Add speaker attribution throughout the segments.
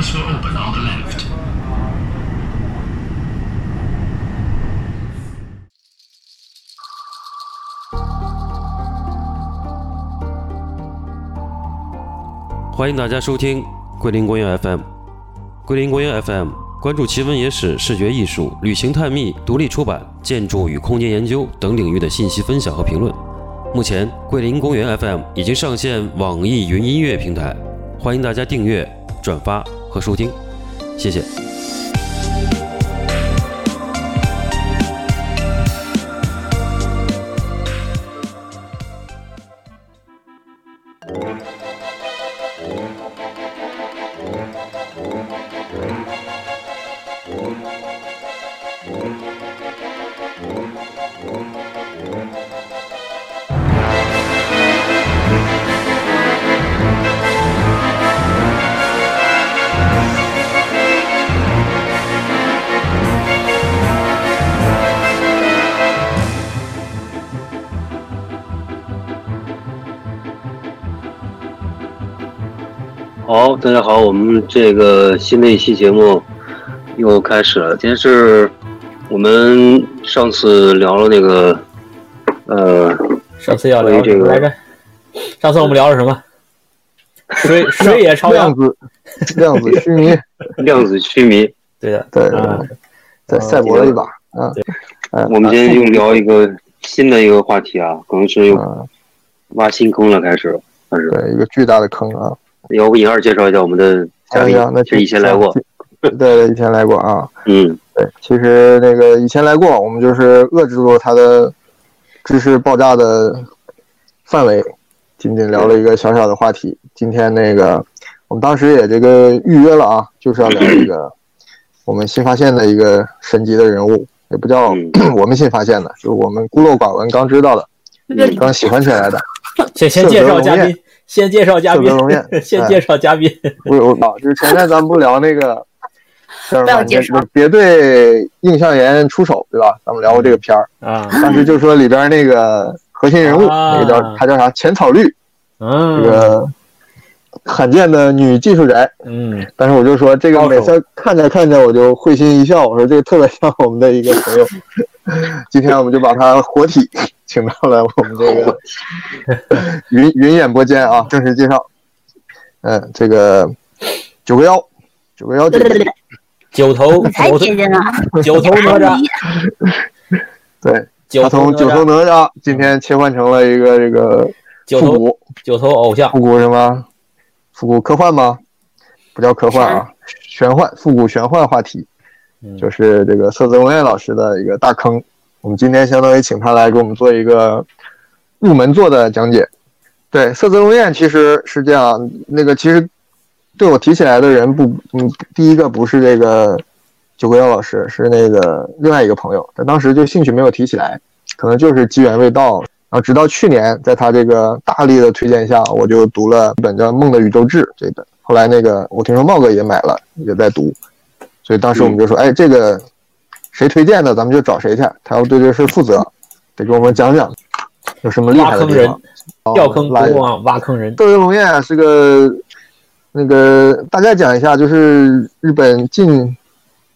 Speaker 1: on the left.
Speaker 2: 欢迎大家收听桂林公园 FM。桂林公园 FM 关注奇闻野史、视觉艺术、旅行探秘、独立出版、建筑与空间研究等领域的信息分享和评论。目前，桂林公园 FM 已经上线网易云音乐平台，欢迎大家订阅、转发和收听，谢谢。
Speaker 3: 好，大家好，我们这个新的一期节目又开始了。今天是我们上次聊了那个，呃，
Speaker 4: 上次要聊什么来着？上次我们聊了什么？水 水也超
Speaker 5: 量
Speaker 4: 量，
Speaker 5: 子 量子虚弥，
Speaker 3: 量子驱迷。
Speaker 4: 对的，
Speaker 5: 对
Speaker 4: 啊
Speaker 5: 对，
Speaker 3: 嗯
Speaker 5: 对，赛博了一把啊！嗯
Speaker 3: 我们今天又聊一个新的一个话题啊，可能是又
Speaker 5: 啊，
Speaker 3: 挖新坑了，开始。但是，
Speaker 5: 对，一个巨大的坑啊！
Speaker 3: 要不尹二介绍一下我们的嘉
Speaker 5: 哎
Speaker 3: 宾
Speaker 5: 呀，那，
Speaker 3: 是以前来过，，
Speaker 5: 对对，以前来过啊。
Speaker 3: 嗯，
Speaker 5: 对，其实那个以前来过，我们就是遏制住他的知识爆炸的范围，仅仅聊了一个小小的话题。今天那个我们当时也这个预约了啊，就是要聊这 个我们新发现的一个神级的人物，也不叫
Speaker 3: 嗯
Speaker 5: 我们新发现的，就是我们孤陋寡闻刚知道的，
Speaker 3: 嗯
Speaker 5: 刚喜欢起来的。
Speaker 4: 先先介绍嘉宾，先介绍嘉宾
Speaker 5: 色泽容哎艳，
Speaker 4: 先介绍嘉宾，
Speaker 5: 我我啊，就是前面咱们不聊那个， 叫什
Speaker 6: 不要
Speaker 5: 么？
Speaker 6: 介绍
Speaker 5: 别别对印象岩出手，对吧？咱们聊过这个片儿，
Speaker 4: 啊，
Speaker 5: 当时就说里边那个核心人物，
Speaker 4: 啊
Speaker 5: 那个叫他叫啥？浅草绿，这
Speaker 4: 嗯
Speaker 5: 个罕见的女技术宅。
Speaker 4: 嗯，
Speaker 5: 但是我就说这个
Speaker 4: 高手
Speaker 5: 每次看着看着我就会心一笑，我说这个特别像我们的一个朋友。 今天我们就把他活体请到了我们这 个云云演播间啊，正式介绍。嗯，这个九个幺，九个幺 姐
Speaker 6: 对对对
Speaker 5: 姐，
Speaker 6: 对，
Speaker 4: 九头
Speaker 6: 才
Speaker 4: 九
Speaker 6: 姐姐呢，
Speaker 4: 头九头哪吒，
Speaker 5: 对，
Speaker 4: 九
Speaker 5: 他
Speaker 4: 头
Speaker 5: 从
Speaker 4: 哪
Speaker 5: 九头
Speaker 4: 吒，
Speaker 5: 哪吒今天切换成了一个这个
Speaker 4: 九
Speaker 5: 复
Speaker 4: 头
Speaker 5: 古
Speaker 4: 九头偶像，
Speaker 5: 复古什么？复古科幻吗？不叫科幻啊，玄幻复古玄幻话题，
Speaker 4: 嗯
Speaker 5: 就是这个色泽文彦老师的一个大坑。我们今天相当于请他来给我们做一个入门做的讲解。对，色泽文彦其实是这样，那个其实对我提起来的人不，嗯，第一个不是这个九国耀老师，是那个另外一个朋友，但当时就兴趣没有提起来，可能就是机缘未到，然后直到去年，在他这个大力的推荐下，我就读了一本叫《梦的宇宙志》这本。后来那个我听说茂哥也买了，也在读，所以当时我们就说，哎，这个谁推荐的，咱们就找谁去，他要对这事负责，得给我们讲讲有什么厉害的地方。
Speaker 4: 掉坑
Speaker 5: 来
Speaker 4: 国王挖坑人，
Speaker 5: 窦云龙彦是个那个大概讲一下，就是日本近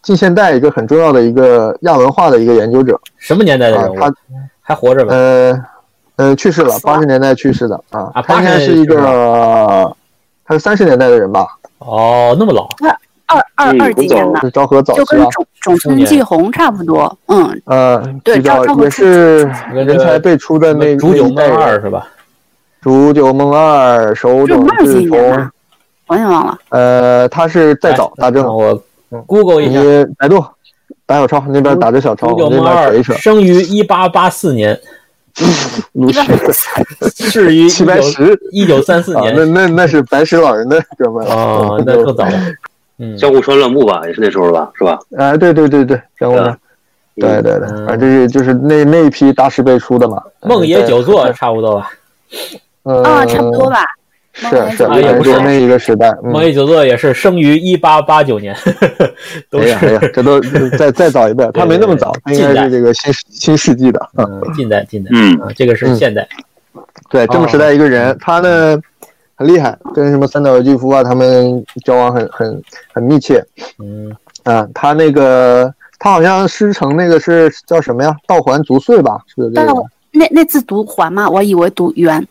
Speaker 5: 近现代一个很重要的一个亚文化的一个研究者
Speaker 4: 什么年代的
Speaker 5: 啊
Speaker 4: 人，物
Speaker 5: 他
Speaker 4: 还活着吧？
Speaker 5: 呃，呃，去世了，八十年代去世的啊
Speaker 4: 啊
Speaker 5: 他应
Speaker 4: 80
Speaker 5: 该
Speaker 4: 年代
Speaker 5: 是一
Speaker 4: 去世
Speaker 5: 个，他是三十年代的人吧，
Speaker 4: 哦，那么老，
Speaker 6: 二二
Speaker 3: 嗯
Speaker 6: 二几年的
Speaker 5: 就，是昭和早
Speaker 6: 就
Speaker 5: 期
Speaker 6: 跟
Speaker 5: 啊，
Speaker 6: 种种村纪红差不多，嗯，
Speaker 5: 呃，
Speaker 6: 对
Speaker 5: 比较
Speaker 6: 昭昭和
Speaker 5: 也是
Speaker 4: 跟
Speaker 5: 人才辈出的那
Speaker 4: 煮
Speaker 5: 那
Speaker 4: 酒
Speaker 5: 一代
Speaker 4: 梦
Speaker 5: 人，
Speaker 4: 二是吧？
Speaker 5: 煮酒梦二，手
Speaker 6: 这
Speaker 5: 冢
Speaker 6: 二几
Speaker 5: 治
Speaker 6: 年
Speaker 5: 虫
Speaker 6: 啊吧，，我也忘了。
Speaker 5: 呃，他是再早
Speaker 4: 哎
Speaker 5: 大正
Speaker 4: 让，我 Google 一
Speaker 5: 你
Speaker 4: 下，
Speaker 5: 百度打小超那边打着小超，
Speaker 4: 煮
Speaker 5: 我
Speaker 4: 酒
Speaker 5: 们这
Speaker 4: 梦
Speaker 5: 边扯一
Speaker 4: 二
Speaker 5: 扯，
Speaker 4: 生于一八八四年，
Speaker 5: 卢
Speaker 6: 一
Speaker 5: 氏
Speaker 6: 般
Speaker 4: 逝于
Speaker 5: 齐白石
Speaker 4: 一九三四
Speaker 5: 啊，那
Speaker 4: 年
Speaker 5: 那那是白石老人的哥们儿
Speaker 4: 啊，那更早了。嗯，
Speaker 3: 江户川乱步吧，也是那时候吧，是吧？
Speaker 5: 哎，对对对对，江湖
Speaker 3: 对
Speaker 5: 川。对对对，
Speaker 4: 嗯
Speaker 5: 反正就是就是那那一批大师辈出的嘛，哎
Speaker 4: 梦野久坐
Speaker 5: 对
Speaker 4: 差不多吧？
Speaker 5: 呃，
Speaker 6: 啊，差不多吧。
Speaker 5: 是
Speaker 4: 坐
Speaker 5: 是，反
Speaker 6: 梦野久
Speaker 4: 也
Speaker 5: 正
Speaker 4: 不
Speaker 5: 就是那一个时代。嗯
Speaker 4: 梦野久坐也是生于一八八九年，都
Speaker 5: 哎呀哎
Speaker 4: 是
Speaker 5: 呀，这都再再早一代，他没那么早，他
Speaker 4: 对
Speaker 5: 应
Speaker 4: 对近
Speaker 5: 该
Speaker 4: 代
Speaker 5: 是这个新世新世纪的。
Speaker 4: 嗯近代近代
Speaker 3: 嗯
Speaker 4: 啊，这个是现代
Speaker 5: 对，这么时代一个人，他呢，很厉害，跟什么三岛由纪夫啊他们交往很很很密切。
Speaker 4: 嗯，
Speaker 5: 啊，他那个他好像师承那个是叫什么呀？道环足岁吧，是这
Speaker 6: 但是
Speaker 5: 个
Speaker 6: 我那那字读环吗？我以为读圆，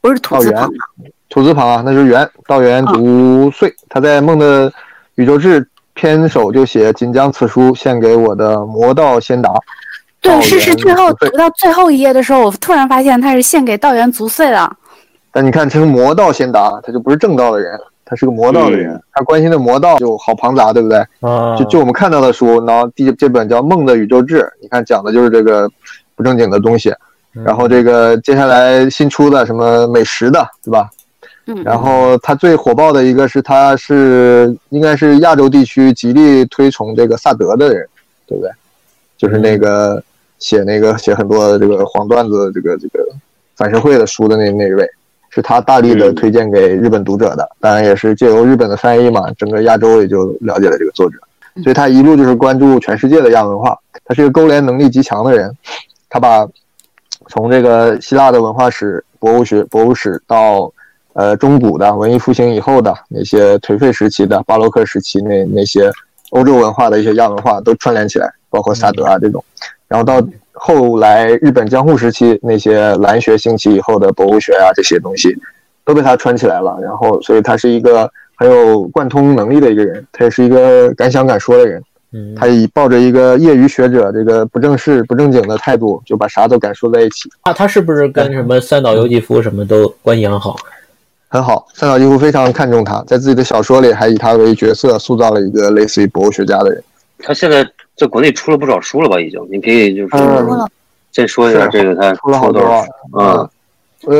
Speaker 6: 不是土字旁吗？
Speaker 5: 土字旁啊，那就是元，道元足岁。他在《梦的宇宙志》篇首就写：“仅将此书献给我的魔道仙达。”
Speaker 6: 对，
Speaker 5: 道
Speaker 6: 是是，
Speaker 5: 元
Speaker 6: 最后
Speaker 5: 足岁
Speaker 6: 读到最后一页的时候，我突然发现它是献给道元足岁的。
Speaker 5: 但你看，他是魔道先达，他就不是正道的人，他是个魔道的人，他关心的魔道就好庞杂，对不对？
Speaker 4: 啊，
Speaker 5: 嗯就就我们看到的书，然后第这本叫《梦的宇宙志》，你看讲的就是这个不正经的东西。
Speaker 4: 嗯
Speaker 5: 然后这个接下来新出的什么美食的，对吧？
Speaker 6: 嗯，
Speaker 5: 然后它最火爆的一个是，它是应该是亚洲地区极力推崇这个萨德的人，对不对？就是那个写那个写很多这个黄段子、这个这个反社会的书的那那一位，是他大力的
Speaker 3: 嗯
Speaker 5: 推荐给日本读者的。当然也是借由日本的翻译嘛，整个亚洲也就了解了这个作者。所以他一路就是关注全世界的亚文化，他是一个勾连能力极强的人。他把从这个希腊的文化史、博物学、博物史到呃中古的文艺复兴以后的那些颓废时期的巴洛克时期那那些欧洲文化的一些亚文化都串联起来，包括萨德啊这种，然后到后来日本江户时期那些兰学兴起以后的博物学啊这些东西都被他串起来了，然后所以他是一个很有贯通能力的一个人，他也是一个敢想敢说的人。
Speaker 4: 嗯
Speaker 5: 他以抱着一个业余学者这个不正式、不正经的态度，就把啥都敢说在一起，
Speaker 4: 啊他他是不是跟什么三岛由纪夫什么都关系很好？
Speaker 5: 很好。三岛由纪夫非常看重他，在自己的小说里还以他为角色，塑造了一个类似于博物学家的人。
Speaker 3: 他现在在国内出了不少书了吧？已经，你可以就是
Speaker 5: 嗯
Speaker 3: 再说一下
Speaker 5: 是
Speaker 3: 这个他
Speaker 5: 出了好多
Speaker 3: 多少
Speaker 5: 啊
Speaker 3: 书？嗯，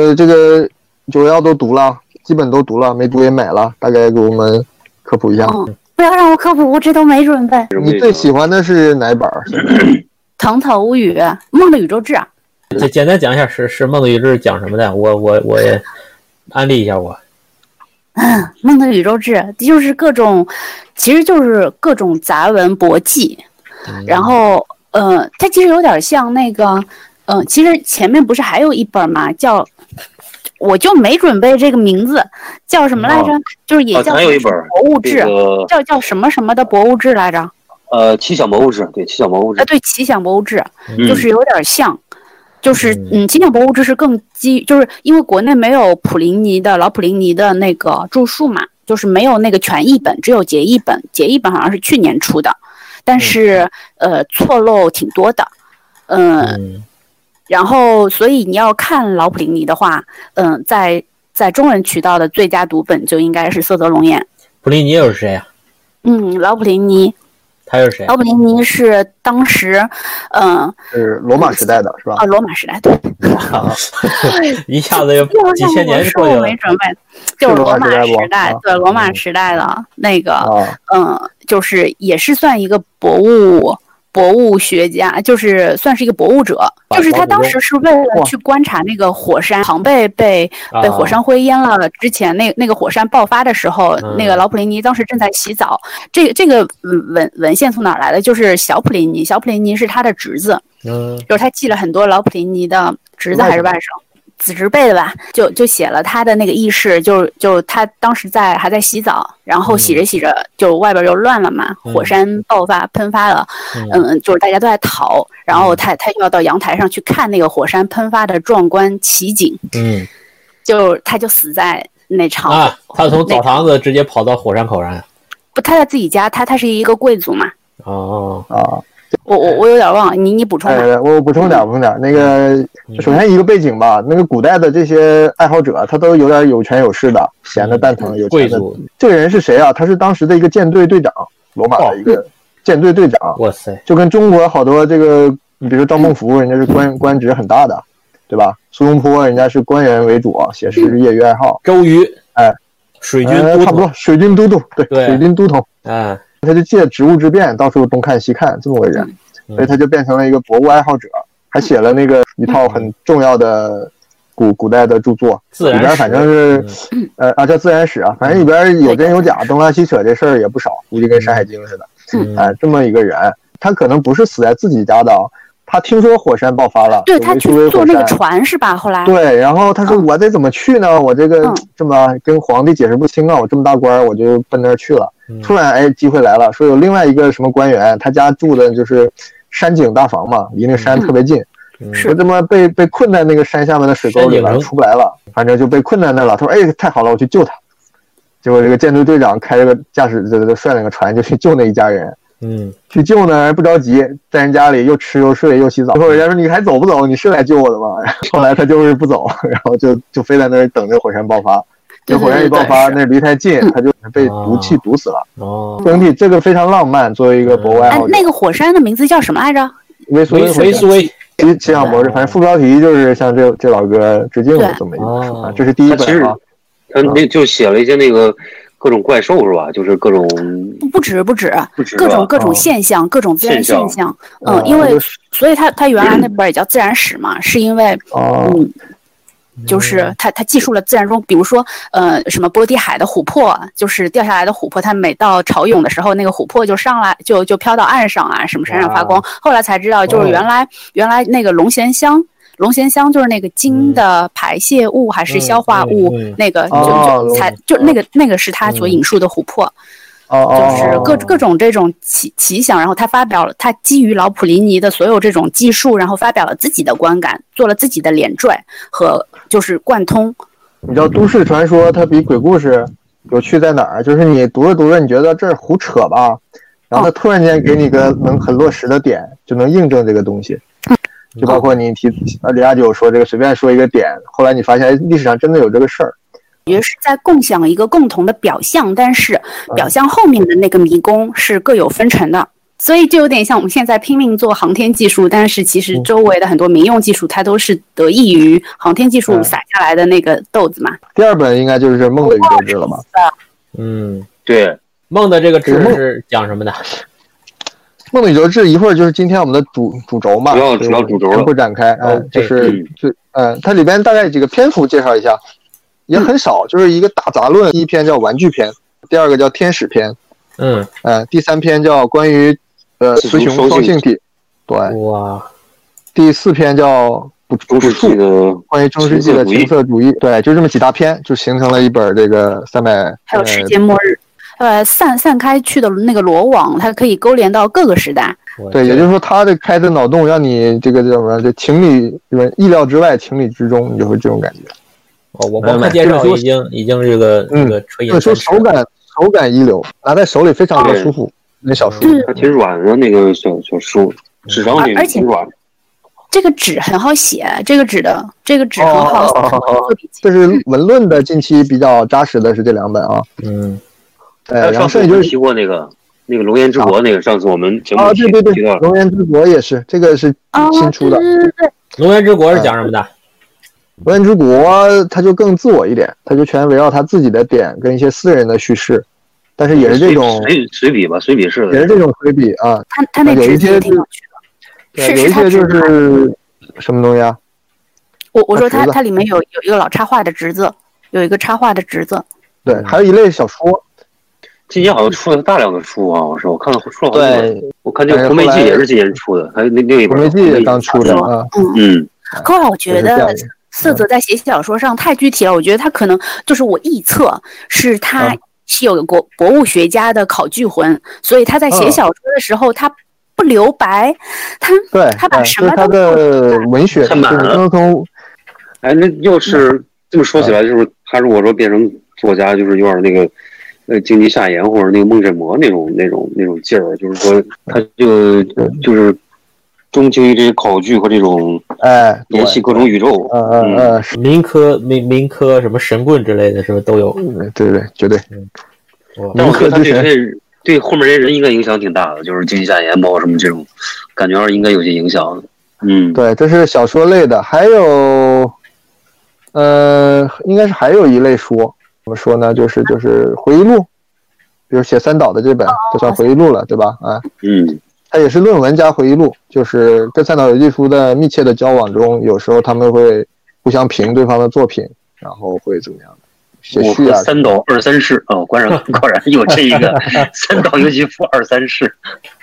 Speaker 5: 呃，这个九幺都读了，基本都读了，没读也买了，大概给我们科普一下。
Speaker 6: 嗯，不要让我科普，我这都没准备。
Speaker 5: 你最喜欢的是哪一本儿？
Speaker 6: 藤草无语，梦的宇宙志啊，
Speaker 4: 简简单讲一下是是梦的宇宙是讲什么的？我我我也安利一下我。
Speaker 6: 梦的宇宙志就是各种，其实就是各种杂文博记，
Speaker 4: 嗯
Speaker 6: 然后呃，它其实有点像那个，呃，其实前面不是还有一本嘛，叫。我就没准备这个名字，叫什么来着？就是也
Speaker 3: 啊
Speaker 6: 叫
Speaker 3: 还有一本
Speaker 6: 博物志，
Speaker 3: 这个
Speaker 6: 叫叫什么什么的博物志来着？
Speaker 3: 呃，七小魔物志，对，七小魔物
Speaker 6: 啊，
Speaker 3: 志，
Speaker 6: 对，奇想博物志，
Speaker 3: 嗯
Speaker 6: 就是有点像，就是嗯，奇想博物志是更基，就是因为国内没有普林尼的老普林尼的那个著述嘛，就是没有那个全译本，只有结译本，结译本好像是去年出的，但是、呃错漏挺多的，嗯、
Speaker 4: 嗯
Speaker 6: 然后，所以你要看老普林尼的话，嗯、在在中文渠道的最佳读本就应该是色泽龙眼，
Speaker 4: 普利尼又是谁呀、啊
Speaker 6: 嗯，老普林尼，
Speaker 4: 他又是谁？
Speaker 6: 老普林尼是当时，嗯、
Speaker 5: 是罗马时代的是吧
Speaker 6: 啊，？罗马时代对。
Speaker 4: 一下子又
Speaker 6: 就是
Speaker 4: 几千年
Speaker 6: 我说
Speaker 4: 过去
Speaker 6: 我
Speaker 4: 了
Speaker 6: 没。准备，就是罗马
Speaker 5: 是罗马时代不
Speaker 6: 时代
Speaker 5: 啊，
Speaker 6: 对罗
Speaker 4: 嗯
Speaker 6: 马时代的那个，
Speaker 5: 啊，
Speaker 6: 嗯，就是也是算一个博物博物学家，就是算是一个博物者，
Speaker 4: 啊
Speaker 6: 就是他
Speaker 4: 博物
Speaker 6: 当
Speaker 4: 中
Speaker 6: 时是为了
Speaker 5: 哇
Speaker 6: 去观察那个火山，庞贝被
Speaker 4: 啊
Speaker 6: 被火山灰淹了之前，那那个火山爆发的时候，
Speaker 4: 嗯
Speaker 6: 那个老普林尼当时正在洗澡。这个这个嗯文文献从哪儿来的？就是小普林尼，小普林尼是他的侄子，
Speaker 4: 嗯
Speaker 6: 就是他记了很多老普林尼的侄子还是外甥。子侄辈的吧，就就写了他的那个轶事，就是就他当时在还在洗澡，然后洗着洗
Speaker 5: 嗯
Speaker 6: 着就外边就乱了嘛，
Speaker 4: 嗯
Speaker 6: 火山爆发喷发了，
Speaker 4: 嗯
Speaker 6: 嗯，就是大家都在逃，然
Speaker 5: 嗯
Speaker 6: 后他他就要到阳台上去看那个火山喷发的壮观奇景，
Speaker 4: 嗯
Speaker 6: 就他就死在那场
Speaker 4: 啊，他从
Speaker 6: 那
Speaker 4: 澡堂子直接跑到火山口上。
Speaker 6: 不他在自己家，他他是一个贵族嘛，
Speaker 4: 哦，
Speaker 5: 啊，
Speaker 6: 我我我有点忘了，你你补充吧，
Speaker 5: 哎，我补充点
Speaker 4: 嗯
Speaker 5: 儿，补充点儿。那个首先一个背景吧，那个古代的这些爱好者，他都有点有权有势的，闲的蛋疼，有
Speaker 4: 嗯贵
Speaker 5: 钱的
Speaker 4: 族，
Speaker 5: 这个人是谁啊？他是当时的一个舰队队长，罗马的一
Speaker 4: 哦
Speaker 5: 个舰队队长，
Speaker 4: 哇塞，
Speaker 5: 就跟中国好多这个，比如说赵孟頫，人家是官官职很大的，对吧？苏东坡人家是官员为主，啊写诗是业余爱好，
Speaker 4: 周瑜，
Speaker 5: 哎，
Speaker 4: 嗯水军
Speaker 5: 呃，
Speaker 4: 都
Speaker 5: 差不多，水军都督，对，
Speaker 4: 对
Speaker 5: 水军都统，
Speaker 4: 啊，
Speaker 5: 他就借职务之便到处东看西看这么个人，
Speaker 4: 嗯
Speaker 5: 所以他就变成了一个博物爱好者，还写了那个一套很重要的古古代的著作，
Speaker 4: 自
Speaker 5: 里
Speaker 4: 然史嗯
Speaker 5: 边反正是，呃啊叫自然史啊，反正里边有真有假，东拉西扯这事儿也不少，估计跟《山海经》似的。哎
Speaker 4: 嗯
Speaker 5: 哎，这么一个人，他可能不是死在自己家的啊，他听说火山爆发了，
Speaker 6: 对他去
Speaker 5: 维苏威
Speaker 6: 坐
Speaker 5: 火
Speaker 6: 那个
Speaker 5: 山
Speaker 6: 船是吧？后来，
Speaker 5: 对，然后他说
Speaker 6: 嗯
Speaker 5: 我得怎么去呢？我这个
Speaker 6: 嗯
Speaker 5: 这么跟皇帝解释不清啊，我这么大官儿，我就奔那儿去了
Speaker 4: 嗯。
Speaker 5: 突然哎，机会来了，说有另外一个什么官员，他家住的就是山景大房嘛，离那个山特别近，
Speaker 4: 嗯
Speaker 6: 是
Speaker 5: 说这么被被困在那个山下面的水沟
Speaker 4: 山
Speaker 5: 里
Speaker 4: 景
Speaker 5: 了，
Speaker 4: 城
Speaker 5: 出不来了，反正就被困在那儿了。他说哎，太好了，我去救他。结果这个舰队队长开着个驾驶这这率领个船就去救那一家人，
Speaker 4: 嗯
Speaker 5: 去救呢不着急，在人家里又吃又睡又洗澡。最后人家说你还走不走？你是来救我的吗？ 后来他就是不走， 然后就就非在那儿等着火山爆发。
Speaker 6: 对
Speaker 5: 这火山一
Speaker 6: 对对
Speaker 5: 爆发，
Speaker 6: 对
Speaker 5: 那离太近，
Speaker 6: 嗯
Speaker 5: 他就被毒气毒死了。
Speaker 4: 哦，
Speaker 5: 整体这个非常浪漫，作为一个博物爱
Speaker 6: 哎
Speaker 5: 好，者
Speaker 6: 那，个火山的名字叫什么来着？
Speaker 5: 维苏
Speaker 4: 嗯维维
Speaker 5: 维
Speaker 4: 苏威
Speaker 5: 其其想博士，反正副标题就是向这这老哥致敬的
Speaker 6: 对
Speaker 5: 这么一个说法。
Speaker 4: 哦
Speaker 5: 这是第一
Speaker 3: 他其实
Speaker 5: 本啊，
Speaker 6: 呃
Speaker 3: 他那就写了一些那个各种怪兽是吧？就是各种
Speaker 6: 不不止不止，
Speaker 3: 不止
Speaker 6: 各种各
Speaker 4: 哦
Speaker 6: 种现象，各种自
Speaker 3: 现
Speaker 6: 然现
Speaker 3: 象
Speaker 6: 象。
Speaker 5: 哦
Speaker 6: 嗯，因为
Speaker 5: 就
Speaker 6: 所以他他原来那本儿也叫《自然史》嘛，是因为
Speaker 5: 哦，
Speaker 6: 嗯，就是它它记述了自然中，比如说呃什么波罗的海的琥珀，就是掉下来的琥珀，它每到潮涌的时候，那个琥珀就上来就就飘到岸上啊，什么闪闪
Speaker 5: 哦
Speaker 6: 发光。后来才知道，就是原来、原来那个龙涎香。龙涎香就是那个
Speaker 5: 嗯
Speaker 6: 鲸的排泄物还是消化物，
Speaker 4: 嗯嗯嗯
Speaker 6: 那个就、
Speaker 5: 哦嗯
Speaker 6: 就才就那个那个是他所引述的琥珀，
Speaker 5: 哦哦，
Speaker 6: 就是各
Speaker 5: 哦
Speaker 6: 各种这种奇奇想，然后他发表了，他基于老普林尼的所有这种技术，然后发表了自己的观感，做了自己的连缀和就是贯通。
Speaker 5: 你知道都市传说它比鬼故事有趣在哪儿？就是你读着读着，你觉得这是胡扯吧，然
Speaker 6: 哦
Speaker 5: 后它突然间给你个能很落实的点，就能印证这个东西。
Speaker 6: 嗯
Speaker 5: 就包括你提呃李亚九说这个随便说一个点，后来你发现哎历史上真的有这个事儿。
Speaker 6: 也是在共享一个共同的表象，但是
Speaker 5: 嗯
Speaker 6: 表象后面的那个迷宫是各有分成的，所以就有点像我们现在拼命做航天技术，但是其实
Speaker 5: 嗯
Speaker 6: 周围的很多民用技术，它都是得益于航天技术
Speaker 5: 嗯
Speaker 6: 撒下来的那个豆子嘛。
Speaker 5: 第二本应该就是《梦的宇宙志》了吧？
Speaker 4: 嗯，
Speaker 3: 对
Speaker 4: 梦的这个志
Speaker 5: 这个梦
Speaker 4: 是讲什么的？
Speaker 5: 《梦的宇宙志》一会儿就是今天我们的主主轴嘛，
Speaker 3: 主要
Speaker 5: 对
Speaker 3: 主要主轴了哦嗯
Speaker 5: 不展开，呃，
Speaker 4: OK
Speaker 5: 就是就呃，它里边大概几个篇幅介绍一下，也很少，就是一个大杂论。第一篇叫玩具篇，第二个叫天使篇，
Speaker 4: 嗯，
Speaker 5: 呃，第三篇叫关于呃雌
Speaker 3: 雌雄
Speaker 5: 雄
Speaker 3: 双
Speaker 5: 双
Speaker 3: 性
Speaker 5: 性体，对，
Speaker 4: 哇，
Speaker 5: 第四篇叫补
Speaker 3: 中
Speaker 5: 补
Speaker 3: 世纪
Speaker 5: 述，
Speaker 3: 的
Speaker 5: 关于中世纪的
Speaker 3: 情
Speaker 5: 情
Speaker 3: 色
Speaker 5: 色主义，对，就这么几大篇，就形成了一本这个三百，呃
Speaker 6: 还有世界末日，呃，散散开去的那个罗网，它可以勾连到各个时代。
Speaker 4: 我
Speaker 5: 对，
Speaker 4: 这
Speaker 5: 也就是说他的开的脑洞让你这个叫什么，就情理就是意料之外，情理之中，你就会这种感觉。
Speaker 4: 哦，我
Speaker 5: 没有
Speaker 4: 光
Speaker 5: 没
Speaker 4: 看介
Speaker 5: 有这个
Speaker 4: 绍
Speaker 5: 书
Speaker 4: 已经已经这个这
Speaker 5: 嗯
Speaker 4: 个垂
Speaker 5: 这个
Speaker 4: 涎
Speaker 5: 书
Speaker 4: 三尺了。
Speaker 5: 手感手感一流，拿在手里非常的
Speaker 3: 对
Speaker 5: 舒服，那小书。
Speaker 6: 嗯
Speaker 3: 它挺软的那个小小书，纸张也
Speaker 6: 啊而且
Speaker 3: 挺软。
Speaker 6: 这个纸很好写，这个纸的这个纸很
Speaker 5: 哦
Speaker 6: 好
Speaker 5: 哦哦哦哦
Speaker 6: 做笔记。
Speaker 5: 这是文论的近期比较扎实的是这两本啊，
Speaker 4: 嗯，
Speaker 5: 对，
Speaker 3: 还有
Speaker 5: 哎然后
Speaker 3: 上次我
Speaker 5: 剩下就
Speaker 3: 们
Speaker 5: 是
Speaker 3: 提过那个那个《龙岩之国》那个，上次我们节目
Speaker 5: 啊，
Speaker 3: 提
Speaker 5: 对对对
Speaker 3: 提到，了，
Speaker 5: 龙岩之国也是，这个是
Speaker 6: 哦，
Speaker 5: 新出的。
Speaker 6: 对对对对，
Speaker 4: 《龙岩之国》是讲什么的？
Speaker 5: 龙岩之国它就更自我一点，它就全围绕他自己的点跟一些私人的叙事，但是也是这种
Speaker 3: 随随笔吧，随笔式
Speaker 5: 也
Speaker 3: 的
Speaker 5: 是。这种对比啊，
Speaker 6: 他他那
Speaker 5: 有一些
Speaker 6: 纸也挺
Speaker 5: 就
Speaker 6: 有趣的，
Speaker 5: 对
Speaker 6: 是
Speaker 5: 有
Speaker 6: 是
Speaker 5: 一
Speaker 6: 他
Speaker 5: 些
Speaker 6: 侄
Speaker 5: 就
Speaker 6: 子。
Speaker 5: 是啊什么东西啊？
Speaker 6: 我我说
Speaker 5: 他
Speaker 6: 他
Speaker 5: 侄子
Speaker 6: 他里面有有一个老插画的侄子，有一个插画的侄子。
Speaker 3: 嗯
Speaker 5: 对，还有一类小说，
Speaker 3: 今年好像出了大量的书啊，我说我看了出了好几本。，我看这个《
Speaker 5: 哎
Speaker 3: 红梅记
Speaker 5: 后来》
Speaker 3: 也是今年出的，还有另另一
Speaker 5: 《红
Speaker 3: 本
Speaker 5: 梅
Speaker 3: 《
Speaker 5: 记》也刚出的
Speaker 6: 红梅
Speaker 5: 啊，
Speaker 3: 嗯，
Speaker 6: 后来我觉
Speaker 5: 也是这样嗯
Speaker 6: 得
Speaker 5: 的
Speaker 6: 色泽在写小说上太具体了，我觉得他可能就是我臆测是他
Speaker 5: 啊
Speaker 6: 是有个国博物学家的考据魂，所以他在写
Speaker 5: 嗯
Speaker 6: 小说的时候他不留白，他
Speaker 5: 对，
Speaker 6: 他把
Speaker 5: 嗯
Speaker 6: 什
Speaker 5: 就
Speaker 6: 么
Speaker 5: 是他
Speaker 6: 都做
Speaker 5: 的文学，就
Speaker 3: 太
Speaker 5: 是
Speaker 3: 满了
Speaker 5: 能从
Speaker 3: 哎，那要是这么
Speaker 5: 啊
Speaker 3: 说起来，就是他如果说变成作家，就是有点那个，呃，经济下沿或者那个梦振魔那种那种那种劲儿，就是说他就就是钟情于这些考据和这种
Speaker 5: 哎，对
Speaker 3: 联系各种宇宙。
Speaker 5: 呃呃呃，是
Speaker 4: 民科、民民科什么神棍之类的，是不是都有？
Speaker 5: 对对对，绝对
Speaker 4: 哇
Speaker 3: 但我觉得他
Speaker 5: 民科
Speaker 3: 对这对后面这些人应该影响挺大的，就是经济下沿包括什么这种，感觉上应该有些影响的。嗯，
Speaker 5: 对，这是小说类的，还有，呃，应该是还有一类书，怎么说呢？就是就是回忆录，比如写三岛的这本就算回忆录了，对吧？啊，
Speaker 3: 嗯，
Speaker 5: 它也是论文加回忆录，就是跟三岛由纪夫的密切的交往中，有时候他们会互相评对方的作品，然后会怎么样写
Speaker 3: 我
Speaker 5: 序
Speaker 3: 和
Speaker 5: 啊，
Speaker 3: 三岛二三世哦，果然果然有这一个三岛由纪夫二三世，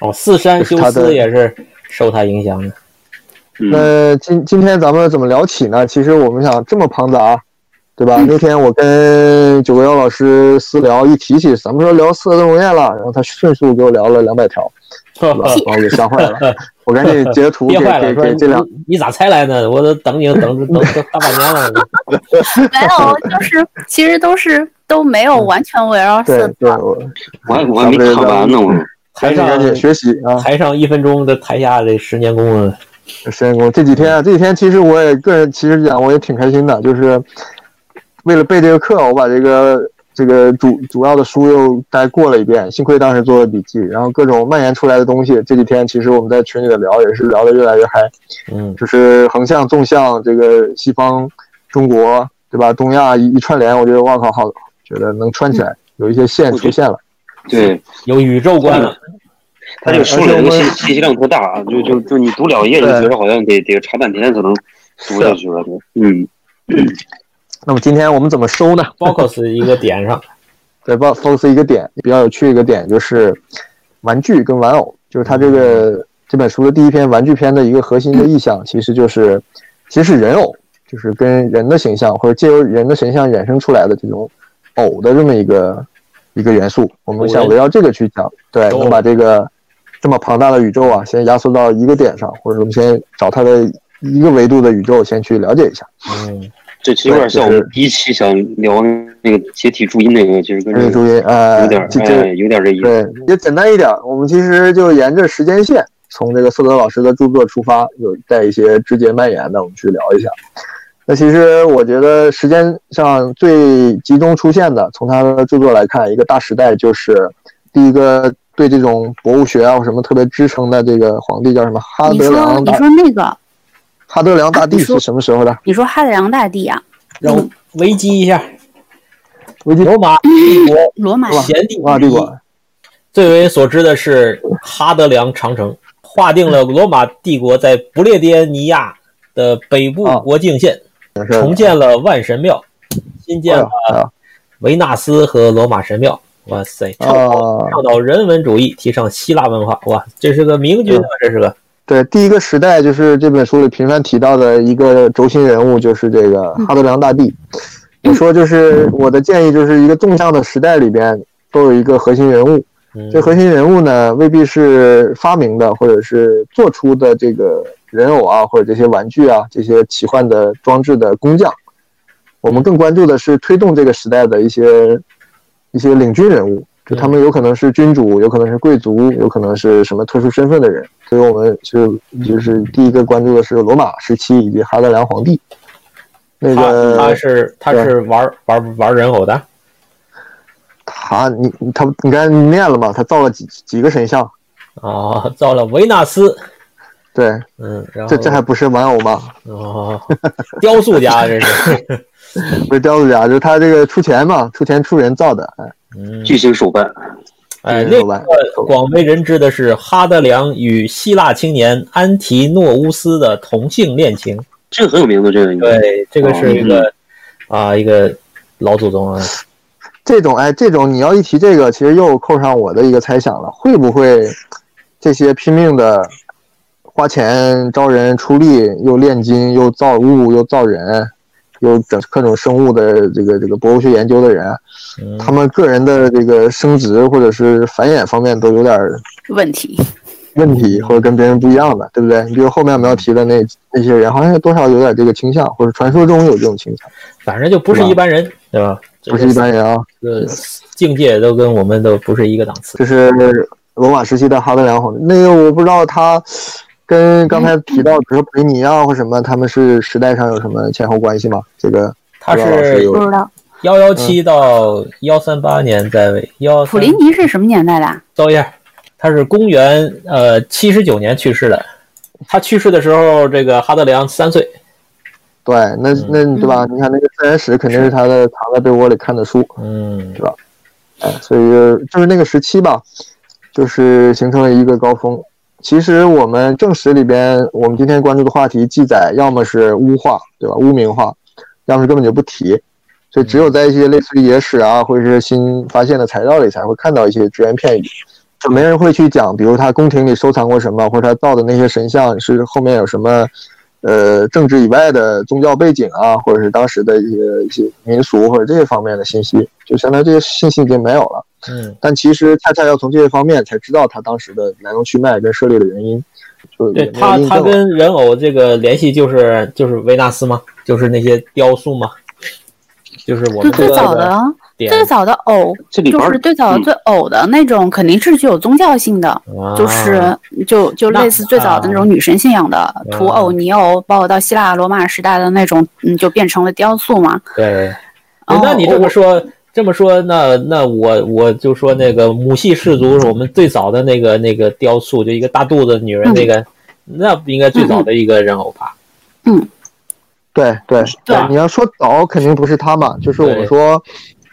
Speaker 4: 哦，四山修
Speaker 5: 他
Speaker 4: 斯
Speaker 5: 的
Speaker 4: 也是受他影响的。
Speaker 3: 嗯
Speaker 5: 那今今天咱们怎么聊起呢？其实我们想这么庞杂，对
Speaker 4: 嗯
Speaker 5: 吧？那天我跟九个幺老师私聊，一提起咱们说聊色色荣耀了，然后他迅速给我聊了两百条，
Speaker 4: 呵
Speaker 5: 把
Speaker 4: 呵
Speaker 5: 我给吓坏了。我赶紧截图
Speaker 4: 嗯 憋
Speaker 5: 给
Speaker 4: 坏
Speaker 5: 给
Speaker 4: 了，说
Speaker 5: 给这两，
Speaker 4: 你你咋才来呢？我都等你等等 等大半年了。
Speaker 6: 没有，就是其实都是都没有完全围绕
Speaker 5: 嗯对
Speaker 6: 色，
Speaker 5: 对，我
Speaker 3: 我还我还没看完呢，我
Speaker 5: 赶
Speaker 4: 台
Speaker 5: 紧
Speaker 4: 上
Speaker 5: 赶紧学习啊！
Speaker 4: 台上一分钟，这台下这十年功啊！
Speaker 5: 时间工这几天啊，这几天其实我也个人其实讲我也挺开心的，就是为了备这个课，我把这个这个主主要的书又再过了一遍，幸亏当时做了笔记，然后各种蔓延出来的东西，这几天其实我们在群里的聊也是聊得越来越嗨，
Speaker 4: 嗯，
Speaker 5: 就是横向纵向这个西方、中国对吧，东亚一一串联，我觉得哇靠，好觉得能串起来，有一些线出现了，
Speaker 3: 对
Speaker 4: 有宇宙观 了。
Speaker 3: 他
Speaker 5: 哎嗯
Speaker 3: 这个书里的信信息量特大啊，就就就你读两页，你觉得好像得得查半天才能读下去了。对嗯，
Speaker 5: 那么今天我们怎么收呢？
Speaker 4: focus 一个点上，
Speaker 5: 对，Box Fox 一个点比较有趣的一个点就是玩具跟玩偶，就是它这个这本书的第一篇玩具篇的一个核心的意象，其实就是其实是人偶，就是跟人的形象或者借由人的形象衍生出来的这种偶的这么一个一个元素，我们想围绕这个去讲，对，
Speaker 4: 偶
Speaker 5: 能把这个这么庞大的宇宙啊，先压缩到一个点上，或者我们先找它的一个维度的宇宙先去了解一下。
Speaker 4: 嗯，
Speaker 3: 这其实有点像我们第一期想聊那个解体注音那个，其实跟
Speaker 5: 注意
Speaker 3: 这
Speaker 5: 注意，
Speaker 3: 个
Speaker 5: 呃，
Speaker 3: 有点
Speaker 5: 这这
Speaker 3: 哎有点这意思。
Speaker 5: 对，也简单一点儿，我们其实就沿着时间线，从这个瑟德老师的著作出发，有带一些枝节蔓延的，我们去聊一下。那其实我觉得时间上最集中出现的，从他的著作来看，一个大时代就是第一个对这种博物学啊或什么特别支撑的这个皇帝叫什么哈
Speaker 6: 你
Speaker 5: 德
Speaker 6: 说
Speaker 5: 良
Speaker 6: 你
Speaker 5: 大
Speaker 6: 说那个，
Speaker 5: 哈德良大帝
Speaker 6: 你说
Speaker 5: 是什么时候的？
Speaker 6: 你说哈德良大帝啊，
Speaker 4: 让我维基一下，
Speaker 5: 危机啊
Speaker 4: 罗马帝国
Speaker 6: 罗马
Speaker 5: 哇
Speaker 4: 贤帝
Speaker 5: 罗马帝国。
Speaker 4: 最为所知的是哈德良长城，划定了罗马帝国在不列颠尼亚的北
Speaker 5: 啊
Speaker 4: 部国境线，
Speaker 5: 是
Speaker 4: 重建了万神庙，新建了
Speaker 5: 哎呀
Speaker 4: 维纳斯和罗马神庙。哇塞，倡导
Speaker 5: 啊
Speaker 4: 倡导人文主义，提倡希腊文化。哇，这是个明君
Speaker 5: 嗯
Speaker 4: 啊，这是个
Speaker 5: 对，第一个时代就是这本书里频繁提到的一个轴心人物，就是这个哈德良大帝。我说，就是我的建议，就是一个纵向的时代里边都有一个核心人物。
Speaker 4: 嗯
Speaker 5: 这核心人物呢，未必是发明的或者是做出的这个人偶啊，或者这些玩具啊，这些奇幻的装置的工匠。我们更关注的是推动这个时代的一些一些领军人物，就他们有可能是君主，有可能是贵族，有可能是什么特殊身份的人。所以我们是
Speaker 4: 嗯
Speaker 5: 就是第一个关注的是罗马时期以及哈德良皇帝。那
Speaker 4: 他他
Speaker 5: 个
Speaker 4: 是他是玩玩玩人偶的，
Speaker 5: 他，你你他你刚才念了嘛？他造了几几个神像？
Speaker 4: 哦，造了维纳斯，
Speaker 5: 对，
Speaker 4: 嗯，然后
Speaker 5: 这这还不是玩偶吗？
Speaker 4: 哦，雕塑 家这是，
Speaker 5: 不是雕塑家，就是他这个出钱嘛，出钱出人造的。哎，
Speaker 4: 嗯，
Speaker 3: 巨型手办，
Speaker 4: 哎，
Speaker 5: 巨
Speaker 4: 另
Speaker 5: 人
Speaker 4: 一
Speaker 5: 手办
Speaker 4: 个广为人知的是哈德良与希腊青年安提诺乌斯的同性恋情，
Speaker 3: 这个很有名的，这个应该
Speaker 4: 对，这个
Speaker 5: 嗯
Speaker 4: 是一个啊一个老祖宗啊，
Speaker 5: 这种哎，这种你要一提这个，其实又扣上我的一个猜想了，会不会这些拼命的花钱招人出力，又炼金，又造物，又造人，又整各种生物的这个这个博物学研究的人，
Speaker 4: 嗯
Speaker 5: 他们个人的这个升职或者是繁衍方面都有点儿
Speaker 6: 问题，
Speaker 5: 问题或者跟别人不一样的，对不对？你比如后面我们要提的那那些人，好像多少有点这个倾向，或者传说中有这种倾向，
Speaker 4: 反正就不是一般人，对吧？
Speaker 5: 不是一般人啊。
Speaker 4: 这个呃境界都跟我们都不是一个档次，
Speaker 5: 这是罗马时期的哈德良皇帝。那个我不知道他跟刚才提到，比如说培尼啊或什么，他们是时代上有什么前后关系吗？这个
Speaker 4: 他
Speaker 5: 罗老师
Speaker 4: 是
Speaker 5: 啊有
Speaker 6: 不知道
Speaker 4: 幺幺七到幺三八年在位，幺
Speaker 6: 普林尼是什么年代的啊？
Speaker 4: 等一下，他是公元呃七十九年去世的。他去世的时候，这个哈德良三岁。
Speaker 5: 对，那那对吧？你看那个《自然史》肯定是他的藏在被窝里看的书，
Speaker 4: 嗯
Speaker 5: 哎，所以就是就是那个时期吧，就是形成了一个高峰。其实我们正史里边，我们今天关注的话题记载，要么是污化，对吧？污名化，要么是根本就不提。所以只有在一些类似于野史啊，或者是新发现的材料里，才会看到一些只言片语。就没人会去讲，比如他宫廷里收藏过什么，或者他造的那些神像是后面有什么，呃，政治以外的宗教背景啊，或者是当时的一些一些民俗或者这些方面的信息，就相当于这些信息已经没有了。
Speaker 4: 嗯
Speaker 5: 但其实恰恰要从这些方面才知道他当时的来龙去脉跟设立的原因，就
Speaker 4: 对
Speaker 5: 也没有
Speaker 4: 他
Speaker 5: 印啊
Speaker 4: 他
Speaker 5: 证了
Speaker 4: 跟人偶这个联系就是就是维纳斯嘛，就是那些雕塑嘛，就是我
Speaker 6: 就
Speaker 4: 们
Speaker 6: 最
Speaker 4: 说
Speaker 6: 早
Speaker 4: 的
Speaker 6: 的
Speaker 4: 点
Speaker 6: 最早的偶，
Speaker 3: 这里边
Speaker 6: 就是最早的
Speaker 3: 嗯
Speaker 6: 最偶的那种，肯定是具有宗教性的，就是就就
Speaker 4: 啊那
Speaker 6: 类似最早的那种女神信仰的土偶、泥偶，包括到希腊罗马时代的那种，嗯，就变成了雕塑嘛。
Speaker 4: 对。
Speaker 6: 哦
Speaker 4: 哎那你这么说，这么说，那那我我就说那个母系氏族是我们最早的那个那个雕塑，就一个大肚子女
Speaker 6: 嗯
Speaker 4: 人那个，那不应该最早的一个人偶吧？
Speaker 5: 对对
Speaker 6: 对吧
Speaker 5: 你要说早，肯定不是他嘛，就是我
Speaker 4: 啊对
Speaker 5: 们说，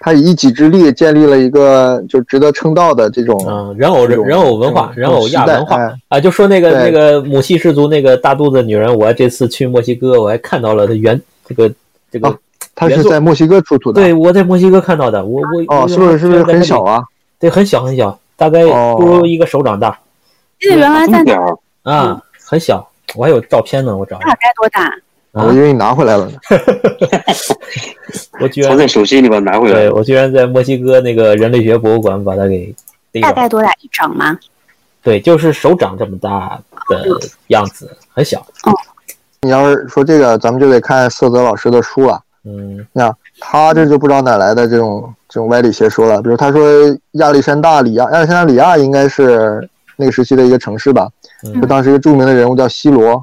Speaker 5: 他以一己之力建立了一个就值得称道的这种
Speaker 4: 嗯，人偶人人偶文化，
Speaker 5: 这
Speaker 4: 人
Speaker 5: 种
Speaker 4: 偶亚
Speaker 5: 时代
Speaker 4: 文化
Speaker 5: 哎
Speaker 4: 啊，就说那个那
Speaker 5: 对
Speaker 4: 个母系氏族那个大肚子女人，我这次去墨西哥，我还看到了她原这个这个
Speaker 5: 啊，他
Speaker 4: 元
Speaker 5: 是
Speaker 4: 素
Speaker 5: 在墨西哥出土的，
Speaker 4: 对我在墨西哥看到的，我我
Speaker 5: 哦，
Speaker 4: 我
Speaker 5: 是不是是不是很小？啊？
Speaker 4: 对，很小很小，大概
Speaker 5: 哦
Speaker 4: 不如一个手掌大
Speaker 6: 记得原来
Speaker 3: 这
Speaker 6: 在
Speaker 3: 么
Speaker 6: 哪
Speaker 3: 点儿，
Speaker 6: 嗯
Speaker 4: 啊，很小，我还有照片呢，我找一下
Speaker 6: 大该多大？
Speaker 4: 啊
Speaker 5: 我以为你拿回来了呢。
Speaker 4: 我居然
Speaker 3: 藏在手心里边拿回来
Speaker 4: 对。我居然在墨西哥那个人类学博物馆把它给逮
Speaker 6: 大
Speaker 4: 了。
Speaker 6: 概多大一掌吗？
Speaker 4: 对，就是手掌这么大的样子，很小。
Speaker 5: 你要是说这个，咱们就得看色泽老师的书了。
Speaker 4: 嗯
Speaker 5: 他这就不知道哪来的这种这种歪理邪说了。比如他说亚历山大里亚，亚历山大里亚应该是那个时期的一个城市吧，
Speaker 4: 嗯
Speaker 5: 就当时一个著名的人物叫西罗，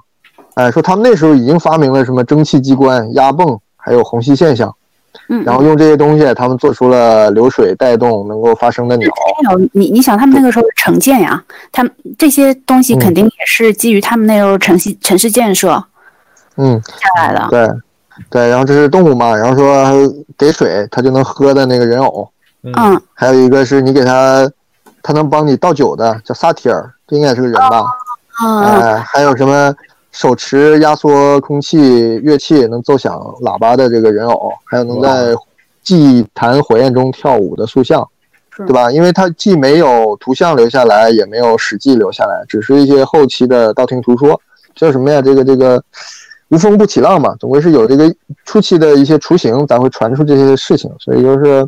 Speaker 5: 哎，说他们那时候已经发明了什么蒸汽机关、压泵，还有虹吸现象，
Speaker 6: 嗯，
Speaker 5: 然后用这些东西，他们做出了流水带动能够发声的鸟。
Speaker 6: 还有你，你想他们那个时候的城建呀、他们这些东西
Speaker 5: 嗯
Speaker 6: 肯定也是基于他们那时候城市城市建设
Speaker 5: 嗯，
Speaker 6: 下来的。
Speaker 5: 对，对，然后这是动物嘛，然后说给水它就能喝的那个人偶，
Speaker 6: 嗯，
Speaker 5: 还有一个是你给它，它能帮你倒酒的，叫萨提尔，这应该是个人吧？
Speaker 6: 嗯，
Speaker 5: 哎，还有什么手持压缩空气乐器能奏响喇叭的这个人偶，还有能在祭坛火焰中跳舞的塑像，
Speaker 6: 是
Speaker 5: 对吧？因为它既没有图像留下来，也没有史记留下来，只是一些后期的道听途说，叫什么呀？这个这个。无风不起浪嘛，总归是有这个初期的一些雏形，咱会传出这些事情，所以就是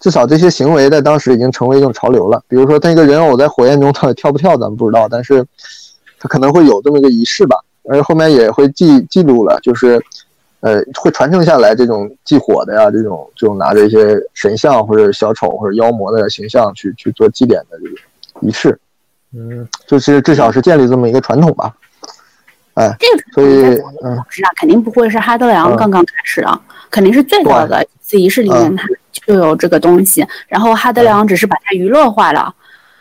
Speaker 5: 至少这些行为在当时已经成为一种潮流了。比如说，那个人偶在火焰中到底跳不跳，咱们不知道，但是它可能会有这么一个仪式吧，而后面也会记记录了，就是呃会传承下来这种祭火的呀，这种这种拿着一些神像或者小丑或者妖魔的形象去去做祭奠的这个仪式，
Speaker 4: 嗯
Speaker 5: 就是至少是建立这么一个传统吧。哎，所
Speaker 6: 这个应该
Speaker 5: 以
Speaker 6: 早
Speaker 5: 嗯。
Speaker 6: 知道肯定不会是哈德
Speaker 5: 嗯
Speaker 6: 良刚刚开始啊，肯定是最早的一次仪式里面它就有这个东西，然后哈德良只是把它娱乐化了，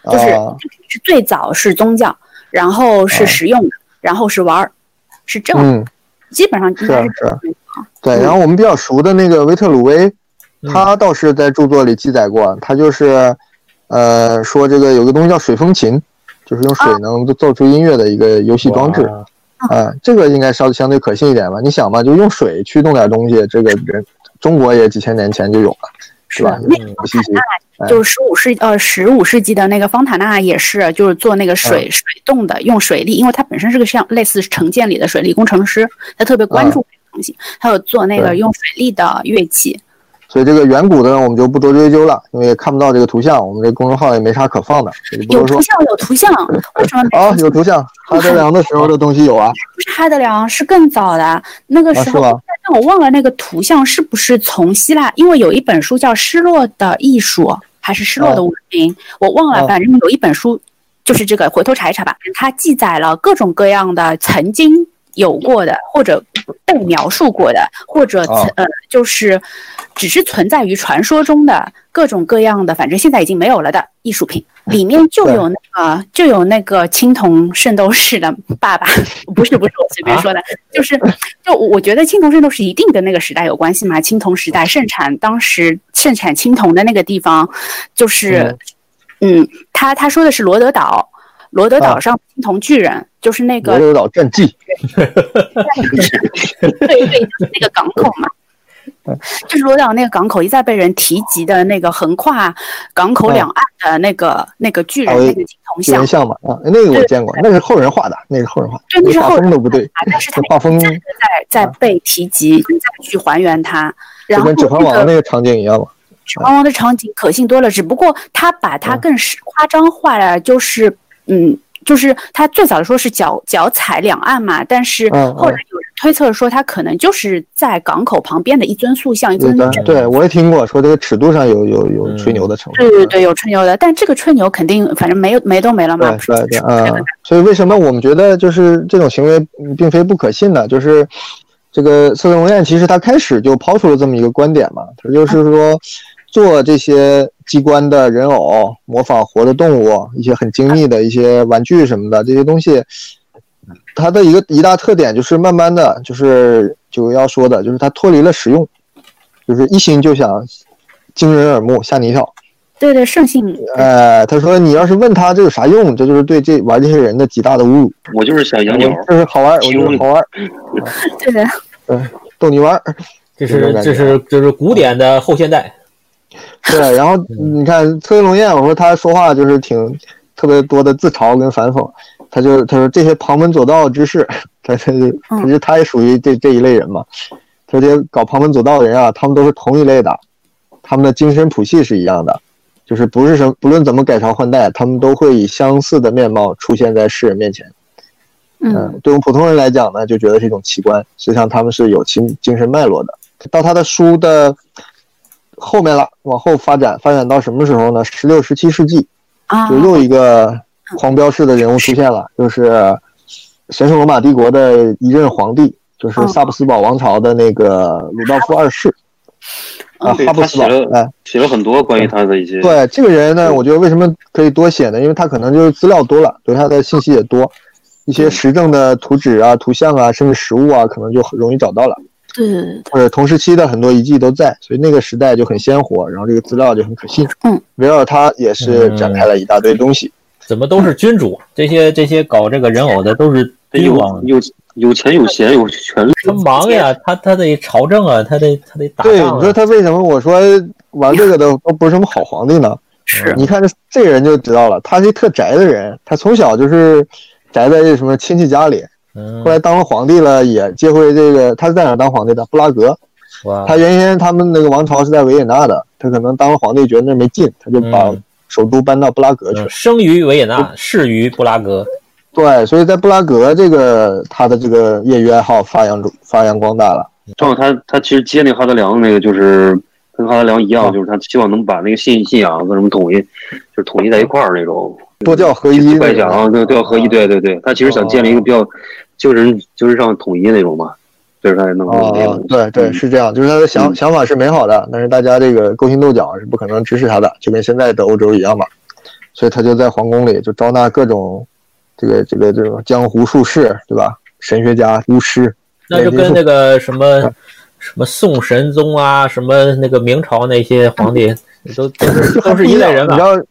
Speaker 6: 就是它
Speaker 5: 嗯啊
Speaker 6: 肯定是最早是宗教，然后是实用的，然后是玩儿，是正的，
Speaker 5: 嗯，
Speaker 6: 基本上应该
Speaker 5: 是啊
Speaker 6: 这样
Speaker 5: 对，
Speaker 6: 嗯
Speaker 5: 然后我们比较熟的那个维特鲁威，
Speaker 4: 嗯
Speaker 5: 他倒是在著作里记载过，他就是，呃，说这个有个东西叫水风琴，就是用
Speaker 6: 啊
Speaker 5: 水能奏出音乐的一个游戏装置，
Speaker 4: 哇
Speaker 5: 啊、这个应该稍相对可信一点吧？你想吧，就用水驱动点东西，这个人中国也几千年前就有了，是吧？
Speaker 6: 那
Speaker 4: 嗯
Speaker 5: 不稀奇。哎
Speaker 6: 就是十五世呃十五世纪的那个方塔纳也是，就是做那个水、
Speaker 5: 嗯
Speaker 6: 水动的，用水利，因为他本身是个像类似城建里的水利工程师，他特别关注这个东西，还有做那
Speaker 5: 嗯
Speaker 6: 个
Speaker 5: 对
Speaker 6: 用水利的乐器。
Speaker 5: 所以这个远古的呢，我们就不多追究了，因为也看不到这个图像，我们这公众号也没啥可放的，也就不
Speaker 6: 有
Speaker 5: 多说
Speaker 6: 图。像，有图像，为什么没
Speaker 5: 啊、
Speaker 6: 图像
Speaker 5: 有图像，哈德良的时候的东西有啊，
Speaker 6: 不是哈德良，是更早的那个时候，
Speaker 5: 啊是吗
Speaker 6: 但我忘了那个图像是不是从希腊，因为有一本书叫《失落的艺术》还是《
Speaker 5: 啊
Speaker 6: 失落的文明》，我忘了，
Speaker 5: 哦
Speaker 6: 反正有一本书就是这个，回头查一查吧。它记载了各种各样的曾经有过的，或者被描述过的，或者曾、
Speaker 5: 哦
Speaker 6: 呃就是只是存在于传说中的各种各样的，反正现在已经没有了的艺术品，里面就
Speaker 5: 对
Speaker 6: 有那个就有那个青铜圣斗士的爸 爸，不是不是我随
Speaker 5: 啊
Speaker 6: 便说的，就是就我我觉得青铜圣斗士一定跟那个时代有关系嘛，青铜时代盛产当时盛产青铜的那个地方，就是嗯，他他说的是罗德岛。罗德岛
Speaker 5: 啊
Speaker 6: 上青铜巨人、就是那
Speaker 5: 罗
Speaker 6: 个
Speaker 5: 德岛战记。
Speaker 6: 对对，就是那个港口嘛。
Speaker 5: 嗯
Speaker 6: 就是罗岛那个港口一再被人提及的那个横跨港口两岸的那个、那个巨人
Speaker 5: 哦
Speaker 6: 那个金铜
Speaker 5: 巨人
Speaker 6: 像，
Speaker 5: 像嘛啊，那个我见过，那是后人画的，那是后人画的，
Speaker 6: 对那是后人
Speaker 5: 画风都不对，
Speaker 6: 但是它
Speaker 5: 这画风
Speaker 6: 一再地在在被提及，再去还原它。
Speaker 5: 就
Speaker 6: 然后
Speaker 5: 跟《指环王
Speaker 6: 这》个
Speaker 5: 那个场景一样嘛。
Speaker 6: 指环王的场景可信多了，只不过他把
Speaker 5: 嗯
Speaker 6: 它更是夸张化了，就是嗯，就是他最早说是脚脚踩两岸嘛，但是
Speaker 5: 嗯嗯
Speaker 6: 后来有人推测说他可能就是在港口旁边的一尊塑像，一
Speaker 5: 对
Speaker 6: 尊
Speaker 5: 的，对我也听过，说这个尺度上有有有
Speaker 4: 嗯
Speaker 5: 吹牛的成分。
Speaker 6: 对对对，有吹牛的，但这个吹牛肯定反正没有没都没了嘛，
Speaker 5: 对
Speaker 6: 不是
Speaker 5: 对对，
Speaker 6: 不是这个
Speaker 5: 嗯，所以为什么我们觉得就是这种行为嗯并非不可信呢？就是这个色色文彦其实他开始就抛出了这么一个观点嘛，他就是
Speaker 6: 嗯
Speaker 5: 说做这些机关的人偶、模仿活的动物、一些很精密的一些玩具什么的这些东西，它的一个一大特点就是慢慢的就是就要说的就是它脱离了实用，就是一心就想惊人耳目、吓你一跳。
Speaker 6: 对对圣性，
Speaker 5: 呃，他说你要是问他这有啥用，这就是对这玩这些人的极大的侮辱。
Speaker 3: 我就是想养鸟，
Speaker 5: 就是好玩，我就是好玩，
Speaker 6: 对对
Speaker 5: 逗你玩儿。
Speaker 4: 这
Speaker 5: 有
Speaker 4: 是
Speaker 5: 种感
Speaker 4: 这
Speaker 5: 觉啊
Speaker 4: 是就是古典的后现代，
Speaker 5: 对，然后你看崔龙燕，我说他说话就是挺特别多的自嘲跟反讽，他就他说这些旁门左道之士，他他就其实他也属于这这一类人嘛。他说这些搞旁门左道的人啊，他们都是同一类的，他们的精神谱系是一样的，就是不是什么不论怎么改朝换代，他们都会以相似的面貌出现在世人面前。
Speaker 6: 嗯
Speaker 5: 嗯，对我们普通人来讲呢，就觉得是一种奇观，实际上他们是有其精神脉络的。到他的书的后面了，往后发展，发展到什么时候呢？十六、十七世纪，
Speaker 6: 啊嗯
Speaker 5: 就，又一个狂飙式的人物出现了，就是神圣罗马帝国的一任皇帝，就是
Speaker 6: 嗯
Speaker 5: 萨布斯堡王朝的那个鲁道夫二世
Speaker 6: 嗯
Speaker 5: 啊，
Speaker 3: 对
Speaker 5: 哈布
Speaker 3: 他
Speaker 5: 斯
Speaker 3: 写
Speaker 5: 堡，
Speaker 3: 了
Speaker 5: 哎，
Speaker 3: 写了很多关于他的一些。
Speaker 5: 对这个人呢，我觉得为什么可以多写呢？因为他可能就是资料多了，对他的信息也多，一些实证的图纸啊、图像啊，甚至实物啊，可能就很容易找到了，
Speaker 6: 对对对，
Speaker 5: 或者同时期的很多遗迹都在，所以那个时代就很鲜活，然后这个资料就很可信。
Speaker 6: 嗯，
Speaker 5: 围绕他也是展开了一大堆东西。
Speaker 4: 怎么都是君主，这些这些搞这个人偶的都是
Speaker 3: 他
Speaker 4: 君
Speaker 3: 有
Speaker 4: 王，
Speaker 3: 有有钱有闲有权利，
Speaker 4: 他忙呀，他他得朝政啊，他得他得打
Speaker 5: 对，
Speaker 4: 仗
Speaker 5: 你说
Speaker 4: 啊，
Speaker 5: 他为什么我说玩这个的都不是什么好皇帝呢？
Speaker 6: 是
Speaker 5: 你看这这个人就知道了，他是一特宅的人，他从小就是宅在这什么亲戚家里，
Speaker 4: 嗯
Speaker 5: 后来当了皇帝了，也接回这个他是在哪儿当皇帝的？布拉格。
Speaker 4: 哇
Speaker 5: 他原先他们那个王朝是在维也纳的，他可能当了皇帝觉得那没劲，他就把
Speaker 4: 嗯
Speaker 5: 首都搬到布拉格去
Speaker 4: 嗯
Speaker 5: 了。
Speaker 4: 生于维也纳，逝于布拉格，
Speaker 5: 对，所以在布拉格这个他的这个业余爱好发扬发扬光大了。
Speaker 3: 正好他他其实接那哈德良那个就是跟哈德良一
Speaker 5: 啊
Speaker 3: 样，就是他希望能把那个信信仰跟什么统一，就是统一在一块儿那种。
Speaker 5: 多教合一
Speaker 3: 几次
Speaker 5: 那
Speaker 3: 拜
Speaker 5: 种
Speaker 3: 讲啊，对，都要合一，对对对，他其实想建立一
Speaker 5: 啊
Speaker 3: 个比较精神精神上统一那种嘛，这是他弄
Speaker 5: 啊
Speaker 3: 的那种。，
Speaker 5: 对对，
Speaker 3: 嗯
Speaker 5: 是这样，就是他的想
Speaker 3: 嗯
Speaker 5: 想法是美好的，但是大家这个勾心斗角是不可能支持他的，就跟现在的欧洲一样嘛。所以他就在皇宫里就招纳各种这个这个这种江湖术士，对吧？神学家、巫师，
Speaker 4: 那就跟那个什么什么宋神宗啊，什么那个明朝那些皇帝， 都都是都是一类人
Speaker 5: 你知
Speaker 4: 吧？
Speaker 5: 道，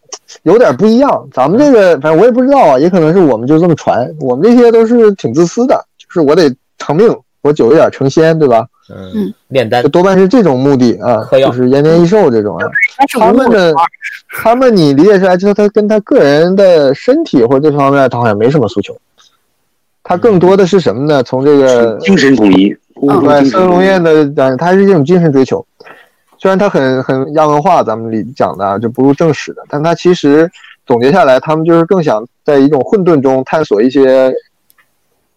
Speaker 5: 有点不一样。咱们这个，反正我也不知道啊，也可能是我们就这么传，我们这些都是挺自私的，就是我得长命，我久一点成仙，对吧？
Speaker 4: 嗯，炼丹
Speaker 5: 就多半是这种目的啊，
Speaker 4: 嗑药
Speaker 5: 就是延年益寿这种啊。
Speaker 6: 但是
Speaker 5: 他们
Speaker 6: 无论
Speaker 5: 的他们，你理解出来，就是他跟他个人的身体或者这方面，他好像没什么诉求。他更多的是什么呢？从这个
Speaker 3: 嗯精神统一，
Speaker 5: 啊对，
Speaker 3: 精神
Speaker 5: 孙
Speaker 3: 统
Speaker 5: 龙
Speaker 3: 一
Speaker 5: 燕的讲，他是一种精神追求。虽然他很很亚文化，咱们里讲的啊就不入正史的，但他其实总结下来，他们就是更想在一种混沌中探索一些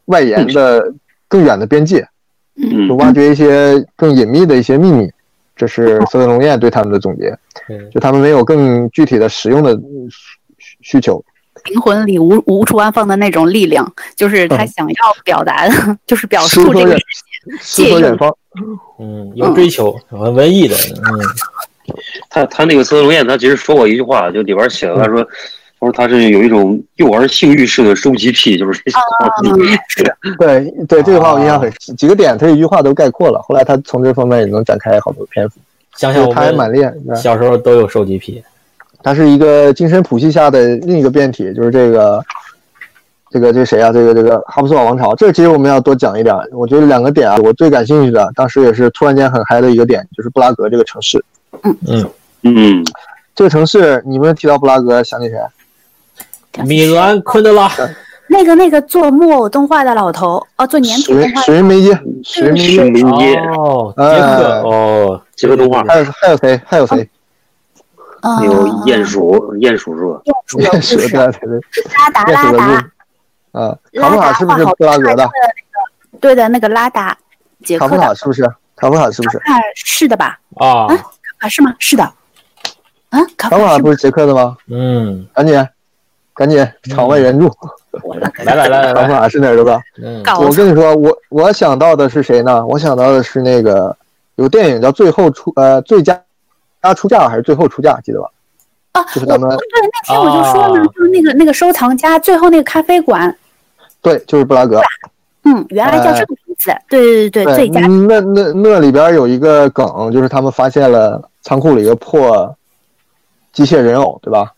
Speaker 5: 外延的更远的边界，就
Speaker 3: 嗯，
Speaker 5: 挖掘一些更隐秘的一些秘密。这是孙龙燕对他们的总结，
Speaker 4: 嗯
Speaker 5: 就他们没有更具体的实用的嗯需需求。
Speaker 6: 灵魂里无无处安放的那种力量，就是他
Speaker 5: 嗯
Speaker 6: 想要表达的， 就是表
Speaker 5: 书
Speaker 6: 述
Speaker 5: 说
Speaker 6: 这个
Speaker 5: 远， 书说远方，
Speaker 4: 嗯，有追求，很文艺的，嗯，
Speaker 3: 他他那个孙龙燕，他其实说过一句话，就里边写的，他
Speaker 5: 嗯
Speaker 3: 说。他说他是有一种幼儿性欲式的收集癖，就是这种。
Speaker 5: 对对，这句话我印象很
Speaker 4: 啊
Speaker 5: 深。几个点，他一句话都概括了。后来他从这方面也能展开好多篇幅。
Speaker 4: 想想我
Speaker 5: 他还蛮
Speaker 4: 们
Speaker 5: 厉害的，
Speaker 4: 小时候都有收集癖，
Speaker 5: 他是一个精神谱系下的另一个变体，就是这个这个这个谁啊？这个这个哈布斯堡王朝，这个其实我们要多讲一点。我觉得两个点啊，我最感兴趣的，当时也是突然间很嗨的一个点，就是布拉格这个城市。
Speaker 3: 嗯，
Speaker 5: 这个城市，你们提到布拉格想起谁？啊
Speaker 4: 米兰昆德
Speaker 5: 嗯
Speaker 4: 拉，哦
Speaker 6: 那个那个做木偶动画的老头，哦，做粘土
Speaker 5: 水
Speaker 6: 动画的，
Speaker 5: 水梅耶，水梅
Speaker 3: 徐
Speaker 5: 耶，
Speaker 3: 明杰，
Speaker 4: 哦，杰
Speaker 5: 哎
Speaker 4: 克，哦，
Speaker 3: 杰克
Speaker 6: 啊
Speaker 3: 动画
Speaker 5: 还有还有谁？还有谁？
Speaker 6: 嗯，
Speaker 3: 有鼹鼠，鼹鼠社，
Speaker 6: 鼹鼠
Speaker 5: 鼹鼠
Speaker 6: 的故事，
Speaker 5: 对对对，
Speaker 6: 拉达
Speaker 5: 鼹
Speaker 6: 拉
Speaker 5: 鼠的故
Speaker 6: 达
Speaker 5: 事。啊，卡
Speaker 6: 拉
Speaker 5: 夫卡
Speaker 6: 达
Speaker 5: 是不是
Speaker 6: 画好
Speaker 5: 布拉格的？
Speaker 6: 对的，那个拉达，捷
Speaker 5: 卡
Speaker 6: 克
Speaker 5: 夫
Speaker 6: 的
Speaker 5: 卡是不是？卡夫卡是不是？
Speaker 6: 啊，是的吧？
Speaker 4: 啊，
Speaker 6: 卡卡是吗？是的。啊，卡
Speaker 5: 卡夫
Speaker 6: 卡
Speaker 5: 卡
Speaker 6: 是
Speaker 5: 不
Speaker 6: 吗
Speaker 5: 是捷克的吗？
Speaker 4: 嗯，
Speaker 5: 赶紧，赶紧，场外援助，
Speaker 4: 来来来
Speaker 5: 卡
Speaker 4: 来
Speaker 5: 夫
Speaker 4: 来，
Speaker 5: 卡是哪儿的吧？
Speaker 4: 嗯，
Speaker 6: 搞
Speaker 5: 我
Speaker 6: 错
Speaker 5: 跟你说，我我想到的是谁呢？我想到的是那个有电影叫《最后出》呃最佳佳出价还是最后出价，记得吧？
Speaker 6: 啊，
Speaker 5: 就是
Speaker 6: 我
Speaker 5: 咱们
Speaker 6: 对那天我就说嘛
Speaker 4: 啊，
Speaker 6: 就是那个那个收藏家，最后那个咖啡馆，
Speaker 5: 对，就是布拉格。
Speaker 6: 嗯，原来叫这个名
Speaker 5: 哎
Speaker 6: 字。对对对对，最佳
Speaker 5: 嗯那那那里边有一个梗，就是他们发现了仓库里有破机械人偶，对吧？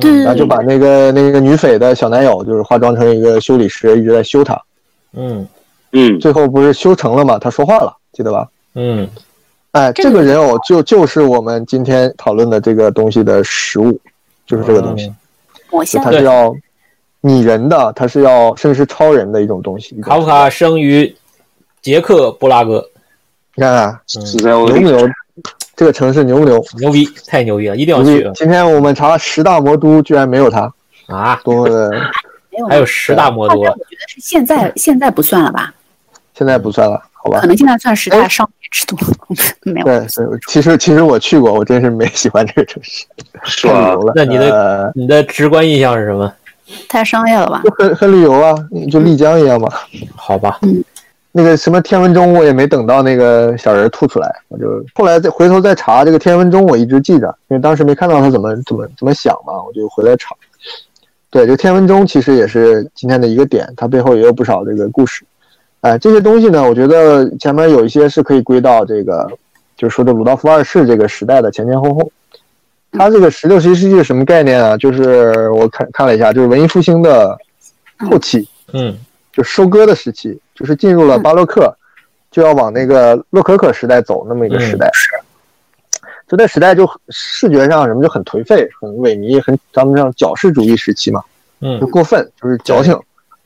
Speaker 6: 对
Speaker 4: 嗯
Speaker 5: 然后就把那个那个女匪的小男友，就是化妆成一个修理师，一直在修他。
Speaker 4: 嗯
Speaker 3: 嗯，
Speaker 5: 最后不是修成了吗？他说话了，记得吧？
Speaker 4: 嗯
Speaker 5: 哎，
Speaker 6: 这
Speaker 5: 这
Speaker 6: 个
Speaker 5: 个人偶就就是我们今天讨论的这个东西的实物，就是这个东西。
Speaker 4: 嗯
Speaker 6: 魔
Speaker 5: 就
Speaker 6: 像
Speaker 5: 它是要拟人的，它是要甚至是超人的一种东西。
Speaker 4: 卡夫卡生于捷克布拉格，
Speaker 5: 你看看
Speaker 3: 死
Speaker 4: 嗯，
Speaker 3: 在我
Speaker 5: 啊牛
Speaker 3: 里
Speaker 5: 不，牛？这个城市牛不牛？
Speaker 4: 牛逼，太牛逼了，一定要
Speaker 5: 牛
Speaker 4: 去
Speaker 5: 逼！今天我们查十大魔都，居然没有它，
Speaker 4: 啊！
Speaker 5: 多么的！
Speaker 6: 没有
Speaker 4: 还有十大魔
Speaker 6: 后来
Speaker 4: 都啊
Speaker 6: 我，觉得是现在现在不算了吧？
Speaker 5: 现在不算了，好吧
Speaker 6: 可？能现在算十
Speaker 5: 哎
Speaker 6: 大少年之都， 没有。
Speaker 5: 对，对其实其实我去过，我真是没喜欢这个城市，
Speaker 3: 是
Speaker 5: 太
Speaker 3: 吧
Speaker 5: 旅游？了。
Speaker 4: 那你的
Speaker 5: 呃
Speaker 4: 你的直观印象是什么？
Speaker 6: 太商业了吧？
Speaker 5: 就很很旅游啊，就丽江一样嘛。
Speaker 4: 好吧，
Speaker 5: 那个什么天文钟，我也没等到那个小人吐出来，我就后来再回头再查这个天文钟，我一直记着，因为当时没看到他怎么怎么怎么想嘛，我就回来查。对，这个天文钟其实也是今天的一个点，它背后也有不少这个故事。哎，这些东西呢，我觉得前面有一些是可以归到这个，就是说的鲁道夫二世这个时代的前前后后。他这个十六、十七世纪是什么概念啊？就是我看看了一下，就是文艺复兴的后期。
Speaker 4: 嗯
Speaker 5: 就收割的时期，就是进入了巴洛克，就要往那个洛可可时代走那么一
Speaker 4: 嗯
Speaker 5: 个时代。就那时代就很视觉上什么就很颓废、很萎靡、很咱们像矫饰主义时期嘛，就
Speaker 4: 嗯，
Speaker 5: 过分，就是矫情、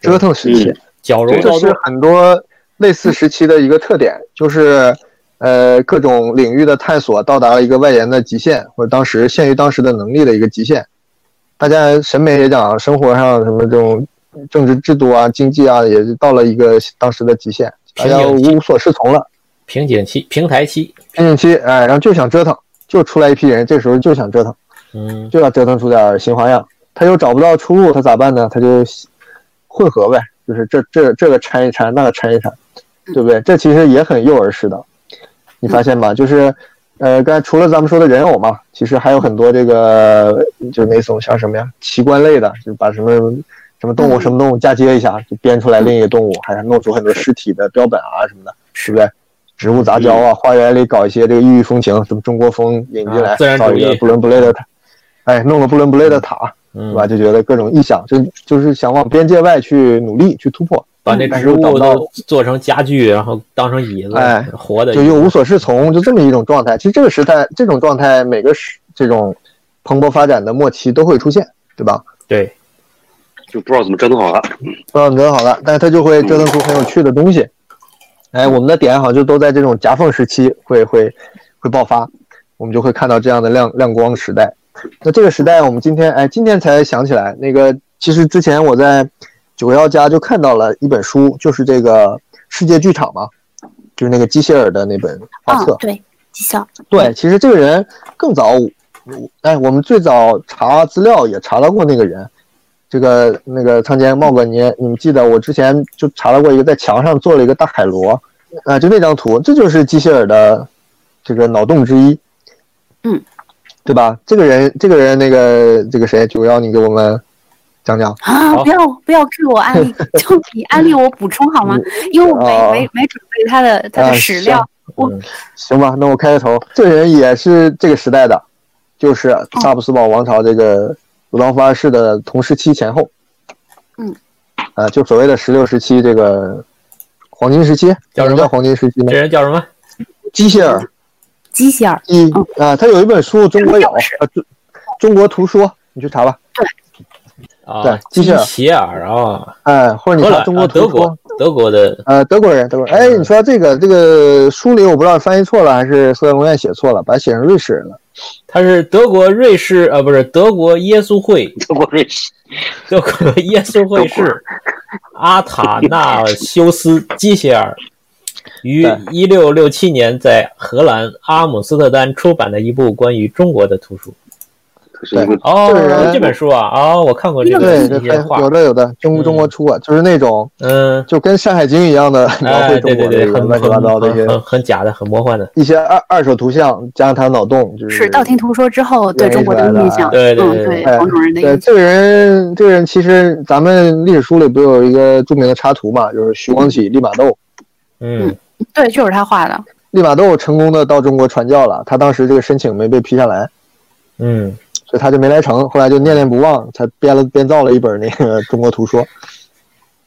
Speaker 4: 对
Speaker 5: 折腾时期。
Speaker 4: 矫揉
Speaker 5: 这
Speaker 4: 造
Speaker 5: 是
Speaker 4: 作，
Speaker 5: 很多类似时期的一个特点，就是呃各种领域的探索到达了一个外延的极限，或者当时限于当时的能力的一个极限。大家审美也讲，生活上什么这种政治制度啊、经济啊，也是到了一个当时的极限，大家无所适从了，
Speaker 4: 瓶颈期、平台期，
Speaker 5: 瓶颈期，哎，然后就想折腾，就出来一批人，这时候就想折腾。
Speaker 4: 嗯
Speaker 5: 就要折腾出点新花样。他又找不到出路，他咋办呢？他就混合呗，就是这这这个掺一掺，那个掺一掺，对不对？这其实也很幼儿式的，你发现吧？就是，呃，刚才除了咱们说的人偶嘛，其实还有很多这个就是那种像什么呀，奇观类的，就把什么什么动物
Speaker 6: 嗯
Speaker 5: 什么动物嫁接一下，就编出来另一个动物，还弄出很多尸体的标本啊什么的，是不是？植物杂交
Speaker 4: 嗯
Speaker 5: 啊，花园里搞一些这个异域风情，什么中国风引进来，
Speaker 4: 啊自然
Speaker 5: 造
Speaker 4: 主
Speaker 5: 一个
Speaker 4: 义
Speaker 5: 不伦不类的塔，哎，弄个不伦不类的塔，
Speaker 4: 嗯
Speaker 5: 对，吧？就觉得各种异想，就就是想往边界外去努力去突破，
Speaker 4: 把那
Speaker 5: 但是
Speaker 4: 植
Speaker 5: 又找
Speaker 4: 物
Speaker 5: 不到
Speaker 4: 都做成家具，然后当成椅子，
Speaker 5: 哎
Speaker 4: 活的椅
Speaker 5: 就
Speaker 4: 子，
Speaker 5: 又无所适从，就这么一种状态。其实这个时代，这种状态，每个时这种蓬勃发展的末期都会出现，对吧？
Speaker 4: 对，
Speaker 3: 就不知道怎么折腾好了。
Speaker 5: 不知道你折腾好了，但是它就会折腾出很有趣的东西。哎，我们的点好像就都在这种夹缝时期会会会爆发，我们就会看到这样的亮亮光时代。那这个时代，我们今天哎，今天才想起来，那个其实之前我在九幺家就看到了一本书，就是这个世界剧场嘛，就是那个基歇尔的那本画册
Speaker 6: 嗯，。对，绩效。
Speaker 5: 对，其实这个人更早，哎，我们最早查资料也查到过那个人，这个那个仓间茂哥，你也你们记得我之前就查到过一个在墙上做了一个大海螺，啊、就那张图，这就是基希尔的这个脑洞之一，
Speaker 6: 嗯，
Speaker 5: 对吧？这个人，这个人，那个这个谁九幺，你给我们讲讲，
Speaker 6: 啊！
Speaker 4: 好
Speaker 6: 不要不要 Q 我 安利，就你安利我补充好吗？因为我没、
Speaker 5: 嗯哦
Speaker 6: 没没准备他的他
Speaker 5: 啊
Speaker 6: 的史料。我
Speaker 4: 嗯
Speaker 5: 行吧，那我开个头。这个人也是这个时代的，就是
Speaker 6: 哦
Speaker 5: 萨布斯堡王朝这个鲁道夫二世的同时期前后。
Speaker 6: 嗯，
Speaker 5: 呃，就所谓的十六、十七这个黄金时期，
Speaker 4: 叫什么
Speaker 5: 叫黄金时期呢
Speaker 4: 这？人叫什么？
Speaker 5: 基歇尔，
Speaker 6: 基希尔，
Speaker 5: 嗯啊，他有一本书，中国有，
Speaker 6: 哦钥匙
Speaker 5: 呃，中中国图说，你去查吧，
Speaker 4: 啊
Speaker 5: 对，基希尔
Speaker 4: 希尔啊，
Speaker 5: 哎，或者你
Speaker 4: 荷
Speaker 5: 查
Speaker 4: 兰
Speaker 5: 中国
Speaker 4: 啊
Speaker 5: 图
Speaker 4: 德
Speaker 5: 说，
Speaker 4: 国德国的
Speaker 5: 呃，德国人，德国人。哎，
Speaker 4: 嗯
Speaker 5: 你说这个这个书里我不知道翻译错了还是苏联文院写错了，把它写成瑞士人了。
Speaker 4: 他是德国瑞士啊，不是德国耶稣会，
Speaker 3: 德国瑞士，
Speaker 4: 德国耶稣会士阿塔纳修斯基歇尔于一六六七年在荷兰阿姆斯特丹出版的一部关于中国的图书。
Speaker 3: 他是一个
Speaker 4: 哦
Speaker 5: 这人，
Speaker 4: 这本书啊，哦，我看过这
Speaker 5: 对，
Speaker 4: 本
Speaker 5: 这
Speaker 4: 这
Speaker 5: 还
Speaker 4: 些画
Speaker 5: 有，的有的，中
Speaker 4: 嗯
Speaker 5: 中国出啊，就是那种
Speaker 4: 嗯，
Speaker 5: 就跟《山海经》一样的描
Speaker 4: 哎，
Speaker 5: 绘
Speaker 4: 对对
Speaker 5: 中国
Speaker 4: 对，
Speaker 5: 这个
Speaker 4: 很
Speaker 5: 乱七八糟的一
Speaker 4: 很
Speaker 5: 些
Speaker 4: 很很假的，很魔幻的。
Speaker 5: 一些二二手图像，加上他脑洞，就是
Speaker 6: 是道听途说之后对
Speaker 5: 对
Speaker 6: 中国的印象，
Speaker 4: 对对
Speaker 6: 嗯，
Speaker 4: 对
Speaker 6: 对
Speaker 5: 哎
Speaker 6: 黄种人的印
Speaker 5: 对
Speaker 6: 象，
Speaker 5: 这个人，这个人其实咱们历史书里不有一个著名的插图嘛，就是徐光启利玛窦，
Speaker 4: 嗯，
Speaker 6: 对，就是他画的，
Speaker 5: 利玛窦成功的到中国传教了，他当时这个申请没被批下来，
Speaker 4: 嗯，
Speaker 5: 所以他就没来成。后来就念念不忘，才编了编造了一本那个中国图说。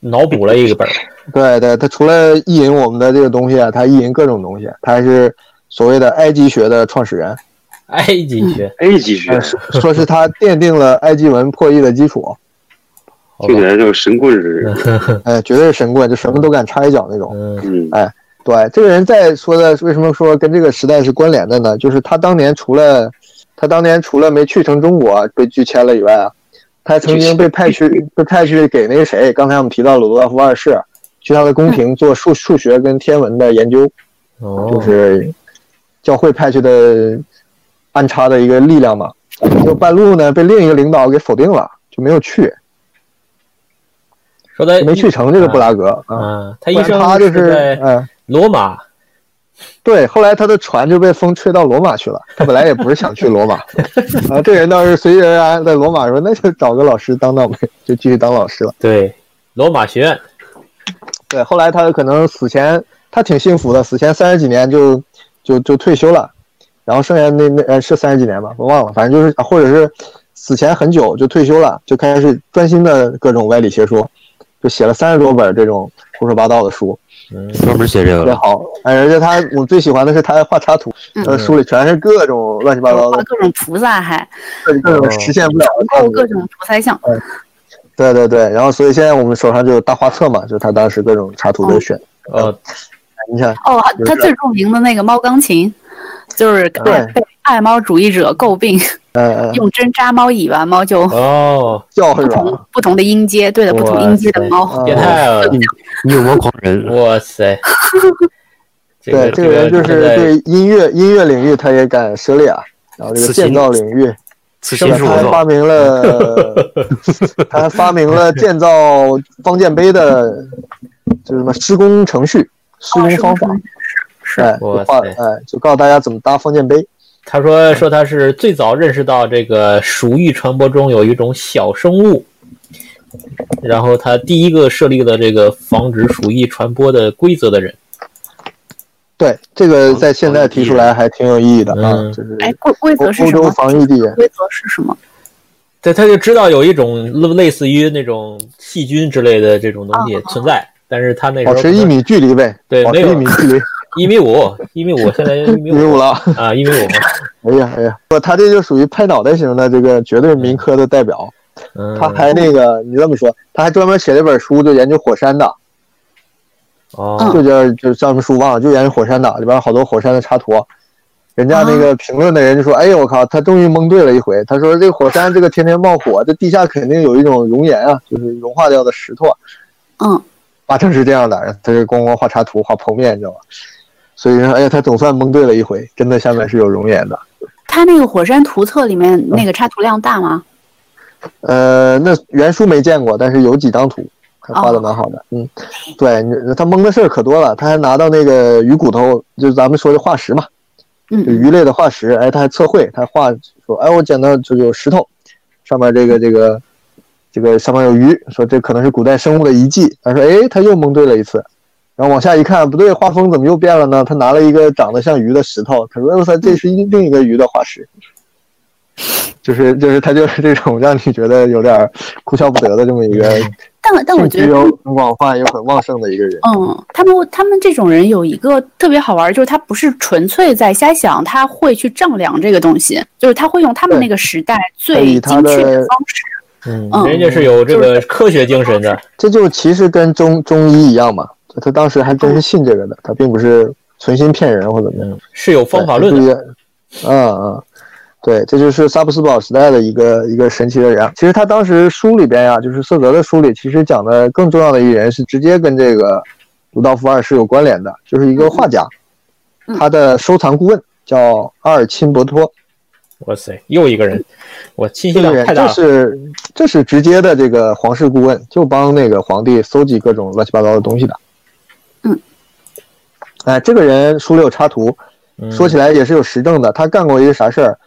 Speaker 4: 脑补了一本儿，
Speaker 5: 对对，他除了意淫我们的这个东西啊，他意淫各种东西，他还是所谓的埃及学的创始人，
Speaker 4: 埃及学，
Speaker 3: A 级学
Speaker 1: 啊
Speaker 5: 呃，说说是他奠定了埃及文破译的基础，
Speaker 4: 好吧
Speaker 3: 听起来就是神棍似的。
Speaker 5: 哎，绝对是神棍，就什么都敢插一脚那种。
Speaker 4: 嗯
Speaker 1: 哎
Speaker 3: 嗯，
Speaker 5: 对，这个人在说的为什么说跟这个时代是关联的呢？就是他当年除了他当年除了没去成中国被拒签了以外啊，他还曾经被派 去被派去给那个谁，刚才我们提到鲁多夫二世，去他的宫廷做数数学跟天文的研究，
Speaker 4: 嗯哦，
Speaker 5: 就是教会派去的安插的一个力量嘛。就半路呢被另一个领导给否定了，就没有去，
Speaker 4: 说他
Speaker 5: 没去成这个布拉格啊。
Speaker 4: 啊，他一
Speaker 5: 不然
Speaker 4: 生
Speaker 5: 他就是
Speaker 4: 在
Speaker 5: 嗯。
Speaker 4: 罗马，
Speaker 5: 对，后来他的船就被风吹到罗马去了。他本来也不是想去罗 马，然后这人倒是随遇而安，在罗马说那就找个老师当当呗，就继续当老师了。
Speaker 4: 对，罗马学院，
Speaker 5: 对，后来他可能死前他挺幸福的，死前三十几年就就就退休了，然后剩下那那呃是三十几年吧，我忘了，反正就是或者是死前很久就退休了，就开始专心的各种歪理邪说，就写了三十多本这种胡说八道的书。
Speaker 4: 嗯，
Speaker 2: 专门写这个
Speaker 5: 特别
Speaker 2: 的，
Speaker 5: 好，哎，而且他我最喜欢的是他还画插图，
Speaker 6: 嗯
Speaker 5: 他的书里全是各种乱七八糟
Speaker 6: 画
Speaker 5: 的，
Speaker 6: 各种菩萨还
Speaker 5: 各种实现不了的插
Speaker 6: 构
Speaker 5: 图。
Speaker 6: 各种菩萨像，
Speaker 5: 对对对，然后所以现在我们手上就有大画册嘛，就是他当时各种插图的选。
Speaker 4: 哦，
Speaker 5: 你看，
Speaker 6: 哦，
Speaker 5: 是
Speaker 6: 他最著名的那个猫钢琴，就是爱
Speaker 5: 对
Speaker 6: 被爱猫主义者诟病，
Speaker 5: 嗯嗯，
Speaker 6: 用针扎猫尾巴，猫就
Speaker 4: 哦，
Speaker 5: 叫是
Speaker 6: 不
Speaker 5: 吧？
Speaker 6: 同不同的音阶，对的，不同音阶的猫。
Speaker 5: 嗯
Speaker 4: 变态了，
Speaker 2: 虐猫狂人，
Speaker 4: 哇 塞，这
Speaker 5: 啊对，这个人就是对音乐音乐领域他也敢涉猎啊，然后这个
Speaker 2: 此心
Speaker 5: 建造领域，
Speaker 2: 此
Speaker 5: 他
Speaker 2: 心是我
Speaker 5: 还
Speaker 2: 造，
Speaker 5: 发明了，他还发明了建造方建碑的，就是什么施工程序、施
Speaker 6: 哦
Speaker 5: 工方法。
Speaker 6: 是
Speaker 5: 哎，
Speaker 4: 哇
Speaker 5: 就画
Speaker 4: 塞
Speaker 5: 哎，就告诉大家怎么搭方建碑。
Speaker 4: 他说说他是最早认识到这个鼠疫传播中有一种小生物，然后他第一个设立了这个防止鼠疫传播的规则的人，
Speaker 5: 对，这个在现在提出来还挺有意义的啊
Speaker 4: 嗯，
Speaker 5: 就是
Speaker 6: 哎，规规
Speaker 5: 欧
Speaker 6: 则是
Speaker 5: 欧
Speaker 6: 什
Speaker 5: 洲
Speaker 6: 么？
Speaker 5: 防疫地人。
Speaker 6: 规则是什么？
Speaker 4: 对，他就知道有一种类类似于那种细菌之类的这种东西存在，但是他那时候
Speaker 5: 保哦持一米距离呗，
Speaker 4: 对
Speaker 5: 保持
Speaker 4: 没有
Speaker 5: 一米 距离，
Speaker 4: 一米五，一米五，现在一米
Speaker 5: 一米五
Speaker 4: 五
Speaker 5: 了。
Speaker 4: 啊，一米五，
Speaker 5: 哎呀哎呀，不，他这就属于拍脑袋型的这个绝对民科的代表。
Speaker 4: 嗯，
Speaker 5: 他还那个，你这么说，他还专门写了一本书，就研究火山的，
Speaker 4: 哦，
Speaker 5: 就叫就叫什么书忘了，就研究火山的，里边有好多火山的插图。人家那个评论的人就说：“哎呦我靠，他终于蒙对了一回。”他说：“这个火山这个天天冒火，这地下肯定有一种熔岩啊，就是融化掉的石头啊。”
Speaker 6: 嗯，
Speaker 5: 八成是这样的，他就咣咣画插图、画剖面，你知道吧？所以说，哎呀，他总算蒙对了一回，真的下面是有熔岩的。
Speaker 6: 他那个火山图册里面
Speaker 5: 嗯
Speaker 6: 那个插图量大吗？
Speaker 5: 呃，那原书没见过，但是有几张图，还画的蛮好的。嗯，对，你他蒙的事儿可多了，他还拿到那个鱼骨头，就是咱们说的化石嘛，就
Speaker 6: 嗯，
Speaker 5: 鱼类的化石，哎，他还测绘，他画说，哎，我捡到就有石头，上面这个这个这个上面有鱼，说这可能是古代生物的遗迹。他说，哎，他又蒙对了一次，然后往下一看，不对，画风怎么又变了呢？他拿了一个长得像鱼的石头，他说，哎我操，这是一另一个鱼的化石。就是就是他就是这种让你觉得有点哭笑不得的这么一个
Speaker 6: 但但我觉得，
Speaker 5: 有很广泛又很旺盛的一个人。
Speaker 6: 嗯，他们他们这种人有一个特别好玩，就是他不是纯粹在瞎想，他会去丈量这个东西，就是他会用他们那个时代最
Speaker 5: 以他
Speaker 6: 精确
Speaker 5: 的
Speaker 6: 的方式。
Speaker 5: 嗯，
Speaker 6: 嗯
Speaker 4: 人家是有这个科学精神的，
Speaker 5: 这就其实跟中中医一样嘛，就他当时还真是信这个的，他并不是存心骗人或怎么样。
Speaker 4: 是有方法论啊的。
Speaker 5: 对就是嗯嗯，对，这就是萨布斯堡时代的一个一个神奇的人啊。其实他当时书里边呀、就是色泽的书里，其实讲的更重要的一人是直接跟这个鲁道夫二世有关联的，就是一个画家，
Speaker 6: 嗯
Speaker 5: 他的收藏顾问叫阿尔钦伯托。
Speaker 4: 哇塞，又一个人，我信息
Speaker 5: 这个
Speaker 4: 量
Speaker 5: 人
Speaker 4: 太大
Speaker 5: 这
Speaker 4: 了。
Speaker 5: 是这是直接的这个皇室顾问，就帮那个皇帝搜集各种乱七八糟的东西的。
Speaker 6: 嗯，
Speaker 5: 哎，这个人书里有插图，
Speaker 4: 嗯
Speaker 5: 说起来也是有实证的，他干过一个啥事儿？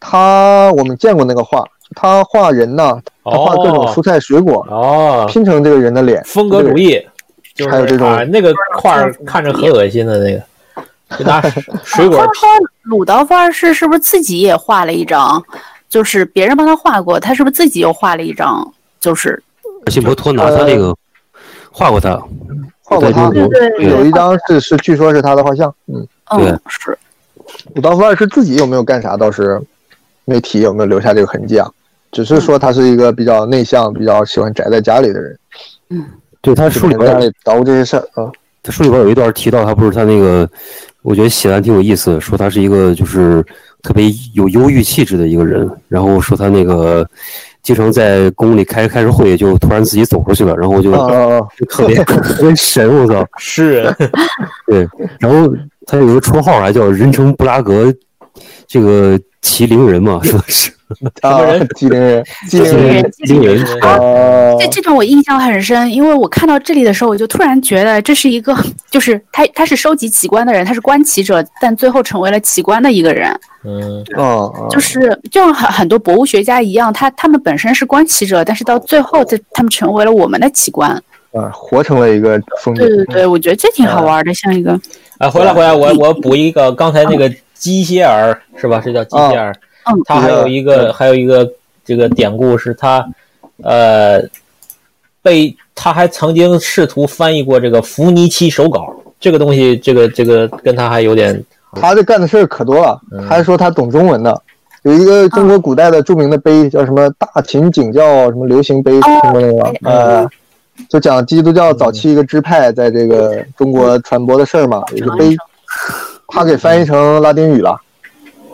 Speaker 5: 他我们见过那个画，他画人呐，他画各种
Speaker 4: 哦
Speaker 5: 蔬菜水果，
Speaker 4: 哦，
Speaker 5: 拼成这个人的脸，
Speaker 4: 风格主义，就是
Speaker 5: 还有这种
Speaker 4: 啊，那个画儿看着很恶心的那个，就拿 水果
Speaker 6: 他说鲁道夫二世是不是自己也画了一张？就是别人帮他画过，他是不是自己又画了一张？就是
Speaker 2: 辛伯托拿他那个画过他，
Speaker 5: 画过他
Speaker 2: 对对
Speaker 6: 对对
Speaker 5: 有一张是是据说是他的画像，嗯。
Speaker 2: 对
Speaker 6: 嗯，是
Speaker 5: 武道夫二世自己有没有干啥倒是没提，有没有留下这个痕迹啊？只是说他是一个比较内向、比较喜欢宅在家里的人，
Speaker 2: 对他书里
Speaker 5: 在家
Speaker 2: 边
Speaker 5: 里捣鼓这些事儿啊。
Speaker 2: 他书里边有一段提到他，不是他那个，我觉得写的挺有意思，说他是一个就是特别有忧郁气质的一个人，然后说他那个经常在宫里开开着会，就突然自己走出去了，然后就
Speaker 5: 啊啊啊！
Speaker 2: 就特别 特别神，我操！
Speaker 4: 诗 人，
Speaker 2: 对，然后他有个绰号还叫人称布拉格这个麒麟人嘛，说是
Speaker 5: 啊
Speaker 4: 么人
Speaker 5: 机灵人，机灵人
Speaker 6: 人
Speaker 2: 麒麟人，
Speaker 5: 啊！
Speaker 6: 这这段我印象很深，因为我看到这里的时候，我就突然觉得这是一个，就是他他是收集奇观的人，他是观奇者，但最后成为了奇观的一个人，
Speaker 4: 嗯，
Speaker 5: 啊啊！
Speaker 6: 就是就像很很多博物学家一样，他他们本身是观奇者，但是到最后他他们成为了我们的奇观。
Speaker 5: 啊，活成了一个风景
Speaker 6: 对。对对，我觉得这挺好玩的，像一个
Speaker 4: 啊，回来回来，我我补一个刚才那个基歇尔是吧？这叫基
Speaker 5: 啊
Speaker 4: 歇尔，
Speaker 6: 嗯
Speaker 4: 他还有一个还有一个这个典故是他，呃，被他还曾经试图翻译过这个伏尼契手稿，这个东西，这个这个跟他还有点
Speaker 5: 他这干的事儿可多了，
Speaker 4: 嗯
Speaker 5: 还说他懂中文呢。有一个中国古代的著名的碑叫什么“大秦景教”啊什么流行碑，听过那个吗？呃，就讲基督教早期一个支派在这个中国嗯传播的事儿嘛，有一个碑，他给翻译成拉丁语了，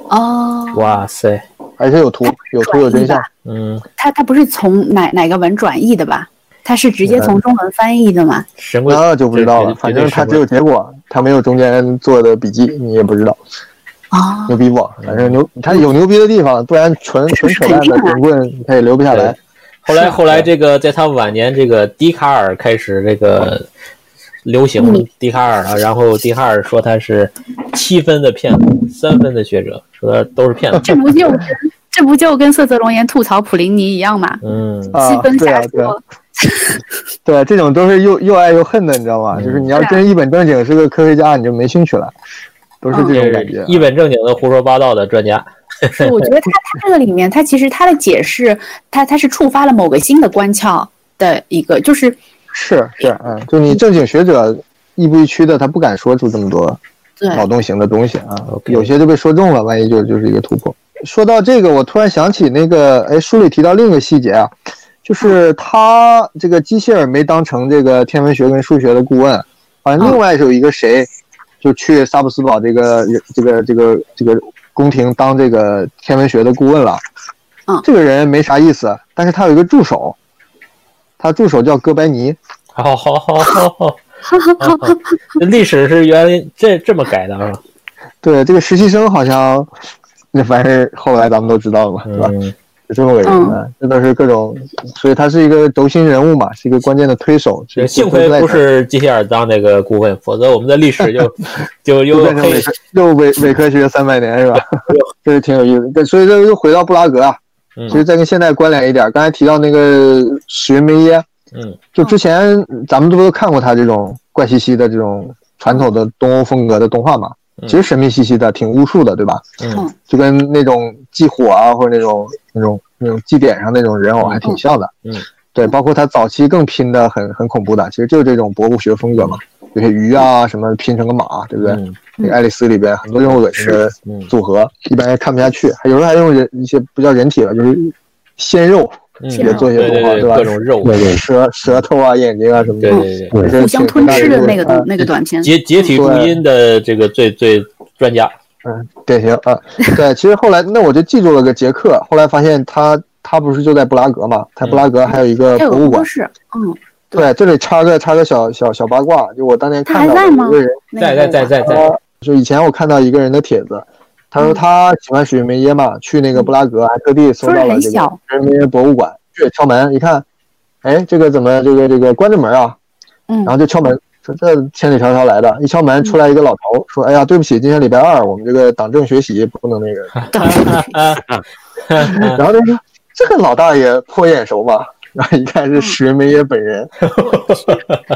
Speaker 6: 哦，
Speaker 4: 哇塞，
Speaker 5: 而且有图，有图有真相。
Speaker 4: 嗯，
Speaker 6: 他他不是从哪哪个文转译的吧？他是直接从中文翻译的嘛？
Speaker 4: 神棍
Speaker 5: 那就不知道了，
Speaker 4: 这
Speaker 5: 反
Speaker 4: 这
Speaker 5: 正
Speaker 4: 这
Speaker 5: 他只有结果，他没有中间做的笔记，你也不知道
Speaker 6: 啊、
Speaker 5: 牛逼不？
Speaker 4: 嗯
Speaker 5: 反正牛，他有牛逼的地方，不然纯纯扯淡的神棍他也留不下来。
Speaker 4: 后来后来这个在他晚年，这个笛卡尔开始这个流行
Speaker 6: 嗯
Speaker 4: 笛卡尔了，然后笛卡尔说他是七分的骗子，三分的学者，说他都是骗
Speaker 5: 哦
Speaker 4: 子。
Speaker 6: 这不就跟这不就跟色泽龙岩吐槽普林尼一样吗？
Speaker 4: 嗯，
Speaker 5: 啊
Speaker 6: 七分
Speaker 5: 对啊
Speaker 6: 瞎
Speaker 5: 对啊
Speaker 6: 说，
Speaker 5: 对，这种都是又又爱又恨的，你知道吗？
Speaker 4: 嗯
Speaker 5: 就是你要真一本正经是个科学家，你就没兴趣了，都是这种感觉。啊
Speaker 4: 一本正经的胡说八道的专家。
Speaker 6: 是，我觉得他他这个里面，他其实他的解释，他他是触发了某个新的官窍的一个，就是
Speaker 5: 是是，嗯，就你正经学者亦步亦趋的，他不敢说出这么多
Speaker 6: 对，
Speaker 5: 脑洞型的东西啊，
Speaker 4: OK
Speaker 5: 有些就被说中了，万一就就是一个突破。说到这个，我突然想起那个，哎，书里提到另一个细节啊，就是他这个基希尔没当成这个天文学跟数学的顾问，好像另外有一个谁，就去萨布斯堡这个这个这个这个宫廷当这个天文学的顾问了。
Speaker 6: 嗯
Speaker 5: 这个人没啥意思，但是他有一个助手，他助手叫哥白尼，
Speaker 4: 好好好好好，这 历史是原来这这么改的啊？
Speaker 5: 对，这个实习生好像，那反正后来咱们都知道了嘛，对吧？
Speaker 4: 嗯，
Speaker 5: 是这么个人
Speaker 6: 嗯
Speaker 5: 啊，这都是各种，所以他是一个轴心人物嘛，是一个关键的推手。
Speaker 4: 这幸亏不是基歇尔当那个顾问，否则我们的历史 就就
Speaker 5: 又
Speaker 4: 又
Speaker 5: 变成
Speaker 4: 黑
Speaker 5: 伪科又伪伪科学三百年是吧？ 这是挺有意思的。所以这又回到布拉格啊，
Speaker 4: 嗯
Speaker 5: 其实再跟现代关联一点，刚才提到那个史云梅耶，
Speaker 4: 嗯，
Speaker 5: 就之前咱们都都看过他这种怪兮兮的这种传统的东欧风格的动画嘛，
Speaker 4: 嗯
Speaker 5: 其实神秘兮兮的，挺巫术的，对吧？
Speaker 4: 嗯
Speaker 5: 就跟那种祭火啊，或者那种那种那种祭典上那种人偶还挺像的。
Speaker 4: 嗯嗯
Speaker 5: 对，包括他早期更拼的很很恐怖的，其实就是这种博物学风格嘛，有些鱼啊什么拼成个马，对不对？
Speaker 4: 嗯
Speaker 5: 那个爱丽丝里边很多用恶心的
Speaker 4: 嗯
Speaker 5: 组合，一般人看不下去，还有时候还用人一些不叫人体了，就是鲜肉
Speaker 4: 嗯，
Speaker 5: 也做一些
Speaker 4: 对
Speaker 5: 动画，
Speaker 4: 对
Speaker 5: 吧？
Speaker 4: 各种肉，
Speaker 1: 对对
Speaker 5: 舌舌头啊、眼睛啊什么的
Speaker 4: 对，对对，
Speaker 1: 对
Speaker 5: 这
Speaker 6: 互相吞吃的那个
Speaker 5: 这
Speaker 6: 短那个短片，
Speaker 4: 解解体录音的这个最最专家，
Speaker 5: 典型啊。对，其实后来那我就记住了个捷克，后来发现他他不是就在布拉格嘛，他布拉格还有一个
Speaker 6: 它有
Speaker 5: 博
Speaker 6: 个
Speaker 5: 物
Speaker 6: 博
Speaker 5: 馆。
Speaker 6: 士，嗯，
Speaker 5: 对，这里插个插个小小小八卦，就我当年看到
Speaker 6: 他还在吗
Speaker 5: 有一个人，
Speaker 6: 那
Speaker 4: 在
Speaker 6: 个
Speaker 4: 在在在在，
Speaker 5: 他就以前我看到一个人的帖子，他
Speaker 6: 嗯
Speaker 5: 说他喜欢水梅耶嘛，去那个布拉格还特地搜
Speaker 6: 说
Speaker 5: 到
Speaker 6: 是
Speaker 5: 了
Speaker 6: 很
Speaker 5: 这个
Speaker 6: 小，
Speaker 5: 水梅耶博物馆，去敲门一看，哎，这个怎么这个这个关着门啊？
Speaker 6: 嗯
Speaker 5: 然后就敲门，说这千里迢迢来的，一敲门出来一个老头，说哎呀，对不起，今天礼拜二，我们这个党政学习不能那个。
Speaker 4: 啊
Speaker 6: 嗯
Speaker 5: 然后他说这个老大爷颇眼熟嘛，然后一看
Speaker 6: 嗯
Speaker 5: 是石梅耶本人，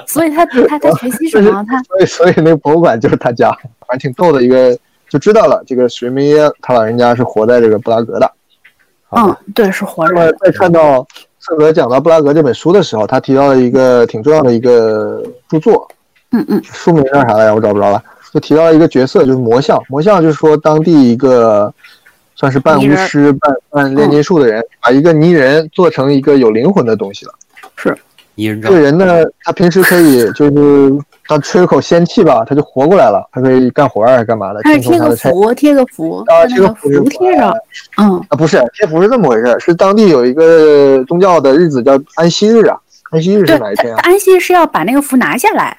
Speaker 6: 所以他他他学习什么？他
Speaker 5: 所以所以那个博物馆就是他家，反正挺逗的一个，就知道了这个水梅耶他老人家是活在这个布拉格的。
Speaker 6: 嗯，对，是活
Speaker 5: 那
Speaker 6: 人
Speaker 5: 么，在看到圣德讲到布拉格这本书的时候，他提到了一个挺重要的一个著作，
Speaker 6: 嗯嗯
Speaker 5: 书名叫啥来着？我找不着了。就提到了一个角色，就是魔像。魔像就是说当地一个算是半巫
Speaker 6: 泥人儿
Speaker 5: 师、半半炼金术的人，把一个泥人做成一个有灵魂的东西了。
Speaker 2: 一人
Speaker 5: 这个人呢，他平时可以就是他吹口仙气吧，他就活过来了，他可以干活儿啊，干嘛的，
Speaker 6: 他是
Speaker 5: 听从
Speaker 6: 贴
Speaker 5: 他
Speaker 6: 个
Speaker 5: 的差
Speaker 6: 符，贴个符，
Speaker 5: 啊
Speaker 6: 在
Speaker 5: 贴
Speaker 6: 那
Speaker 5: 个
Speaker 6: 个
Speaker 5: 符是
Speaker 6: 符贴上，嗯
Speaker 5: 啊，不是贴符是这么回事儿，是当地有一个宗教的日子叫安息日啊，安息日
Speaker 6: 对
Speaker 5: 是哪一天啊
Speaker 6: 他？安息是要把那个符拿下来，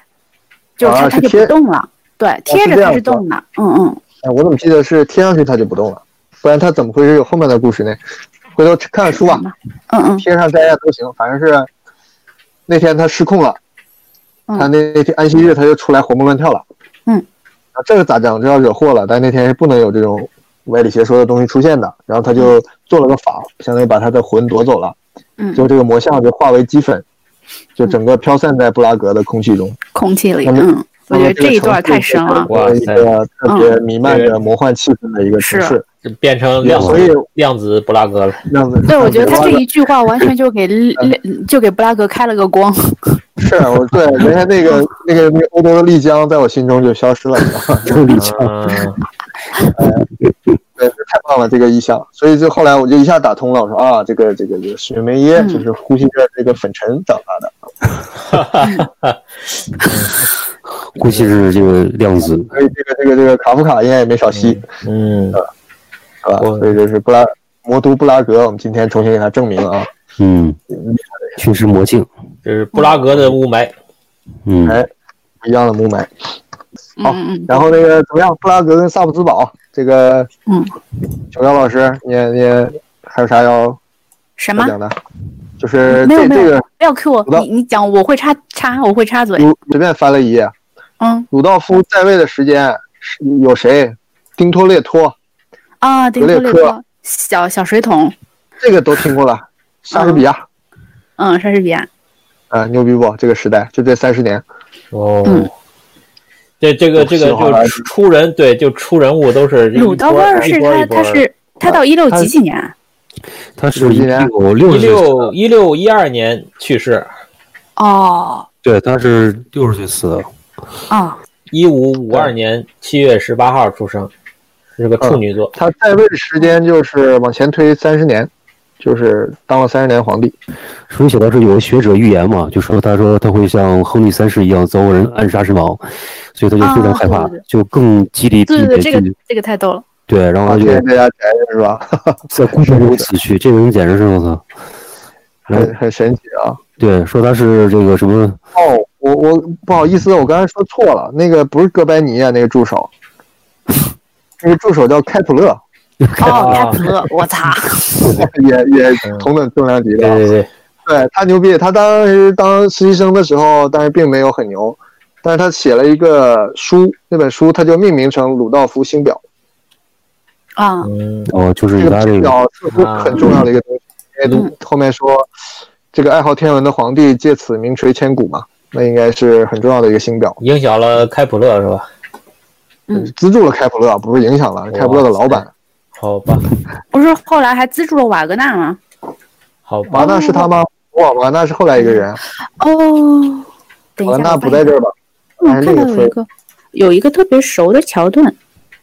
Speaker 6: 就是
Speaker 5: 啊
Speaker 6: 他
Speaker 5: 是
Speaker 6: 他就
Speaker 5: 贴哦
Speaker 6: 不动了，对，贴
Speaker 5: 是
Speaker 6: 着
Speaker 5: 这
Speaker 6: 他
Speaker 5: 样
Speaker 6: 是
Speaker 5: 子啊
Speaker 6: 动的，嗯嗯，
Speaker 5: 哎，我怎么记得是贴上去他就不动了，不然他怎么会是有后面的故事呢？回头看看书吧，
Speaker 6: 嗯嗯
Speaker 5: 贴上摘下都行，反正是那天他失控了，
Speaker 6: 嗯
Speaker 5: 他那那天安息日他就出来活蹦乱跳了。
Speaker 6: 嗯
Speaker 5: 啊，这个咋整？这要惹祸了，但那天是不能有这种歪理邪说的东西出现的。然后他就做了个法，相当于把他的魂夺走了，
Speaker 6: 嗯，
Speaker 5: 就这个魔像就化为齑粉，就整个飘散在布拉格的空气中。
Speaker 6: 空气里，
Speaker 5: 那么
Speaker 6: 嗯，我觉得这一段
Speaker 5: 城
Speaker 6: 太
Speaker 5: 市
Speaker 6: 深了，
Speaker 5: 变
Speaker 6: 嗯
Speaker 5: 成一个特别弥漫着魔幻气氛的一个城市。
Speaker 4: 这变成
Speaker 5: 也
Speaker 4: 量
Speaker 5: 所以
Speaker 4: 子量子布拉格了，
Speaker 5: 那样子，
Speaker 6: 对，我觉得他这
Speaker 5: 个。
Speaker 6: 一句话完全就给就给布拉格开了个光，
Speaker 5: 是啊我对原先那 个那个那个欧洲的丽江，在我心中就消失了，你知道吗？就是丽江，
Speaker 4: 嗯，
Speaker 5: 对，太棒了这个意象。所以就后来我就一下打通了，我说啊，这个这个这个雪梅耶
Speaker 6: 嗯
Speaker 5: 就是呼吸着这个粉尘长大的，
Speaker 1: 估计是这个量子。
Speaker 5: 所以这个这个这个卡夫卡烟也没少吸，
Speaker 4: 嗯，
Speaker 5: 是吧？
Speaker 4: 我
Speaker 5: 所以就是布拉魔都布拉格，我们今天重新给它证明啊，
Speaker 1: 嗯，确实魔镜。
Speaker 4: 这是布拉格的雾霾，
Speaker 1: 嗯，
Speaker 5: 哎，不一样的雾霾。
Speaker 6: 嗯
Speaker 5: 好
Speaker 6: 嗯
Speaker 5: 然后那个怎么样？布拉格跟萨布兹堡这个，
Speaker 6: 嗯，
Speaker 5: 九幺老师，你也你也还有啥要
Speaker 6: 什
Speaker 5: 要
Speaker 6: 么？
Speaker 5: 讲的？就是
Speaker 6: 没有
Speaker 5: 这
Speaker 6: 没有
Speaker 5: 这个
Speaker 6: 不要 Q
Speaker 5: 好的
Speaker 6: 我，你你讲我会插插，我会插嘴，
Speaker 5: 鲁随便翻了一页，啊
Speaker 6: 嗯
Speaker 5: 鲁道夫在位的时间是有谁？丁托列托，
Speaker 6: 啊，丁
Speaker 5: 格
Speaker 6: 克
Speaker 5: 列
Speaker 6: 列
Speaker 5: 克
Speaker 6: 托小小水桶，
Speaker 5: 这个都听过了。莎士比亚啊、
Speaker 6: 嗯，莎士比亚，
Speaker 5: 牛逼不？这个时代就这三十年，
Speaker 4: 哦
Speaker 6: 嗯。
Speaker 4: 对这个这个就出人对就出人物都是一
Speaker 6: 鲁
Speaker 4: 波
Speaker 6: 道夫尔
Speaker 4: 一
Speaker 6: 是
Speaker 4: 波
Speaker 6: 他
Speaker 4: 一
Speaker 6: 他
Speaker 4: 波，
Speaker 6: 是他到一六
Speaker 5: 他
Speaker 6: 几几年啊？
Speaker 1: 他是
Speaker 5: 有
Speaker 1: 一
Speaker 5: 一年
Speaker 1: 九
Speaker 4: 一
Speaker 1: 六十岁，
Speaker 4: 六一六一二年去世，
Speaker 6: 哦
Speaker 1: 对，他是六十岁死的。
Speaker 6: 啊，
Speaker 4: 一五五二年七月十八号出生，是个处女座。
Speaker 5: 他在位的时间就是往前推三十年，就是当了三十年皇帝。
Speaker 1: 所以写到这有个学者预言嘛，就说他说他会像亨利三世一样遭人暗杀身亡，所以他就非常害怕，
Speaker 6: 啊对对对
Speaker 1: 就更激励自
Speaker 6: 对
Speaker 1: 己的
Speaker 6: 对对，这个
Speaker 1: 去
Speaker 6: 这个太逗了。
Speaker 1: 对，然后他
Speaker 5: 天
Speaker 1: 就
Speaker 3: 啊
Speaker 5: 天在家宅着是吧？
Speaker 1: 在孤独中死去，这个人简直是我操！
Speaker 5: 很很神奇啊！
Speaker 1: 对，说他是这个什么，
Speaker 5: 哦，我我不好意思，我刚才说错了，那个不是哥白尼啊，那个助手，那个助手叫开普勒，
Speaker 6: 哦，开普勒，我操，
Speaker 5: 也也同等重量级的啊。
Speaker 4: 对对，
Speaker 5: 对他牛逼，他当时当实习生的时候，但是并没有很牛，但是他写了一个书，那本书他就命名成《鲁道夫星表
Speaker 6: 啊，
Speaker 4: 嗯，
Speaker 1: 哦，就》。是
Speaker 5: 这
Speaker 1: 以
Speaker 5: 个
Speaker 1: 他这
Speaker 5: 星
Speaker 1: 个
Speaker 5: 表似乎很重要的一个东西，因为后面说这个爱好天文的皇帝借此名垂千古嘛，那应该是很重要的一个星表，
Speaker 4: 影响了开普勒是吧？
Speaker 6: 嗯
Speaker 5: 资助了开普勒，不是影响了开普勒的老板，
Speaker 4: 好吧，
Speaker 6: 不是后来还资助了瓦格纳吗？
Speaker 4: 好吧，
Speaker 5: 瓦纳是他吗？瓦瓦纳是后来一个人，
Speaker 6: 哦，等一
Speaker 5: 瓦
Speaker 6: 下，
Speaker 5: 纳
Speaker 6: 我
Speaker 5: 不
Speaker 6: 翻
Speaker 5: 在
Speaker 6: 一
Speaker 5: 这
Speaker 6: 下
Speaker 5: 儿吧？
Speaker 6: 我
Speaker 5: 还是
Speaker 6: 看
Speaker 5: 哎那
Speaker 6: 到
Speaker 5: 个
Speaker 6: 有一
Speaker 5: 村，
Speaker 6: 个有一个特别熟的桥段，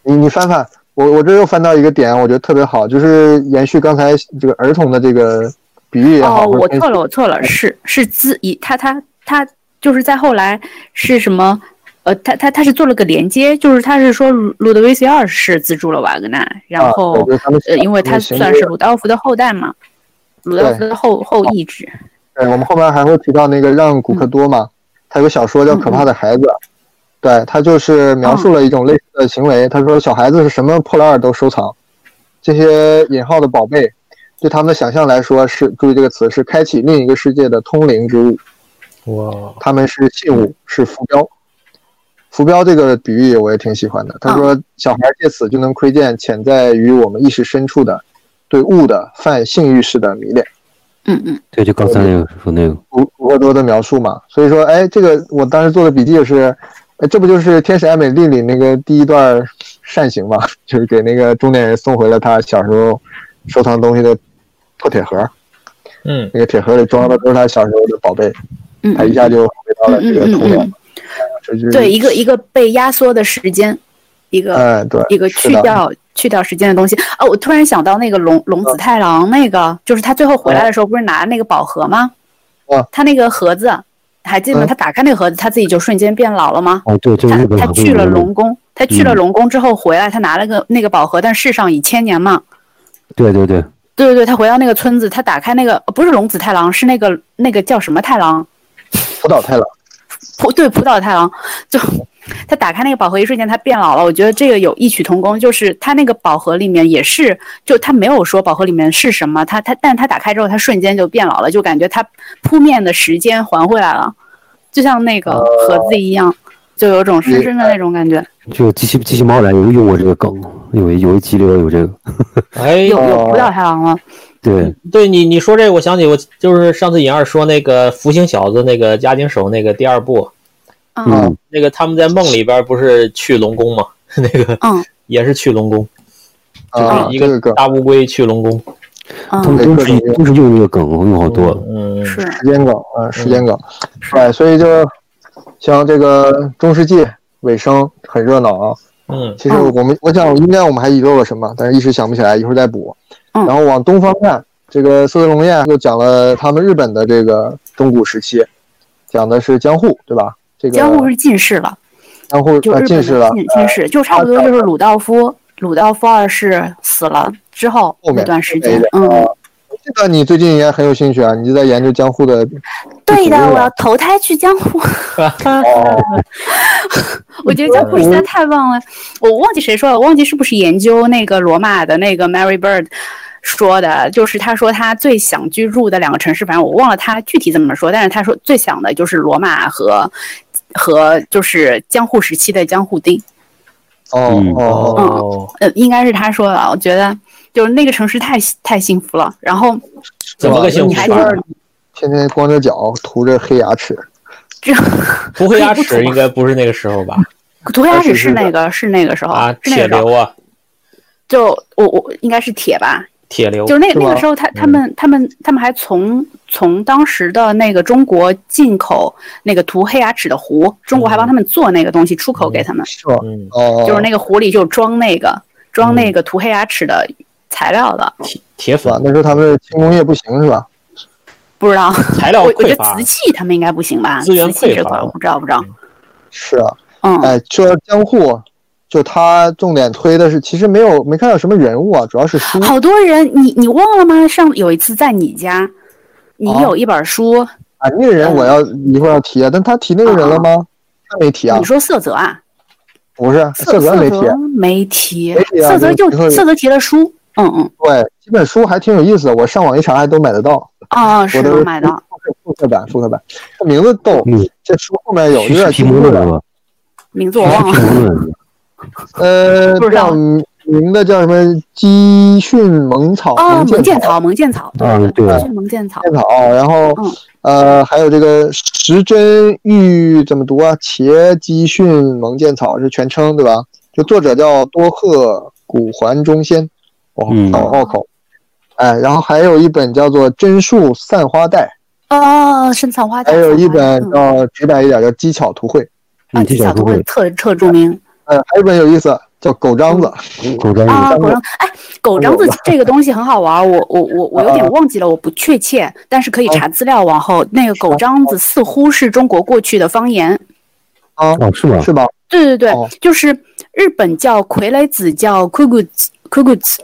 Speaker 5: 你你翻翻，我我这又翻到一个点，我觉得特别好，就是延续刚才这个儿童的这个比喻也啊好，哎
Speaker 6: 哦，
Speaker 5: 或者
Speaker 6: 我错了，我错了，是是自以他他他就是在后来是什么？呃，他他他是做了个连接，就是他是说路路德维希二世资助了瓦格纳，然后、
Speaker 5: 啊对就是他们
Speaker 6: 呃，因为他算是鲁道夫的后代嘛，鲁道夫的后后裔制。
Speaker 5: 对，我们后面还会提到那个让古克多嘛，他有个小
Speaker 6: 嗯
Speaker 5: 说叫《可怕的孩子》，对他就是描述了一种类似的行为。他说小孩子是什么破烂儿都收藏，这些引号的宝贝，对他们的想象来说是注意这个词是开启另一个世界的通灵之物，
Speaker 6: 嗯
Speaker 4: 哇，
Speaker 5: 他们是信物，是浮标。浮标这个比喻我也挺喜欢的。他
Speaker 6: 啊
Speaker 5: 说小孩借此就能窥见潜在于我们意识深处的对物的泛性欲式的迷恋。
Speaker 6: 嗯嗯，
Speaker 1: 对，就刚才那个说那个，
Speaker 5: 古古惑多的描述嘛，所以说，哎，这个我当时做的笔记也是，哎，这不就是《天使爱美丽》里那个第一段善行嘛， 就是给那个中年人送回了他小时候收藏东西的破铁盒，
Speaker 4: 嗯，
Speaker 5: 那个铁盒里装的都是他小时候的宝贝，
Speaker 6: 嗯
Speaker 5: 他一下就回到了这个嗯
Speaker 6: 嗯嗯嗯
Speaker 5: 童年
Speaker 6: 嗯，
Speaker 5: 这就是
Speaker 6: 对，，一个一个被压缩的时间，一个、
Speaker 5: 哎，对，
Speaker 6: 一个
Speaker 5: 是
Speaker 6: 去
Speaker 5: 的
Speaker 6: 掉去掉时间的东西。哦，我突然想到那个龙龙
Speaker 1: 嗯
Speaker 6: 子太郎，那个就是他最后回来的时候，不是拿那个宝盒吗？
Speaker 5: 嗯
Speaker 6: 他那个盒子还记得吗？
Speaker 5: 嗯
Speaker 6: 他打开那个盒子，他自己就瞬间变老了吗？
Speaker 1: 哦，对，就是
Speaker 6: 他
Speaker 1: 日本
Speaker 6: 他
Speaker 1: 好像
Speaker 6: 去
Speaker 1: 有
Speaker 6: 了
Speaker 1: 那个
Speaker 6: 龙，宫，他去了
Speaker 1: 嗯
Speaker 6: 龙宫之后回来，他拿了个那个宝盒，但世上已千年嘛。
Speaker 1: 对对对，
Speaker 6: 对对对，他回到那个村子，他打开那个、呃不是龙子太郎，是那个那个叫什么太郎？
Speaker 5: 辅导太郎，
Speaker 6: 葡对葡萄太郎，就他打开那个宝盒一瞬间，他变老了。我觉得这个有异曲同工，就是他那个宝盒里面也是，就他没有说宝盒里面是什么，他他，但他打开之后，他瞬间就变老了，就感觉他扑面的时间还回来了，就像那个盒子一样，就有种深深的那种感觉。
Speaker 1: 就机器机器猫来也用过这个梗，有一有一集里边有这个，
Speaker 5: 嗯
Speaker 4: 哎，
Speaker 6: 有有葡萄太郎了，
Speaker 1: 对
Speaker 4: 对你你说这个，我想起我就是上次尹二说那个《福星小子》那个家庭手那个第二部，
Speaker 6: 嗯
Speaker 1: 嗯，
Speaker 4: 那个他们在梦里边不是去龙宫吗？那个
Speaker 6: 嗯
Speaker 4: 也是去龙宫，
Speaker 5: 啊，
Speaker 4: 就是一
Speaker 5: 这个梗
Speaker 4: 大乌龟去龙宫。
Speaker 1: 他
Speaker 6: 嗯，
Speaker 1: 们都是都是用这个梗，用好多了，
Speaker 4: 嗯，
Speaker 6: 是
Speaker 5: 时间梗，嗯，时间梗，对，所以就像这个中世纪尾声很热闹啊。
Speaker 4: 嗯
Speaker 5: 其实
Speaker 6: 嗯
Speaker 5: 我们，我想应该我们还遗漏了什么，但是一时想不起来，一会儿再补。
Speaker 6: 嗯
Speaker 5: 然后往东方看，这个色泽龙彦又讲了他们日本的这个中古时期，讲的是江户，对吧？这个
Speaker 6: 江户是近视了，
Speaker 5: 江户
Speaker 6: 就
Speaker 5: 呃
Speaker 6: 日
Speaker 5: 近
Speaker 6: 本
Speaker 5: 视了
Speaker 6: 的，近近视，就差不多就是鲁道夫鲁道夫二世死了之后
Speaker 5: 后面
Speaker 6: 那段时
Speaker 5: 后面
Speaker 6: 间
Speaker 5: 一点，
Speaker 6: 嗯。
Speaker 5: 这个你最近也很有兴趣啊，你就在研究江户的
Speaker 6: 对的，
Speaker 5: 主
Speaker 6: 我
Speaker 5: 要
Speaker 6: 要投胎去江湖。
Speaker 5: 哦
Speaker 6: 我觉得江湖实在太棒了，我忘记谁说了，我忘记是不是研究那个罗马的那个 Mary Bird 说的，就是他说他最想居住的两个城市，反正我忘了他具体怎么说，但是他说最想的就是罗马和和就是江户时期的江户町，
Speaker 5: 哦
Speaker 1: 嗯
Speaker 5: 哦哦，
Speaker 4: 哦，
Speaker 6: 呃，应该是他说的，我觉得就是那个城市太太幸福了，然后
Speaker 4: 怎么个幸
Speaker 6: 你
Speaker 4: 福啊
Speaker 6: 还
Speaker 4: 法？
Speaker 6: 是
Speaker 5: 天天光着脚，涂着黑牙齿，
Speaker 6: 这。
Speaker 4: 涂黑牙齿应该不是那个时候 吧？
Speaker 6: 涂鸦
Speaker 5: 是
Speaker 6: 只
Speaker 5: 是
Speaker 6: 是那个，是那个时候，
Speaker 4: 啊，
Speaker 6: 是那
Speaker 4: 铁
Speaker 6: 个时候，
Speaker 4: 流啊，
Speaker 6: 就我我应该是铁吧，
Speaker 4: 铁流
Speaker 6: 就是。那
Speaker 5: 是
Speaker 6: 那
Speaker 5: 吧
Speaker 6: 个时候他，他们他们他们还从从当时的那个中国进口那个涂黑牙齿的壶，中国还帮他们做那个东西出口给他们，
Speaker 5: 是吧？
Speaker 4: 嗯，
Speaker 5: 哦，
Speaker 6: 就是那个壶里就装那个装那
Speaker 4: 嗯
Speaker 6: 个涂黑牙齿的材料的，
Speaker 4: 铁铁
Speaker 5: 是吧
Speaker 4: 粉？
Speaker 5: 那时候他们轻工业不行是吧？
Speaker 6: 不知道
Speaker 4: 材料
Speaker 6: 我我
Speaker 4: 匮
Speaker 6: 觉得
Speaker 4: 乏
Speaker 6: 瓷。器他们应该不行吧，
Speaker 4: 资源
Speaker 6: 瓷器
Speaker 4: 匮
Speaker 6: 这
Speaker 4: 乏
Speaker 6: 块儿我不知道不知道，
Speaker 5: 是啊，
Speaker 6: 嗯，
Speaker 5: 哎，说江户，就他重点推的是，其实没有没看到什么人物啊，主要是书。
Speaker 6: 好多人你你忘了吗？上有一次在你家，你
Speaker 5: 哦
Speaker 6: 有一本书，
Speaker 5: 啊，那个人我要一会儿要提啊，但他提那个人了吗？他没提啊
Speaker 6: 你，说色泽啊，
Speaker 5: 不是，色
Speaker 6: 色
Speaker 5: 泽没提。
Speaker 6: 泽没提
Speaker 5: 没提，啊
Speaker 6: 色泽
Speaker 5: 没
Speaker 6: 就
Speaker 5: 提会
Speaker 6: 色泽提了书，嗯嗯
Speaker 5: 对，这本书还挺有意思的，我上网一查还都买得到，
Speaker 6: 啊，是
Speaker 5: 我都
Speaker 6: 能
Speaker 5: 是
Speaker 6: 买到。
Speaker 5: 复刻版，复刻版。这名字逗，
Speaker 1: 嗯，
Speaker 5: 这书后面有有
Speaker 1: 徐世
Speaker 5: 点
Speaker 1: 皮
Speaker 5: 进
Speaker 1: 摩
Speaker 5: 步
Speaker 1: 顿
Speaker 5: 了
Speaker 1: 是。吧？
Speaker 6: 名字我忘
Speaker 1: 徐
Speaker 6: 了。
Speaker 1: 世皮摩顿，
Speaker 5: 呃，
Speaker 6: 不知道
Speaker 5: 叫名字叫什么？基训蒙草，嗯
Speaker 6: 哦，蒙
Speaker 5: 剑
Speaker 6: 剑草，蒙剑草，
Speaker 1: 啊对
Speaker 6: 对，是蒙剑草。
Speaker 5: 剑草，然后
Speaker 6: 嗯
Speaker 5: 呃，还有这个时针玉怎么读啊？茄基训蒙剑草是全称对吧？就作者叫多贺古环中仙，哦哇
Speaker 1: 嗯，
Speaker 5: 好拗口。哎，然后还有一本叫做《真树散花带
Speaker 6: 哦，啊，《深藏花》
Speaker 5: 还有一本
Speaker 6: 嗯
Speaker 5: 叫直白一点叫《技巧图会》，
Speaker 6: 啊，
Speaker 1: 嗯，技
Speaker 6: 纪
Speaker 1: 巧
Speaker 6: 晓
Speaker 1: 都
Speaker 6: 图
Speaker 1: 会
Speaker 6: 会，特特著名
Speaker 5: 嗯，还有一本有意思叫《狗章子》，
Speaker 1: 口干
Speaker 6: 啊。
Speaker 5: 张
Speaker 6: 狗
Speaker 5: 子
Speaker 6: 章，哎，狗章子这个东西很好玩，我我我我有
Speaker 5: 嗯
Speaker 6: 点忘记了，我不确切，但是可
Speaker 5: 哦
Speaker 6: 以查资料往后。那个狗章子似乎是中国过去的方言，
Speaker 1: 哦，是
Speaker 3: 啊
Speaker 1: 吗？
Speaker 5: 是吧？
Speaker 6: 对对对，
Speaker 5: 哦
Speaker 6: 就是日本叫傀儡子叫 kuguts kuguts，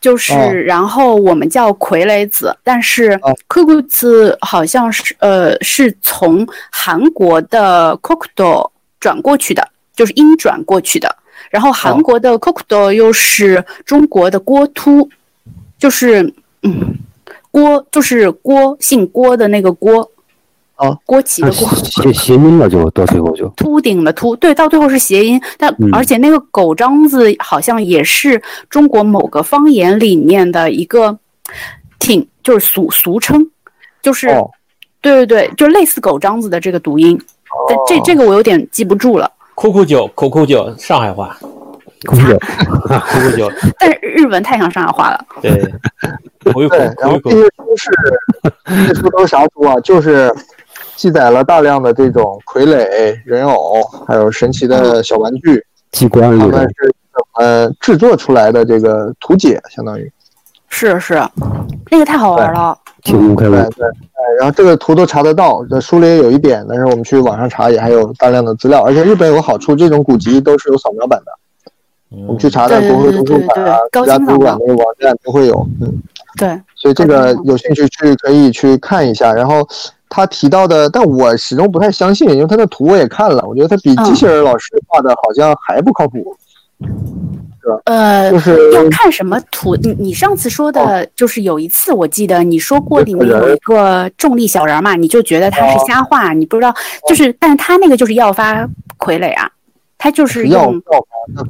Speaker 6: 就是、
Speaker 5: 哦
Speaker 6: 然后我们叫傀儡子，但是
Speaker 5: 哦
Speaker 6: kuguts 好像是呃是从韩国的 kokudo 转过去的，就是音转过去的。然后韩国的 kokudo 又是中国的郭突，就是嗯郭就是郭姓郭的那个郭，
Speaker 5: 哦，
Speaker 6: 郭旗
Speaker 1: 那
Speaker 6: 的郭。
Speaker 1: 啊谐谐音了就到最后就
Speaker 6: 秃顶的秃，对，到最后是谐音，但、
Speaker 1: 嗯
Speaker 6: 而且那个狗章子好像也是中国某个方言里面的一个挺，就是俗俗称，就是、
Speaker 5: 哦，
Speaker 6: 对对对，就类似狗章子的这个读音，但
Speaker 1: 哦
Speaker 6: 这这个我有点记不住了。
Speaker 4: 酷酷酒，酷酷酒，上海话，
Speaker 1: 空姐
Speaker 4: 酷酷酒，
Speaker 6: 但是日文太像上海话了，
Speaker 4: 对，苦一苦
Speaker 5: 对，，然
Speaker 4: 苦
Speaker 5: 后
Speaker 4: 一
Speaker 5: 这
Speaker 4: 苦，
Speaker 5: 些书是这些书都是啥书啊？就是记载了大量的这种傀儡、人偶，还有神奇的小玩具，
Speaker 1: 嗯机关
Speaker 5: 他
Speaker 1: 里
Speaker 5: 们
Speaker 1: 的，
Speaker 5: 是怎么制作出来的这个图解，相当于。
Speaker 6: 是是，那个太好玩了，
Speaker 1: 天空开
Speaker 5: 对
Speaker 1: 外，
Speaker 5: 对，哎然后这个图都查得到，这书里也有一点，但是我们去网上查也还有大量的资料，而且日本有个好处，这种古籍都是有扫描版的，我
Speaker 4: 嗯
Speaker 5: 们去查在
Speaker 6: 对
Speaker 5: 国会图书
Speaker 6: 对对
Speaker 5: 馆
Speaker 6: 对
Speaker 5: 啊、
Speaker 6: 高
Speaker 5: 国家
Speaker 6: 清
Speaker 5: 图书馆
Speaker 6: 扫
Speaker 5: 那个网站都会有，嗯。
Speaker 6: 对，
Speaker 5: 所以这个
Speaker 6: 嗯
Speaker 5: 有兴趣去可以去看一下。然后他提到的，但我始终不太相信，因为他的图我也看了，我觉得他比
Speaker 6: 嗯
Speaker 5: 机器人老师画的好像还不靠谱。
Speaker 6: 呃
Speaker 5: 就。是哦
Speaker 6: 要看什么图？你你上次说的，就是有一次我记得你说过里面有一个重力小人嘛，你就觉得
Speaker 5: 哦
Speaker 6: 他是瞎画，你不知道，就是，但是他那个就是要发傀儡啊，他就是
Speaker 5: 要
Speaker 6: 用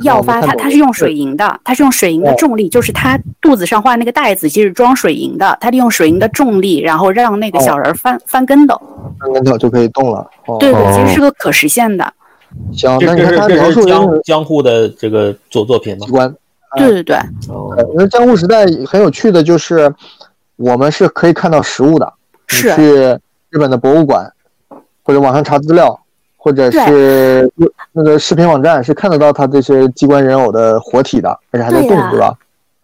Speaker 5: 要
Speaker 6: 要发，他他是用水银的，他是用水银的
Speaker 5: 哦
Speaker 6: 重力，就是他肚子上画那个袋子其实装水银的，他利用水银的重力，然后让那个
Speaker 5: 哦
Speaker 6: 小人翻翻跟斗，
Speaker 5: 翻跟头就可以动了。哦，
Speaker 6: 对对，
Speaker 1: 哦
Speaker 6: 其实是个可实现的，
Speaker 5: 行，
Speaker 4: 这
Speaker 5: 那你
Speaker 4: 这
Speaker 5: 看他
Speaker 4: 是
Speaker 5: 描
Speaker 4: 这
Speaker 5: 述
Speaker 4: 是
Speaker 5: 的
Speaker 4: 江江户的这个作作品吗
Speaker 5: 机？关。哎
Speaker 6: 对对对，
Speaker 4: 哦，
Speaker 5: 呃那江户时代很有趣的就是，我们是可以看到实物的，你
Speaker 6: 是
Speaker 5: 去日本的博物馆或者网上查资料。或者是那个视频网站是看得到他这些机关人偶的活体的，而且还在
Speaker 6: 对
Speaker 5: 动
Speaker 6: 呀，
Speaker 5: 对吧？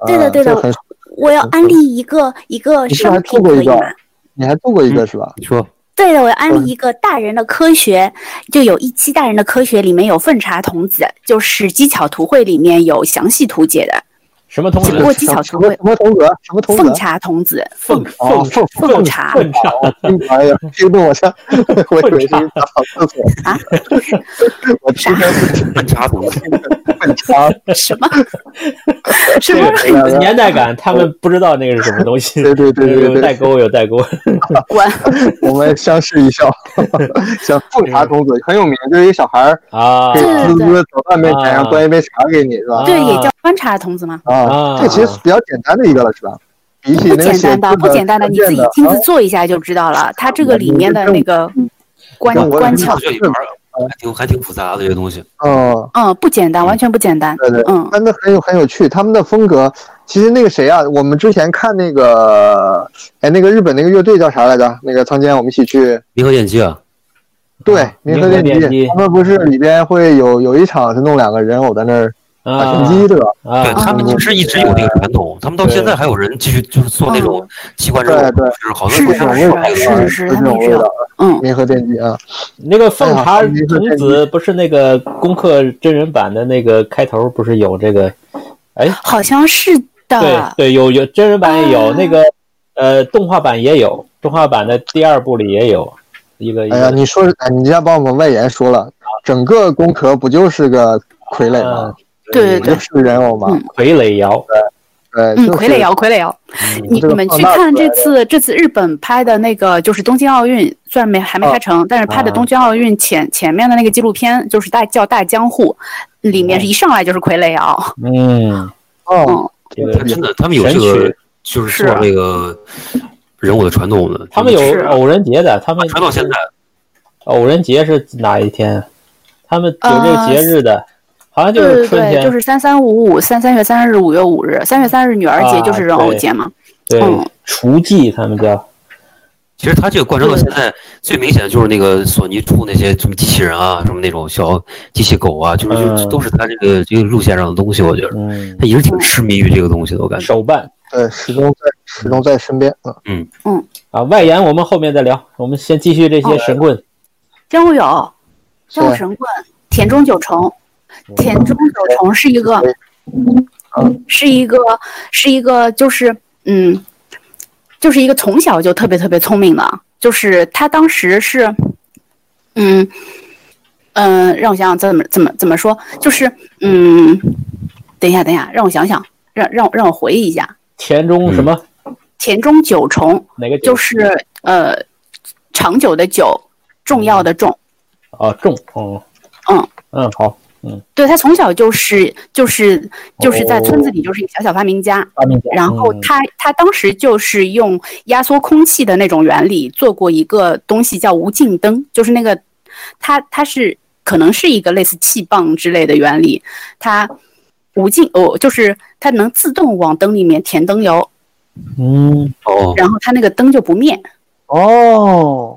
Speaker 6: 对的
Speaker 5: 呃
Speaker 6: 对的
Speaker 5: 这很
Speaker 6: 我要安利一个一个
Speaker 5: 嗯你是不是
Speaker 6: 商
Speaker 5: 还
Speaker 6: 品
Speaker 5: 做
Speaker 6: 可
Speaker 5: 过一
Speaker 6: 以
Speaker 5: 个
Speaker 6: 吗？？
Speaker 5: 你还做过一个是吧？
Speaker 1: 你说
Speaker 6: 对的，我安利一个大人的科学，就有一期大人的科学里面有粪茶童子，就是机巧图会里面有详细图解的。
Speaker 4: 什么童
Speaker 5: 嗯
Speaker 6: 只
Speaker 4: 子
Speaker 6: 不？过机巧
Speaker 5: 什
Speaker 6: 图
Speaker 5: 么
Speaker 6: 会
Speaker 5: 什么童格？什么童
Speaker 6: 奉
Speaker 5: 格？
Speaker 6: 茶童子，
Speaker 4: 凤
Speaker 6: 奉
Speaker 5: 哦
Speaker 4: 凤凤
Speaker 5: 凤
Speaker 6: 奉茶
Speaker 4: 凤茶，
Speaker 5: 哎呀，激动我像，我以为是打扫厕所
Speaker 6: 啊！
Speaker 5: 我今天
Speaker 1: 安插图，
Speaker 5: 很长，
Speaker 6: 什么什么
Speaker 5: 哎呀
Speaker 4: 年代感，他们不知道那个是什么东西。
Speaker 5: 对对对 对
Speaker 4: 有代
Speaker 5: 对，
Speaker 4: 沟，有代沟。
Speaker 6: 关？
Speaker 5: 我们相视一笑。 像奉茶童子很有名，就是一小孩儿
Speaker 4: 啊
Speaker 5: 可以
Speaker 6: 对
Speaker 5: 滋滋走到面前，然后端一杯茶给你，是吧？
Speaker 6: 对，也叫观察童子吗？
Speaker 5: 啊，这其实比较简单的一个了，是吧？比起
Speaker 6: 不
Speaker 5: 那个
Speaker 6: 简
Speaker 5: 写
Speaker 6: 单
Speaker 5: 字
Speaker 6: 的，不简单的，
Speaker 5: 条
Speaker 6: 你
Speaker 5: 件
Speaker 6: 自己
Speaker 5: 的
Speaker 6: 亲自
Speaker 5: 啊
Speaker 6: 做一下就知道了。它这个里面的那个关
Speaker 5: 跟我
Speaker 6: 关窍，
Speaker 2: 这里边儿还挺还挺复杂的这个东西。
Speaker 5: 嗯。
Speaker 6: 嗯，不简单，完全不简单。
Speaker 5: 对对，
Speaker 6: 嗯，
Speaker 5: 他们很有很有趣，他们的风格。其实那个谁啊，我们之前看那个，哎，那个日本那个乐队叫啥来着？那个仓间，我们一起去。
Speaker 2: 离合电机啊，
Speaker 5: 对
Speaker 4: 啊，
Speaker 5: 银河电
Speaker 4: 银河电
Speaker 5: 机
Speaker 4: 机，
Speaker 5: 他们不是里边会有有一场是弄两个人偶在那儿打
Speaker 4: 啊
Speaker 5: 拳击，对吧？
Speaker 2: 对
Speaker 4: 啊，
Speaker 2: 他们其实一直有这个传统，他们到现在还有人继续就是做那种机关人偶，
Speaker 5: 对对
Speaker 2: 就是好多
Speaker 6: 啊是
Speaker 5: 就
Speaker 2: 人
Speaker 5: 这种
Speaker 6: 啊
Speaker 5: 味
Speaker 6: 是
Speaker 5: 道
Speaker 6: 啊，
Speaker 5: 啊，
Speaker 6: 是是是，
Speaker 5: 就
Speaker 6: 他
Speaker 5: 这
Speaker 6: 们
Speaker 5: 种
Speaker 6: 一直
Speaker 5: 味道
Speaker 6: 有。。嗯，
Speaker 5: 银河电机啊，
Speaker 4: 那个凤茶童子不是那个功课真人版的那个开头，不是有这个？
Speaker 6: 好像是
Speaker 4: 对
Speaker 6: 的。
Speaker 4: 对，有有真人版也有
Speaker 6: 啊
Speaker 4: 那个，呃，动画版也有，动画版的第二部里也有一个一
Speaker 5: 哎呀，
Speaker 4: 个。
Speaker 5: 你说，哎，你这样把我们外延说了，整个宫壳不就是个傀儡吗
Speaker 4: 啊？
Speaker 6: 对
Speaker 5: 不就是人偶吗？
Speaker 6: 嗯
Speaker 4: 傀儡摇，
Speaker 5: 对，
Speaker 6: 嗯，
Speaker 5: 就是
Speaker 6: 傀儡摇，傀儡摇。你
Speaker 5: 这个
Speaker 6: 你们
Speaker 5: 放
Speaker 6: 去
Speaker 5: 大
Speaker 6: 看
Speaker 5: 出
Speaker 6: 这
Speaker 5: 来
Speaker 6: 次这次日本拍的那个，就是东京奥运，虽然没还没
Speaker 5: 啊
Speaker 6: 开成，但是拍的
Speaker 4: 啊
Speaker 6: 东京奥运前前面的那个纪录片，就是大叫《大江户》，里面是一上来就是傀儡啊摇，
Speaker 4: 嗯，
Speaker 5: 哦，
Speaker 4: 这
Speaker 2: 他
Speaker 4: 个
Speaker 2: 真的他们有这
Speaker 4: 神
Speaker 2: 个
Speaker 4: 曲
Speaker 2: 就是
Speaker 6: 是
Speaker 2: 做
Speaker 6: 啊
Speaker 2: 那个人物的传统的，
Speaker 4: 他们
Speaker 2: 就是
Speaker 4: 有偶人节的，他们
Speaker 2: 传到现在，
Speaker 4: 偶人节是哪一天？他们有这个
Speaker 6: 呃
Speaker 4: 节日的，好像就
Speaker 6: 对
Speaker 4: 是
Speaker 6: 对
Speaker 4: 春
Speaker 6: 对，
Speaker 4: 天，
Speaker 6: 就是三三五五三三月三日五月五日，三月三日女儿节
Speaker 4: 啊
Speaker 6: 就是人偶
Speaker 4: 对
Speaker 6: 节嘛，
Speaker 4: 对
Speaker 6: 嗯
Speaker 4: 雏妓，他们叫
Speaker 1: 其实它这个贯穿到现在，最明显的就是那个索尼出那些什么机器人啊，什么那种小机器狗啊，就是就
Speaker 4: 嗯
Speaker 1: 都是它这个这个路线上的东西。我觉得
Speaker 4: 嗯，
Speaker 1: 它一直挺痴迷于这个东西的，我感觉。
Speaker 4: 手办
Speaker 5: 对，始终在始终在身边啊。
Speaker 4: 啊，外延我们后面再聊，我们先继续这些神棍。
Speaker 6: 真我有，真我
Speaker 5: 是
Speaker 6: 神棍，田中九重， 田中九重是一个，是一个，是一个，就是嗯，就是一个从小就特别特别聪明的，就是他当时是，嗯嗯、呃让我想想怎么怎么怎么说，就是嗯，等一下等一下，让我想想，让让我让我回忆一下，
Speaker 4: 田中什么
Speaker 6: 田中九重
Speaker 4: 哪个九
Speaker 6: 就是呃长久的久，重要的重。
Speaker 4: 啊重哦，
Speaker 6: 嗯
Speaker 4: 嗯好，
Speaker 6: 对他从小就是就是就是在村子里
Speaker 4: 哦
Speaker 6: 就是一个小小发明家，
Speaker 4: 发明家
Speaker 6: 然后
Speaker 4: 嗯
Speaker 6: 他他当时就是用压缩空气的那种原理做过一个东西叫无尽灯，就是那个它它是可能是一个类似气泵之类的原理，它无尽哦就是它能自动往灯里面填灯油，
Speaker 4: 嗯
Speaker 1: 哦，
Speaker 6: 然后它那个灯就不灭。
Speaker 5: 哦，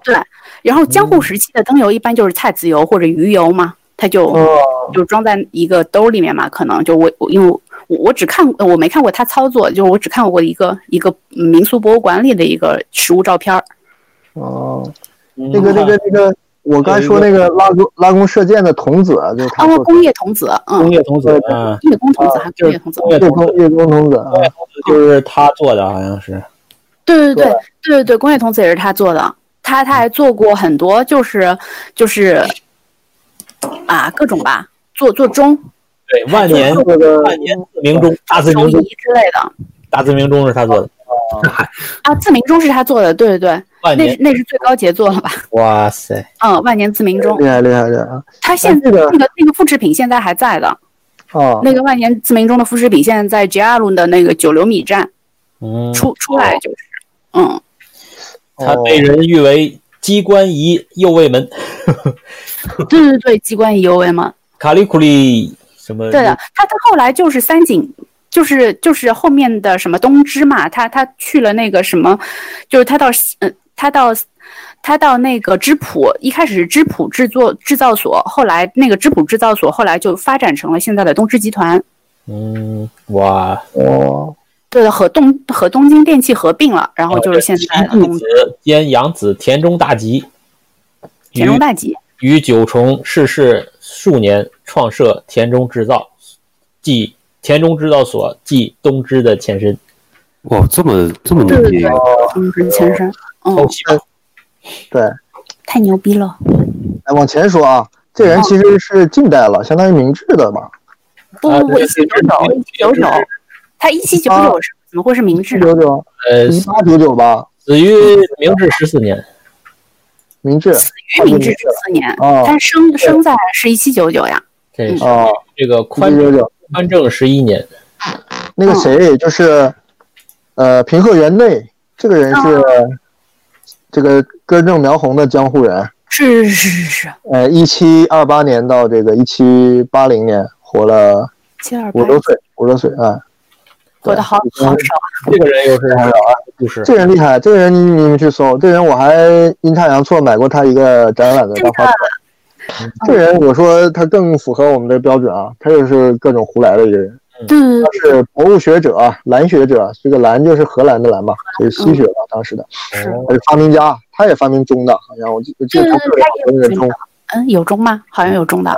Speaker 6: 然后
Speaker 4: 嗯
Speaker 6: 江户时期的灯油一般就是菜籽油或者鱼油嘛，它就。
Speaker 5: 哦，
Speaker 6: 就装在一个兜里面嘛，可能就我我因为我我只看呃我没看过他操作，就是我只看过一个一个嗯民俗博物馆里的一个实物照片儿。
Speaker 5: 哦，
Speaker 4: 那
Speaker 5: 那个
Speaker 4: 嗯
Speaker 5: 那个那个，我刚才说那个拉弓拉弓射箭的童子，就是他
Speaker 6: 啊，
Speaker 5: 说
Speaker 6: 我工业童子，
Speaker 4: 工
Speaker 6: 嗯，
Speaker 4: 业童子
Speaker 5: 对
Speaker 4: 啊，
Speaker 6: 月工童子还
Speaker 4: 啊
Speaker 6: 是
Speaker 4: 就
Speaker 6: 工
Speaker 4: 是
Speaker 6: 业童子？
Speaker 4: 工业
Speaker 5: 月
Speaker 4: 童子
Speaker 5: 宫月宫童子啊，
Speaker 4: 就是他做的，好像是
Speaker 6: 对对对对对对，工业童子也是他做的，他他还做过很多，就是就是啊各种吧，做做钟、
Speaker 4: 对万年
Speaker 5: 那个
Speaker 4: 万年自鸣钟大自
Speaker 6: 手
Speaker 4: 鸣
Speaker 6: 仪
Speaker 4: 钟
Speaker 6: 之类的
Speaker 4: 大自鸣钟是他做的，
Speaker 6: 啊，自鸣钟是他做的，对对对，
Speaker 4: 万
Speaker 6: 那
Speaker 4: 年
Speaker 6: 是那是最高杰作了吧？
Speaker 4: 哇塞，
Speaker 6: 嗯，万年自鸣钟
Speaker 5: 厉，害厉害厉害啊！
Speaker 6: 他现
Speaker 5: 这个
Speaker 6: 那个那个复制品现在还在的。
Speaker 5: 啊，
Speaker 6: 那个万年自鸣钟的复制品现在在 JR 路的那个九流米站
Speaker 4: 嗯，
Speaker 6: 出出来就是，嗯，
Speaker 5: 哦
Speaker 4: 他被人誉为机关仪右卫门，
Speaker 6: 嗯对对对，机关 EUV 嘛，
Speaker 4: 卡里库里什么
Speaker 6: 对啊的，他他后来就是三井，就是就是后面的什么东芝嘛，他他去了那个什么，就是他到嗯、他到。他到那个芝浦，一开始是芝浦制作制造所，后来那个芝浦制造所后来就发展成了现在的东芝集团。
Speaker 4: 嗯哇，
Speaker 5: 哦，
Speaker 6: 对的，和东和东京电器合并了，然后就是现在的
Speaker 4: 吉
Speaker 6: 东
Speaker 4: 子兼养子田中大吉，
Speaker 6: 田中大吉。
Speaker 4: 于九重逝世数年，创设田中制造，即田中制造所，即东芝的前身。
Speaker 1: 哇，这么这么牛
Speaker 6: 对对
Speaker 1: 逼
Speaker 6: 对！
Speaker 5: 哦
Speaker 6: 嗯，是前身，嗯
Speaker 4: 哦，
Speaker 5: 对，
Speaker 6: 太牛逼了。
Speaker 5: 哎，往前说啊，这人其实是近代了，相当于明治的吧？
Speaker 6: 不
Speaker 4: 啊
Speaker 6: 不不，
Speaker 4: 对
Speaker 6: 一七九九，一七九九，他一七九
Speaker 5: 啊
Speaker 6: 九是怎么会是明治
Speaker 5: 一
Speaker 6: 呢？
Speaker 5: 九九
Speaker 4: 呃，
Speaker 5: 一八九九吧，
Speaker 4: 死于明治十四年。
Speaker 5: 明治
Speaker 6: 死于明治十四年，
Speaker 5: 哦
Speaker 6: 他生生在是一七九九呀。
Speaker 4: 这是
Speaker 5: 啊，
Speaker 4: 这个
Speaker 5: 一
Speaker 4: 宽
Speaker 5: 九九九。
Speaker 4: 宽正十一年，
Speaker 5: 那个谁，就是呃平贺元内，这个人是这个歌正苗红的江户人，
Speaker 6: 是是是是，
Speaker 5: 呃，一七二八年到这个一七八零年，活了
Speaker 6: 七二
Speaker 5: 五
Speaker 6: 八
Speaker 5: 十，多岁，五十多岁啊。
Speaker 6: 活的好
Speaker 5: 嗯
Speaker 6: 好少啊。
Speaker 4: 这个人又是啥故事？
Speaker 5: 这人厉害，这个人你们去搜，这人我还阴差阳错买过他一个展览的大画册。这人我说他更符合我们的标准啊，他就是各种胡来的一个人，
Speaker 6: 对对对，
Speaker 5: 他是博物学者、兰学者，这个兰就是荷兰的兰嘛，就是西学嘛，当时的。
Speaker 6: 是，
Speaker 5: 他是发明家，他也发明钟的，好像我记我记得他
Speaker 6: 对对对
Speaker 5: 发明了钟。
Speaker 6: 嗯，有中吗？好像有中的。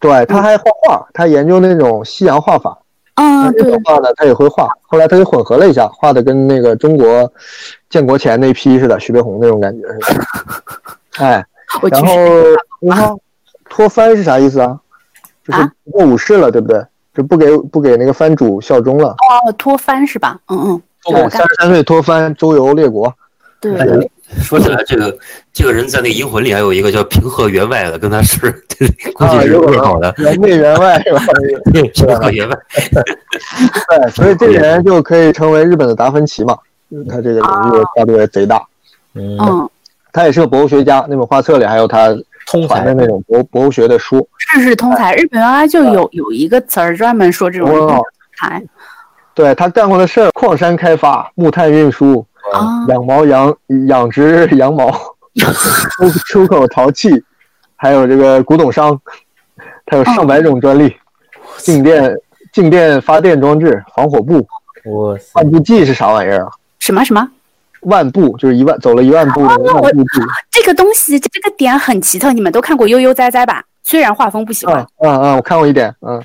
Speaker 5: 对，他还画画，他研究那种西洋画法，
Speaker 6: 嗯，
Speaker 5: 日
Speaker 6: 对
Speaker 5: 本画呢他也会画。后来他就混合了一下，画的跟那个中国建国前那批似的，徐悲鸿那种感觉似的。 哎，
Speaker 6: 我去
Speaker 5: 然后然后脱藩是啥意思啊？就是
Speaker 6: 啊
Speaker 5: 不过武士了，对不对？就不给不给那个藩主效忠了。
Speaker 6: 哦，脱藩是吧？嗯嗯，
Speaker 5: 对，
Speaker 6: 我
Speaker 5: 三
Speaker 6: 看
Speaker 5: 十三岁脱藩，周游列国。
Speaker 6: 对
Speaker 5: 哎
Speaker 6: 对
Speaker 1: 说起来，这个这个人在那个银魂里还有一个叫平贺员外的，跟他是估计是对口的，
Speaker 5: 人内员外是吧？
Speaker 1: 平贺员外。
Speaker 5: 对，所以这个人就可以成为日本的达芬奇嘛，就是他这个
Speaker 6: 啊
Speaker 5: 领域跨度也贼大。
Speaker 4: 嗯，
Speaker 6: 嗯，
Speaker 5: 他也是个博物学家，那本画册里还有他
Speaker 4: 通
Speaker 5: 传
Speaker 4: 才
Speaker 5: 的那种博博物学的书。
Speaker 6: 是是通才。日本原来就
Speaker 5: 哎
Speaker 6: 有有一个词儿专门说这种
Speaker 5: 哦
Speaker 6: 通才。
Speaker 5: 对他干过的事儿，矿山开发、木炭运输、
Speaker 6: 啊，
Speaker 5: 养毛羊养殖 羊 毛，出出口陶器，还有这个古董商，它有上百种专利， 静电静电发电装置、防火布、
Speaker 4: 哇塞，
Speaker 5: 万步计是啥玩意儿啊？
Speaker 6: 什么什么。
Speaker 5: 万步就是一万走了一万步的
Speaker 6: 啊那
Speaker 5: 万
Speaker 6: 我
Speaker 5: 步计。
Speaker 6: 这个东西这个点很奇特，你们都看过《悠悠哉哉》吧？虽然画风不喜欢，
Speaker 5: 嗯嗯嗯，我看过一点，嗯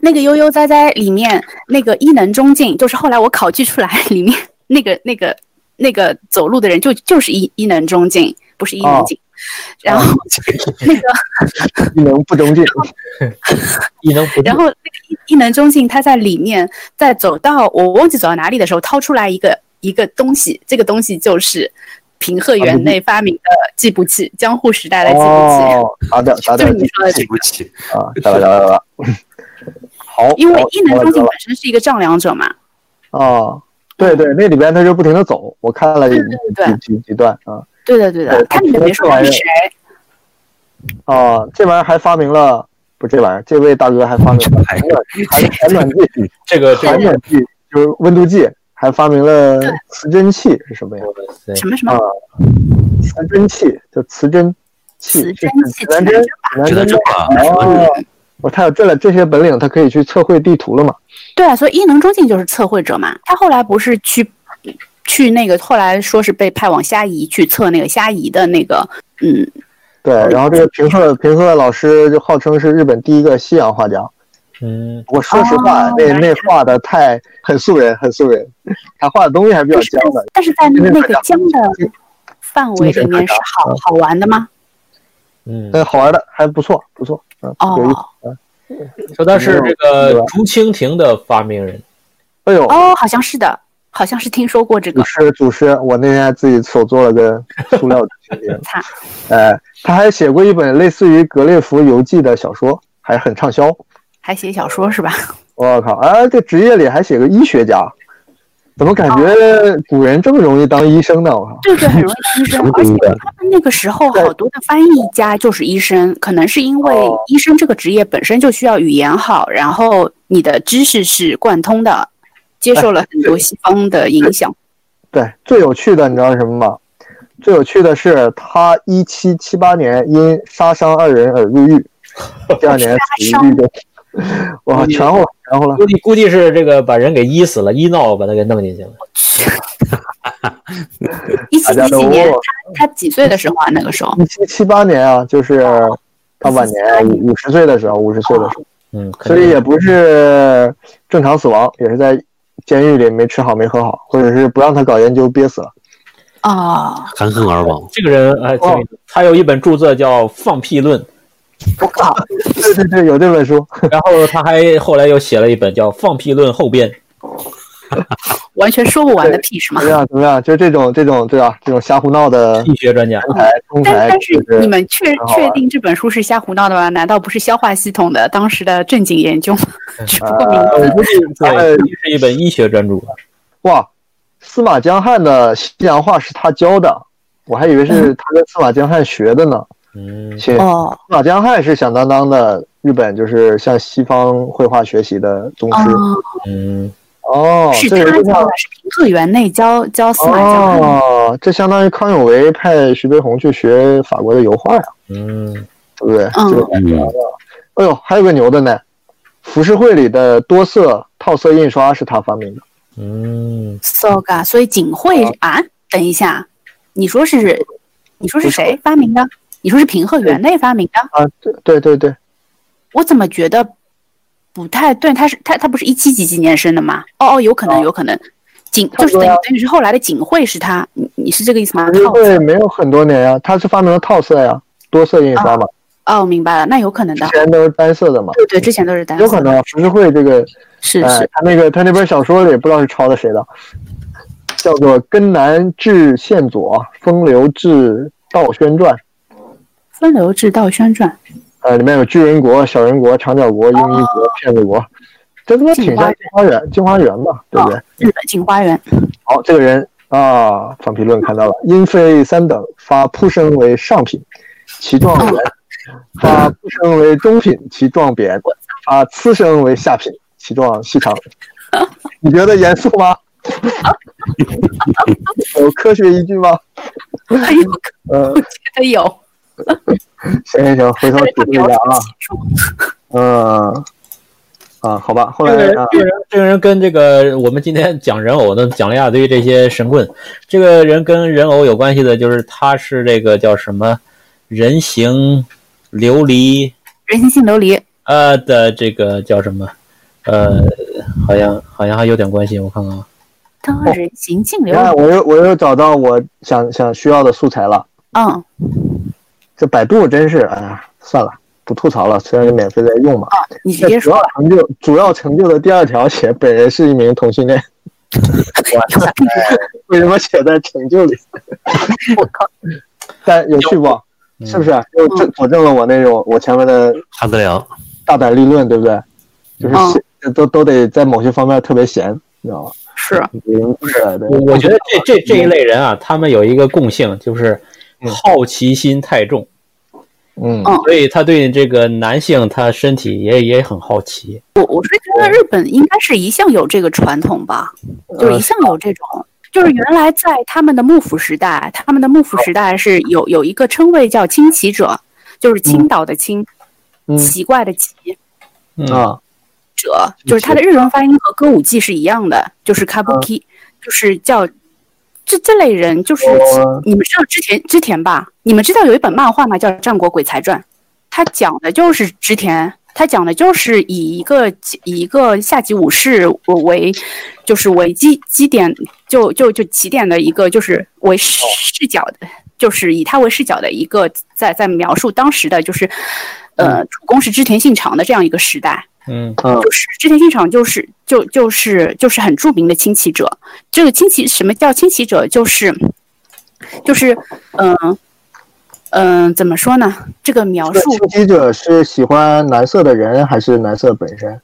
Speaker 6: 那个《悠悠哉哉》里面那个伊能忠敬，就是后来我考据出来，里面 那个那个那个走路的人就就是伊伊能忠敬，不是伊能静。然后那个，
Speaker 5: 一能不中进，
Speaker 4: 异能不
Speaker 6: 然后那个伊伊能忠敬他在里面，在走到我忘记走到哪里的时候，掏出来一个一个东西，这个东西就是平贺园内发明的计步器，江户时代的计步
Speaker 5: 哦，打点打
Speaker 6: 器，就
Speaker 5: 点
Speaker 6: 是你说的这
Speaker 2: 对
Speaker 6: 个。
Speaker 2: 不起，
Speaker 5: 啊，打了打了打了，好，
Speaker 6: 因为
Speaker 5: 好
Speaker 6: 伊能
Speaker 5: 好
Speaker 6: 忠敬
Speaker 5: 好
Speaker 6: 本身是一个丈量者嘛，
Speaker 5: 哦，对对，那里边他就不停的走，我看了一
Speaker 6: 对对
Speaker 5: 几几几段啊
Speaker 6: 对的对的
Speaker 5: 对，
Speaker 6: 他里面没说他是谁，
Speaker 5: 啊，这玩意儿还发明了，不是这玩意儿，这位大哥还发明了寒暖寒寒暖剂，
Speaker 4: 这个这
Speaker 5: 寒
Speaker 4: 个，
Speaker 5: 暖剂就是温度计，还发明了磁针器是什么呀？
Speaker 4: 哇塞，
Speaker 6: 什么什么
Speaker 5: 啊磁针器叫磁针器，
Speaker 6: 磁
Speaker 5: 是
Speaker 6: 针器
Speaker 5: 指南针，指
Speaker 2: 觉得
Speaker 5: 南
Speaker 2: 这
Speaker 5: 针
Speaker 2: 吧，
Speaker 5: 哦。我他有这了这些本领，他可以去测绘地图了嘛？
Speaker 6: 对啊，所以伊能忠敬就是测绘者嘛。他后来不是去去那个，后来说是被派往虾夷去测那个虾夷的那个，嗯，
Speaker 5: 对，然后这个平贺平贺老师就号称是日本第一个西洋画家，
Speaker 4: 嗯，
Speaker 5: 我说实话，
Speaker 6: 哦
Speaker 5: 那
Speaker 6: 了
Speaker 5: 那画的太很素人，很素人，他画的东西还比较
Speaker 6: 但是
Speaker 5: 僵的。
Speaker 6: 但是在
Speaker 5: 因为
Speaker 6: 那
Speaker 5: 大
Speaker 6: 个
Speaker 5: 家
Speaker 6: 江的范围里面是好好玩的吗？
Speaker 4: 嗯，
Speaker 5: 嗯，好玩的，还不错，不错，嗯，有意思
Speaker 6: 哦。
Speaker 4: 说他是这
Speaker 5: 对
Speaker 4: 个
Speaker 5: 吧
Speaker 4: 竹蜻蜓的发明人，
Speaker 5: 哎呦，
Speaker 6: 哦，好像是的，好像是听说过这
Speaker 5: 祖
Speaker 6: 个。。
Speaker 5: 师祖师，我那天还自己手做了个塑料的蜻蜓
Speaker 6: 擦，
Speaker 5: 哎，他还写过一本类似于《格列佛游记》的小说，还很畅销。
Speaker 6: 还写小说是吧？
Speaker 5: 我靠，哎，这职业里还写个医学家，怎么
Speaker 6: 哦
Speaker 5: 感觉古人这么容易当医生呢？我靠，
Speaker 6: 对对，很容易 当医生，而且他们那个时候好多的翻译家就是医生，可能是因为
Speaker 5: 哦
Speaker 6: 医生这个职业本身就需要语言好，然后你的知识是贯通的，接受了很多西方的影响。
Speaker 5: 对，最有趣的你知道是什么吗？最有趣的是，他一七七八年因杀伤二人而入狱，第二年死于狱中。哇，全乎了，全乎了！
Speaker 4: 估计估计是这个把人给医死了，医闹把他给弄进去了。
Speaker 6: 一七
Speaker 5: 大家
Speaker 6: 几
Speaker 5: 都哦
Speaker 6: 几年，他他几岁的时候啊？那个时候
Speaker 5: 一七七八年啊，就是他晚年五五十岁的时候，五十岁的时候，
Speaker 4: 嗯，可
Speaker 5: 所以
Speaker 4: 能
Speaker 5: 也不是正常死亡，也是在监狱里没吃好没喝好，或者是不让他搞研究憋死了。嗯
Speaker 6: 哦，
Speaker 2: 含恨而亡。
Speaker 4: 这个人
Speaker 5: 哦
Speaker 4: 哎，挺有意思他有一本著作叫《放屁 论》，
Speaker 6: 我靠，
Speaker 5: 对对对，有这本书，
Speaker 4: 然后他还后来又写了一本叫《放屁论后编》。
Speaker 6: 完全说不完的屁是吗
Speaker 5: 怎么？样？怎么样？就这种这种对吧？这种瞎胡 闹的
Speaker 4: 医学专家，
Speaker 5: 中台中
Speaker 6: 但
Speaker 5: 台，
Speaker 6: 但
Speaker 5: 就是
Speaker 6: 你们确
Speaker 5: 很好玩
Speaker 6: 确定这本书是瞎胡闹的吗？难道不是消化系统的当时的正经研究吗？ 只不过名
Speaker 5: 呃，我
Speaker 6: 字
Speaker 5: 估 计咱
Speaker 4: 对，
Speaker 5: 们
Speaker 4: 估计是一本医学专著。
Speaker 5: 哇，司马江汉的西洋画是他教的，我还以为
Speaker 6: 嗯
Speaker 5: 是他跟司马江汉学的呢。
Speaker 4: 嗯，
Speaker 5: 且司
Speaker 6: 哦
Speaker 5: 马江汉是响当当的日本，就是向西方绘画学习的宗师。
Speaker 6: 哦。
Speaker 4: 嗯，
Speaker 5: 哦，
Speaker 6: 是
Speaker 5: 这
Speaker 6: 他
Speaker 5: 人就
Speaker 6: 教
Speaker 5: 像
Speaker 6: 的，是平贺园内教教司马江汉的。
Speaker 5: 哦，这相当于康有为派徐悲鸿去学法国的油画呀，
Speaker 4: 嗯，
Speaker 5: 对不对？
Speaker 6: 嗯
Speaker 5: 这个感觉啊哎呦，还有个牛的呢，浮世绘里的多色套色印刷是他发明的。
Speaker 4: 嗯，
Speaker 6: so ga，所以景惠
Speaker 5: 哦
Speaker 6: 啊，等一下，你说是，你说是谁发明的？你说是平贺园内发明的？
Speaker 5: 啊，对对对对，
Speaker 6: 我怎么觉得不太对？他是他他不是一七几几年生的吗？哦哦，有可能，有可能。景
Speaker 5: 差
Speaker 6: 就
Speaker 5: 不
Speaker 6: 是
Speaker 5: 多
Speaker 6: 等于
Speaker 5: 啊
Speaker 6: 等于是后来的景惠是他，你你是这个意思吗？
Speaker 5: 浮世
Speaker 6: 套
Speaker 5: 绘没有很多年呀，他是发明了套色呀，多色印刷嘛。
Speaker 6: 哦，明白了，那有可能
Speaker 5: 之
Speaker 6: 的。
Speaker 5: 前都是单色的嘛，
Speaker 6: 对对，之前都是单色
Speaker 5: 有可能浮世绘这个，
Speaker 6: 是
Speaker 5: 哎
Speaker 6: 是，
Speaker 5: 他那个他那本小说里不知道是抄的谁的，叫做《根南志宪左风流志道宣传》，
Speaker 6: 分流制道宣传，
Speaker 5: 呃，里面有巨人国、小人国、长角国、英一
Speaker 6: 哦
Speaker 5: 国、骗子国，这他妈挺像
Speaker 6: 镜
Speaker 5: 镜花缘，镜花缘吧，对不对？
Speaker 6: 日本镜花园。
Speaker 5: 好，这个人啊，反评论看到了，因非三等，发扑升为上品，其状元；发扑升为中品，其状贬；发次升为下品，其状细长。你觉得严肃吗？ 有科学依据吗？呃
Speaker 6: 哎呦，
Speaker 5: 嗯，
Speaker 6: 我觉得有，
Speaker 5: 行行行，回头
Speaker 6: 但
Speaker 5: 体
Speaker 6: 是他
Speaker 5: 会一
Speaker 6: 描述
Speaker 5: 下啊
Speaker 6: 不。清楚。
Speaker 5: 嗯，啊，好吧，后
Speaker 4: 这个
Speaker 5: 来
Speaker 4: 人
Speaker 5: 啊，，
Speaker 4: 这个人，这个人跟这个我们今天讲人偶呢，讲了一大堆这些神棍。这个人跟人偶有关系的，就是他是这个叫什么人形琉璃
Speaker 6: 人形性琉璃，
Speaker 4: 呃的这个叫什么？呃，好像好像还有点关系，我看看啊。
Speaker 6: 当人形净
Speaker 5: 你
Speaker 6: 流，
Speaker 5: 看，哦我又我又找到我想想需要的素材了。
Speaker 6: 嗯，
Speaker 5: 这百度真是，哎呀，算了，不吐槽了，虽然是免费在用嘛。
Speaker 6: 你直
Speaker 5: 这
Speaker 6: 接
Speaker 5: 主
Speaker 6: 说
Speaker 5: 要
Speaker 6: 吧，
Speaker 5: 成就主要成就的第二条写本人是一名同性恋，
Speaker 6: 有啥
Speaker 5: 为什么写在成就里？
Speaker 6: 我靠，
Speaker 5: 但有趣不？
Speaker 4: 嗯
Speaker 5: 是不是又证佐证了我那种我前面的
Speaker 1: 汉德良，
Speaker 5: 大胆立论，对不对？就是
Speaker 6: 嗯
Speaker 5: 写都都得在某些方面特别闲，你知道吗？
Speaker 6: 是
Speaker 5: 不是，啊对
Speaker 4: 我我觉得这这这一类人啊，他们有一个共性，就是
Speaker 5: 嗯
Speaker 4: 好奇心太重，
Speaker 5: 嗯
Speaker 6: 嗯
Speaker 4: 所以他对这个男性他身体也也很好奇。
Speaker 6: 我我是觉得日本应该是一向有这个传统吧，
Speaker 5: 嗯
Speaker 6: 就一向有这种，就是原来在他们的幕府时代，他们的幕府时代是有有一个称谓叫清奇者，就是青岛的清，
Speaker 5: 嗯
Speaker 6: 奇怪的奇
Speaker 4: 嗯，
Speaker 5: 啊，
Speaker 6: 者，就是它的日文发音和歌舞伎是一样的，就是 kabuki，、就是叫这这类人就是
Speaker 5: 我
Speaker 6: 你们知道织田织田吧？你们知道有一本漫画吗？叫《战国鬼才传》，它讲的就是织田，它讲的就是以一个以一个下级武士为，就是为基基点，就就就起点的一个，就是为视视角的，就是以他为视角的一个，在在描述当时的，就是呃，主攻是织田信长的这样一个时代。
Speaker 4: 嗯
Speaker 6: 就是织田信长就是就就是就是很著名的清奇者。这个清奇什么叫清奇者？就是就是嗯嗯、呃怎么说呢？这个描
Speaker 5: 这
Speaker 6: 述
Speaker 5: 个击者是喜欢蓝色的人还是蓝色本身？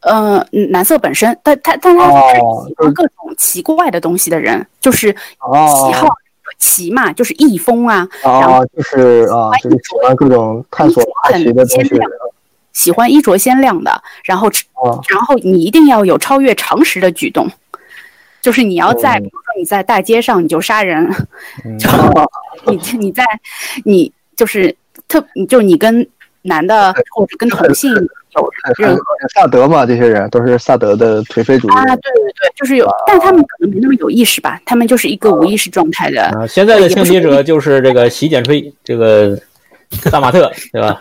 Speaker 6: 呃蓝色本身，但他但他是
Speaker 5: 哦
Speaker 6: 喜欢各种奇怪的东西的人，就是喜
Speaker 5: 哦
Speaker 6: 好奇嘛，就是异风啊，
Speaker 5: 啊，就是啊，就是喜欢各种探索好奇的东西的人
Speaker 6: 喜欢衣着鲜亮的，然后吃
Speaker 5: 啊，
Speaker 6: 然后你一定要有超越常识的举动。就是你要在，
Speaker 5: 嗯
Speaker 6: 比如说你在大街上你就杀人，
Speaker 5: 嗯
Speaker 6: 你 你在你就是特，你就你跟男的或者跟同性有任何
Speaker 5: 萨德嘛，这些人都是萨德的颓废主义。
Speaker 6: 啊，对对对，就是有，但他们可能没那么有意识吧，他们就是一个无意识状态的，
Speaker 4: 啊，现在的清理者就是这个洗剪吹，这个大马特，对 吧？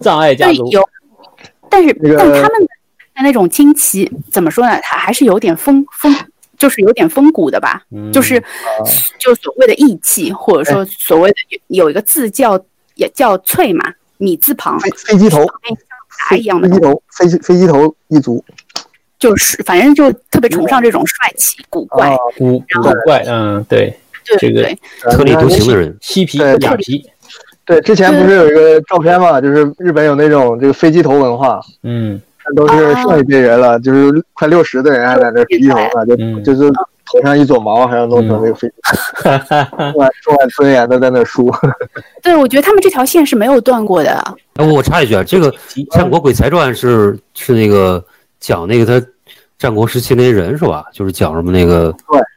Speaker 4: 葬爱家
Speaker 6: 对
Speaker 4: 族，
Speaker 6: 有，但是
Speaker 5: 那个
Speaker 6: 但他们的那种惊奇怎么说呢？还还是有点风风，就是有点风骨的吧，
Speaker 4: 嗯哎
Speaker 6: 就是就所谓的义气，或者说所谓的有一个字叫也叫翠嘛，米字旁，
Speaker 4: 哎
Speaker 5: 飞飞机头，
Speaker 6: 像打一样的
Speaker 4: 嗯
Speaker 5: 飞机头，飞机飞机头一族
Speaker 6: 就是反正就特别崇尚
Speaker 4: 嗯
Speaker 6: 这种帅气古怪，
Speaker 5: 啊，
Speaker 4: 古古怪，嗯，对，这
Speaker 6: 对对
Speaker 4: 个
Speaker 6: 对，
Speaker 1: 特立独行的人，
Speaker 4: 嬉皮
Speaker 5: 呃对
Speaker 4: 雅皮，
Speaker 5: 对，之前不是有一个照片嘛，就是日本有那种这个飞机头文化，
Speaker 4: 嗯
Speaker 5: 都是
Speaker 6: 啊
Speaker 5: 上一辈人了，就是快六十的人还在那飞机头呢，就、
Speaker 4: 嗯
Speaker 5: 就是头上一撮毛，还要弄成那
Speaker 1: 嗯
Speaker 5: 个飞机头，充满充满尊严的在那梳。
Speaker 6: 对，我觉得他们这条线是没有断过的。
Speaker 1: 哎，我插一句啊，这个《战国鬼才传》是是那个讲那个他战国时期那些人是吧？就是讲什么那个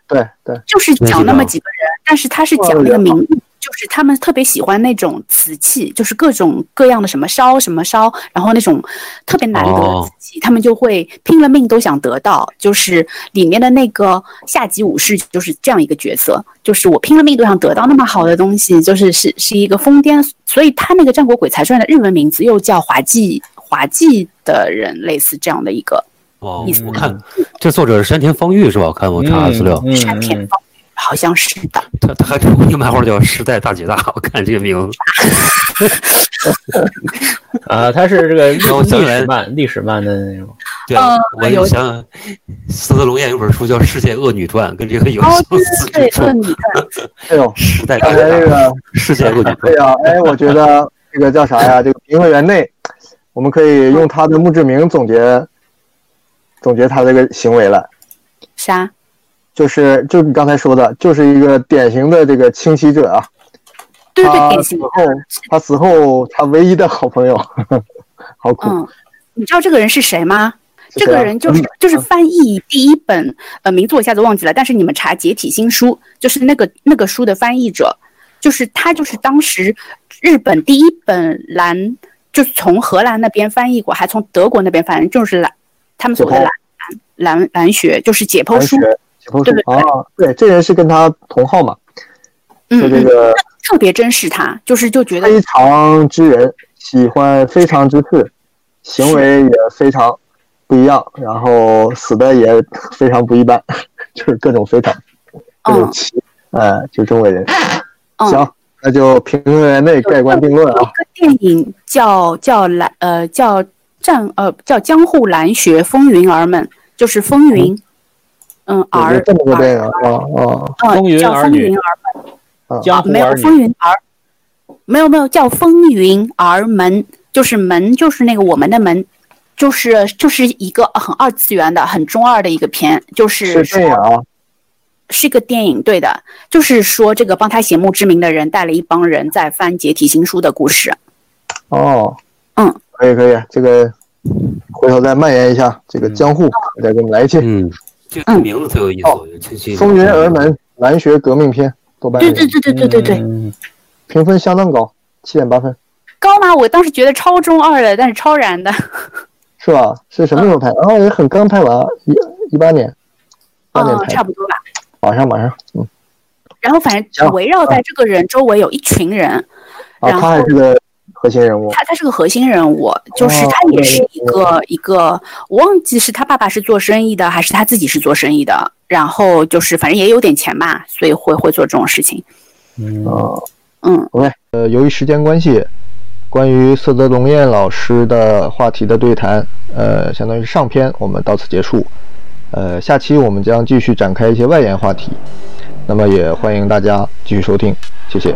Speaker 5: 对对，
Speaker 6: 就是讲那么几个人，但是他是讲那个名，就是他们特别喜欢那种瓷器，就是各种各样的什么烧什么烧，然后那种特别难得的
Speaker 1: 哦
Speaker 6: 瓷器，他们就会拼了命都想得到。就是里面的那个下级武士就是这样一个角色，就是我拼了命都想得到那么好的东西，就是是是一个疯癫，所以他那个《战国鬼才传》的日文名字又叫滑稽滑稽的人，类似这样的一个
Speaker 1: 哦
Speaker 6: 意思，
Speaker 1: 我看这作者是山田芳玉是吧？我看我查资料，
Speaker 4: 嗯
Speaker 6: 山田
Speaker 4: 嗯
Speaker 6: 芳玉，好像是的。
Speaker 1: 他他还出过一个漫画叫《时代大姐大》，我看这个名字，
Speaker 4: 啊，他是这 个历
Speaker 1: 然后我想
Speaker 4: 历
Speaker 1: 起来
Speaker 4: 史漫历史漫的那种，
Speaker 1: 对啊
Speaker 6: 呃，
Speaker 1: 我
Speaker 6: 有
Speaker 1: 就想四泽龙彦有本书叫《世界恶女传》，跟这个有
Speaker 6: 哦，
Speaker 1: 相似之
Speaker 6: 对对
Speaker 1: 处
Speaker 6: 对，。你看，
Speaker 5: 哎呦，
Speaker 1: 时代大
Speaker 5: 刚
Speaker 1: 姐
Speaker 5: 才这
Speaker 1: 大，
Speaker 5: 个，
Speaker 1: 世界恶女
Speaker 5: 对
Speaker 1: 传，
Speaker 5: 呀、哎，我觉得这个叫啥呀？这个平和园内，我们可以用他的墓志铭总结总结他这个行为了。
Speaker 6: 啥？
Speaker 5: 就是就是你刚才说的，就是一个典型的这个清洗者啊。
Speaker 6: 对对，
Speaker 5: 他
Speaker 6: 典型
Speaker 5: 死。后，他 死后，他唯一的好朋友，好苦。
Speaker 6: 嗯嗯，你知道这个人是谁吗？嗯这个人就是就是翻译第一本呃名字我一下子忘记了，但是你们查《解体新书》，就是那个那个书的翻译者，就是他就是当时日本第一本蓝，就是从荷兰那边翻译过，还从德国那边翻译，就是蓝他们所谓的蓝蓝蓝蓝学，就是解剖书，
Speaker 5: 解剖
Speaker 6: 对
Speaker 5: 书啊，对，这人是跟他同号嘛，
Speaker 6: 嗯
Speaker 5: 就这
Speaker 6: 嗯，
Speaker 5: 个
Speaker 6: 特别珍视他，就是就觉得
Speaker 5: 非常之人，喜欢非常之事，行为也非常不一样，然后死的也非常不一般， 就是各种非常，各种
Speaker 6: 嗯
Speaker 5: 奇，哎，就中国人。
Speaker 6: 嗯。
Speaker 5: 行，那就评论员内盖棺定论
Speaker 6: 有一
Speaker 5: 啊，
Speaker 6: 个电影叫叫蓝呃叫战呃叫江户蓝学风云儿们，就是风云，嗯
Speaker 5: 有
Speaker 6: 儿
Speaker 5: 这么个
Speaker 6: 儿
Speaker 5: 电影啊哦啊，
Speaker 6: 嗯
Speaker 4: 风云
Speaker 6: 叫
Speaker 4: 儿
Speaker 6: 风
Speaker 4: 女
Speaker 6: 云儿
Speaker 4: 江湖
Speaker 6: 没有
Speaker 4: 儿
Speaker 6: 风
Speaker 4: 女，
Speaker 6: 云儿，没有没有叫风云儿门，就是门就是那个我们的门，就是就是一个很二次元的很中二的一个片，就是
Speaker 5: 是电影啊，
Speaker 6: 是个电影，对的，就是说这个帮他写墓志铭的人带了一帮人在翻解体新书的故事。
Speaker 5: 哦，
Speaker 6: 嗯，
Speaker 5: 可以可以，这个回头再蔓延一下，这个江户再给我们来一期《
Speaker 1: 嗯，这个名字特有意思，我觉得这这
Speaker 5: 风云儿门》蓝学革命篇，豆瓣
Speaker 6: 对
Speaker 5: 上
Speaker 6: 对对对对对对。
Speaker 4: 嗯
Speaker 5: 评分相当高，七点八分，
Speaker 6: 高吗？我当时觉得超中二的，但是超燃 的。
Speaker 5: 是吧？是什么时候拍？
Speaker 6: 嗯
Speaker 5: 哦，也很刚拍完，一一八年，八年
Speaker 6: 嗯，
Speaker 5: 拍
Speaker 6: 差，不多吧。
Speaker 5: 马上马上，嗯，
Speaker 6: 然后反正
Speaker 5: 行
Speaker 6: 围绕在这个人周围有一群人，
Speaker 5: 啊，
Speaker 6: 然后
Speaker 5: 他还是个核心人物，
Speaker 6: 他他是个核心人物，就是
Speaker 5: 哦
Speaker 6: 他也是一
Speaker 5: 对
Speaker 6: 个一个，我忘记是他爸爸是做生意的，还是他自己是做生意的。然后就是反正也有点钱吧，所以会会做这种事情。
Speaker 4: 嗯，
Speaker 5: 啊，
Speaker 6: 嗯，
Speaker 5: 呃，由于时间关系，关于色泽龙彦老师的话题的对谈，呃，相当于是上篇，我们到此结束。呃，下期我们将继续展开一些外延话题，那么也欢迎大家继续收听，谢谢。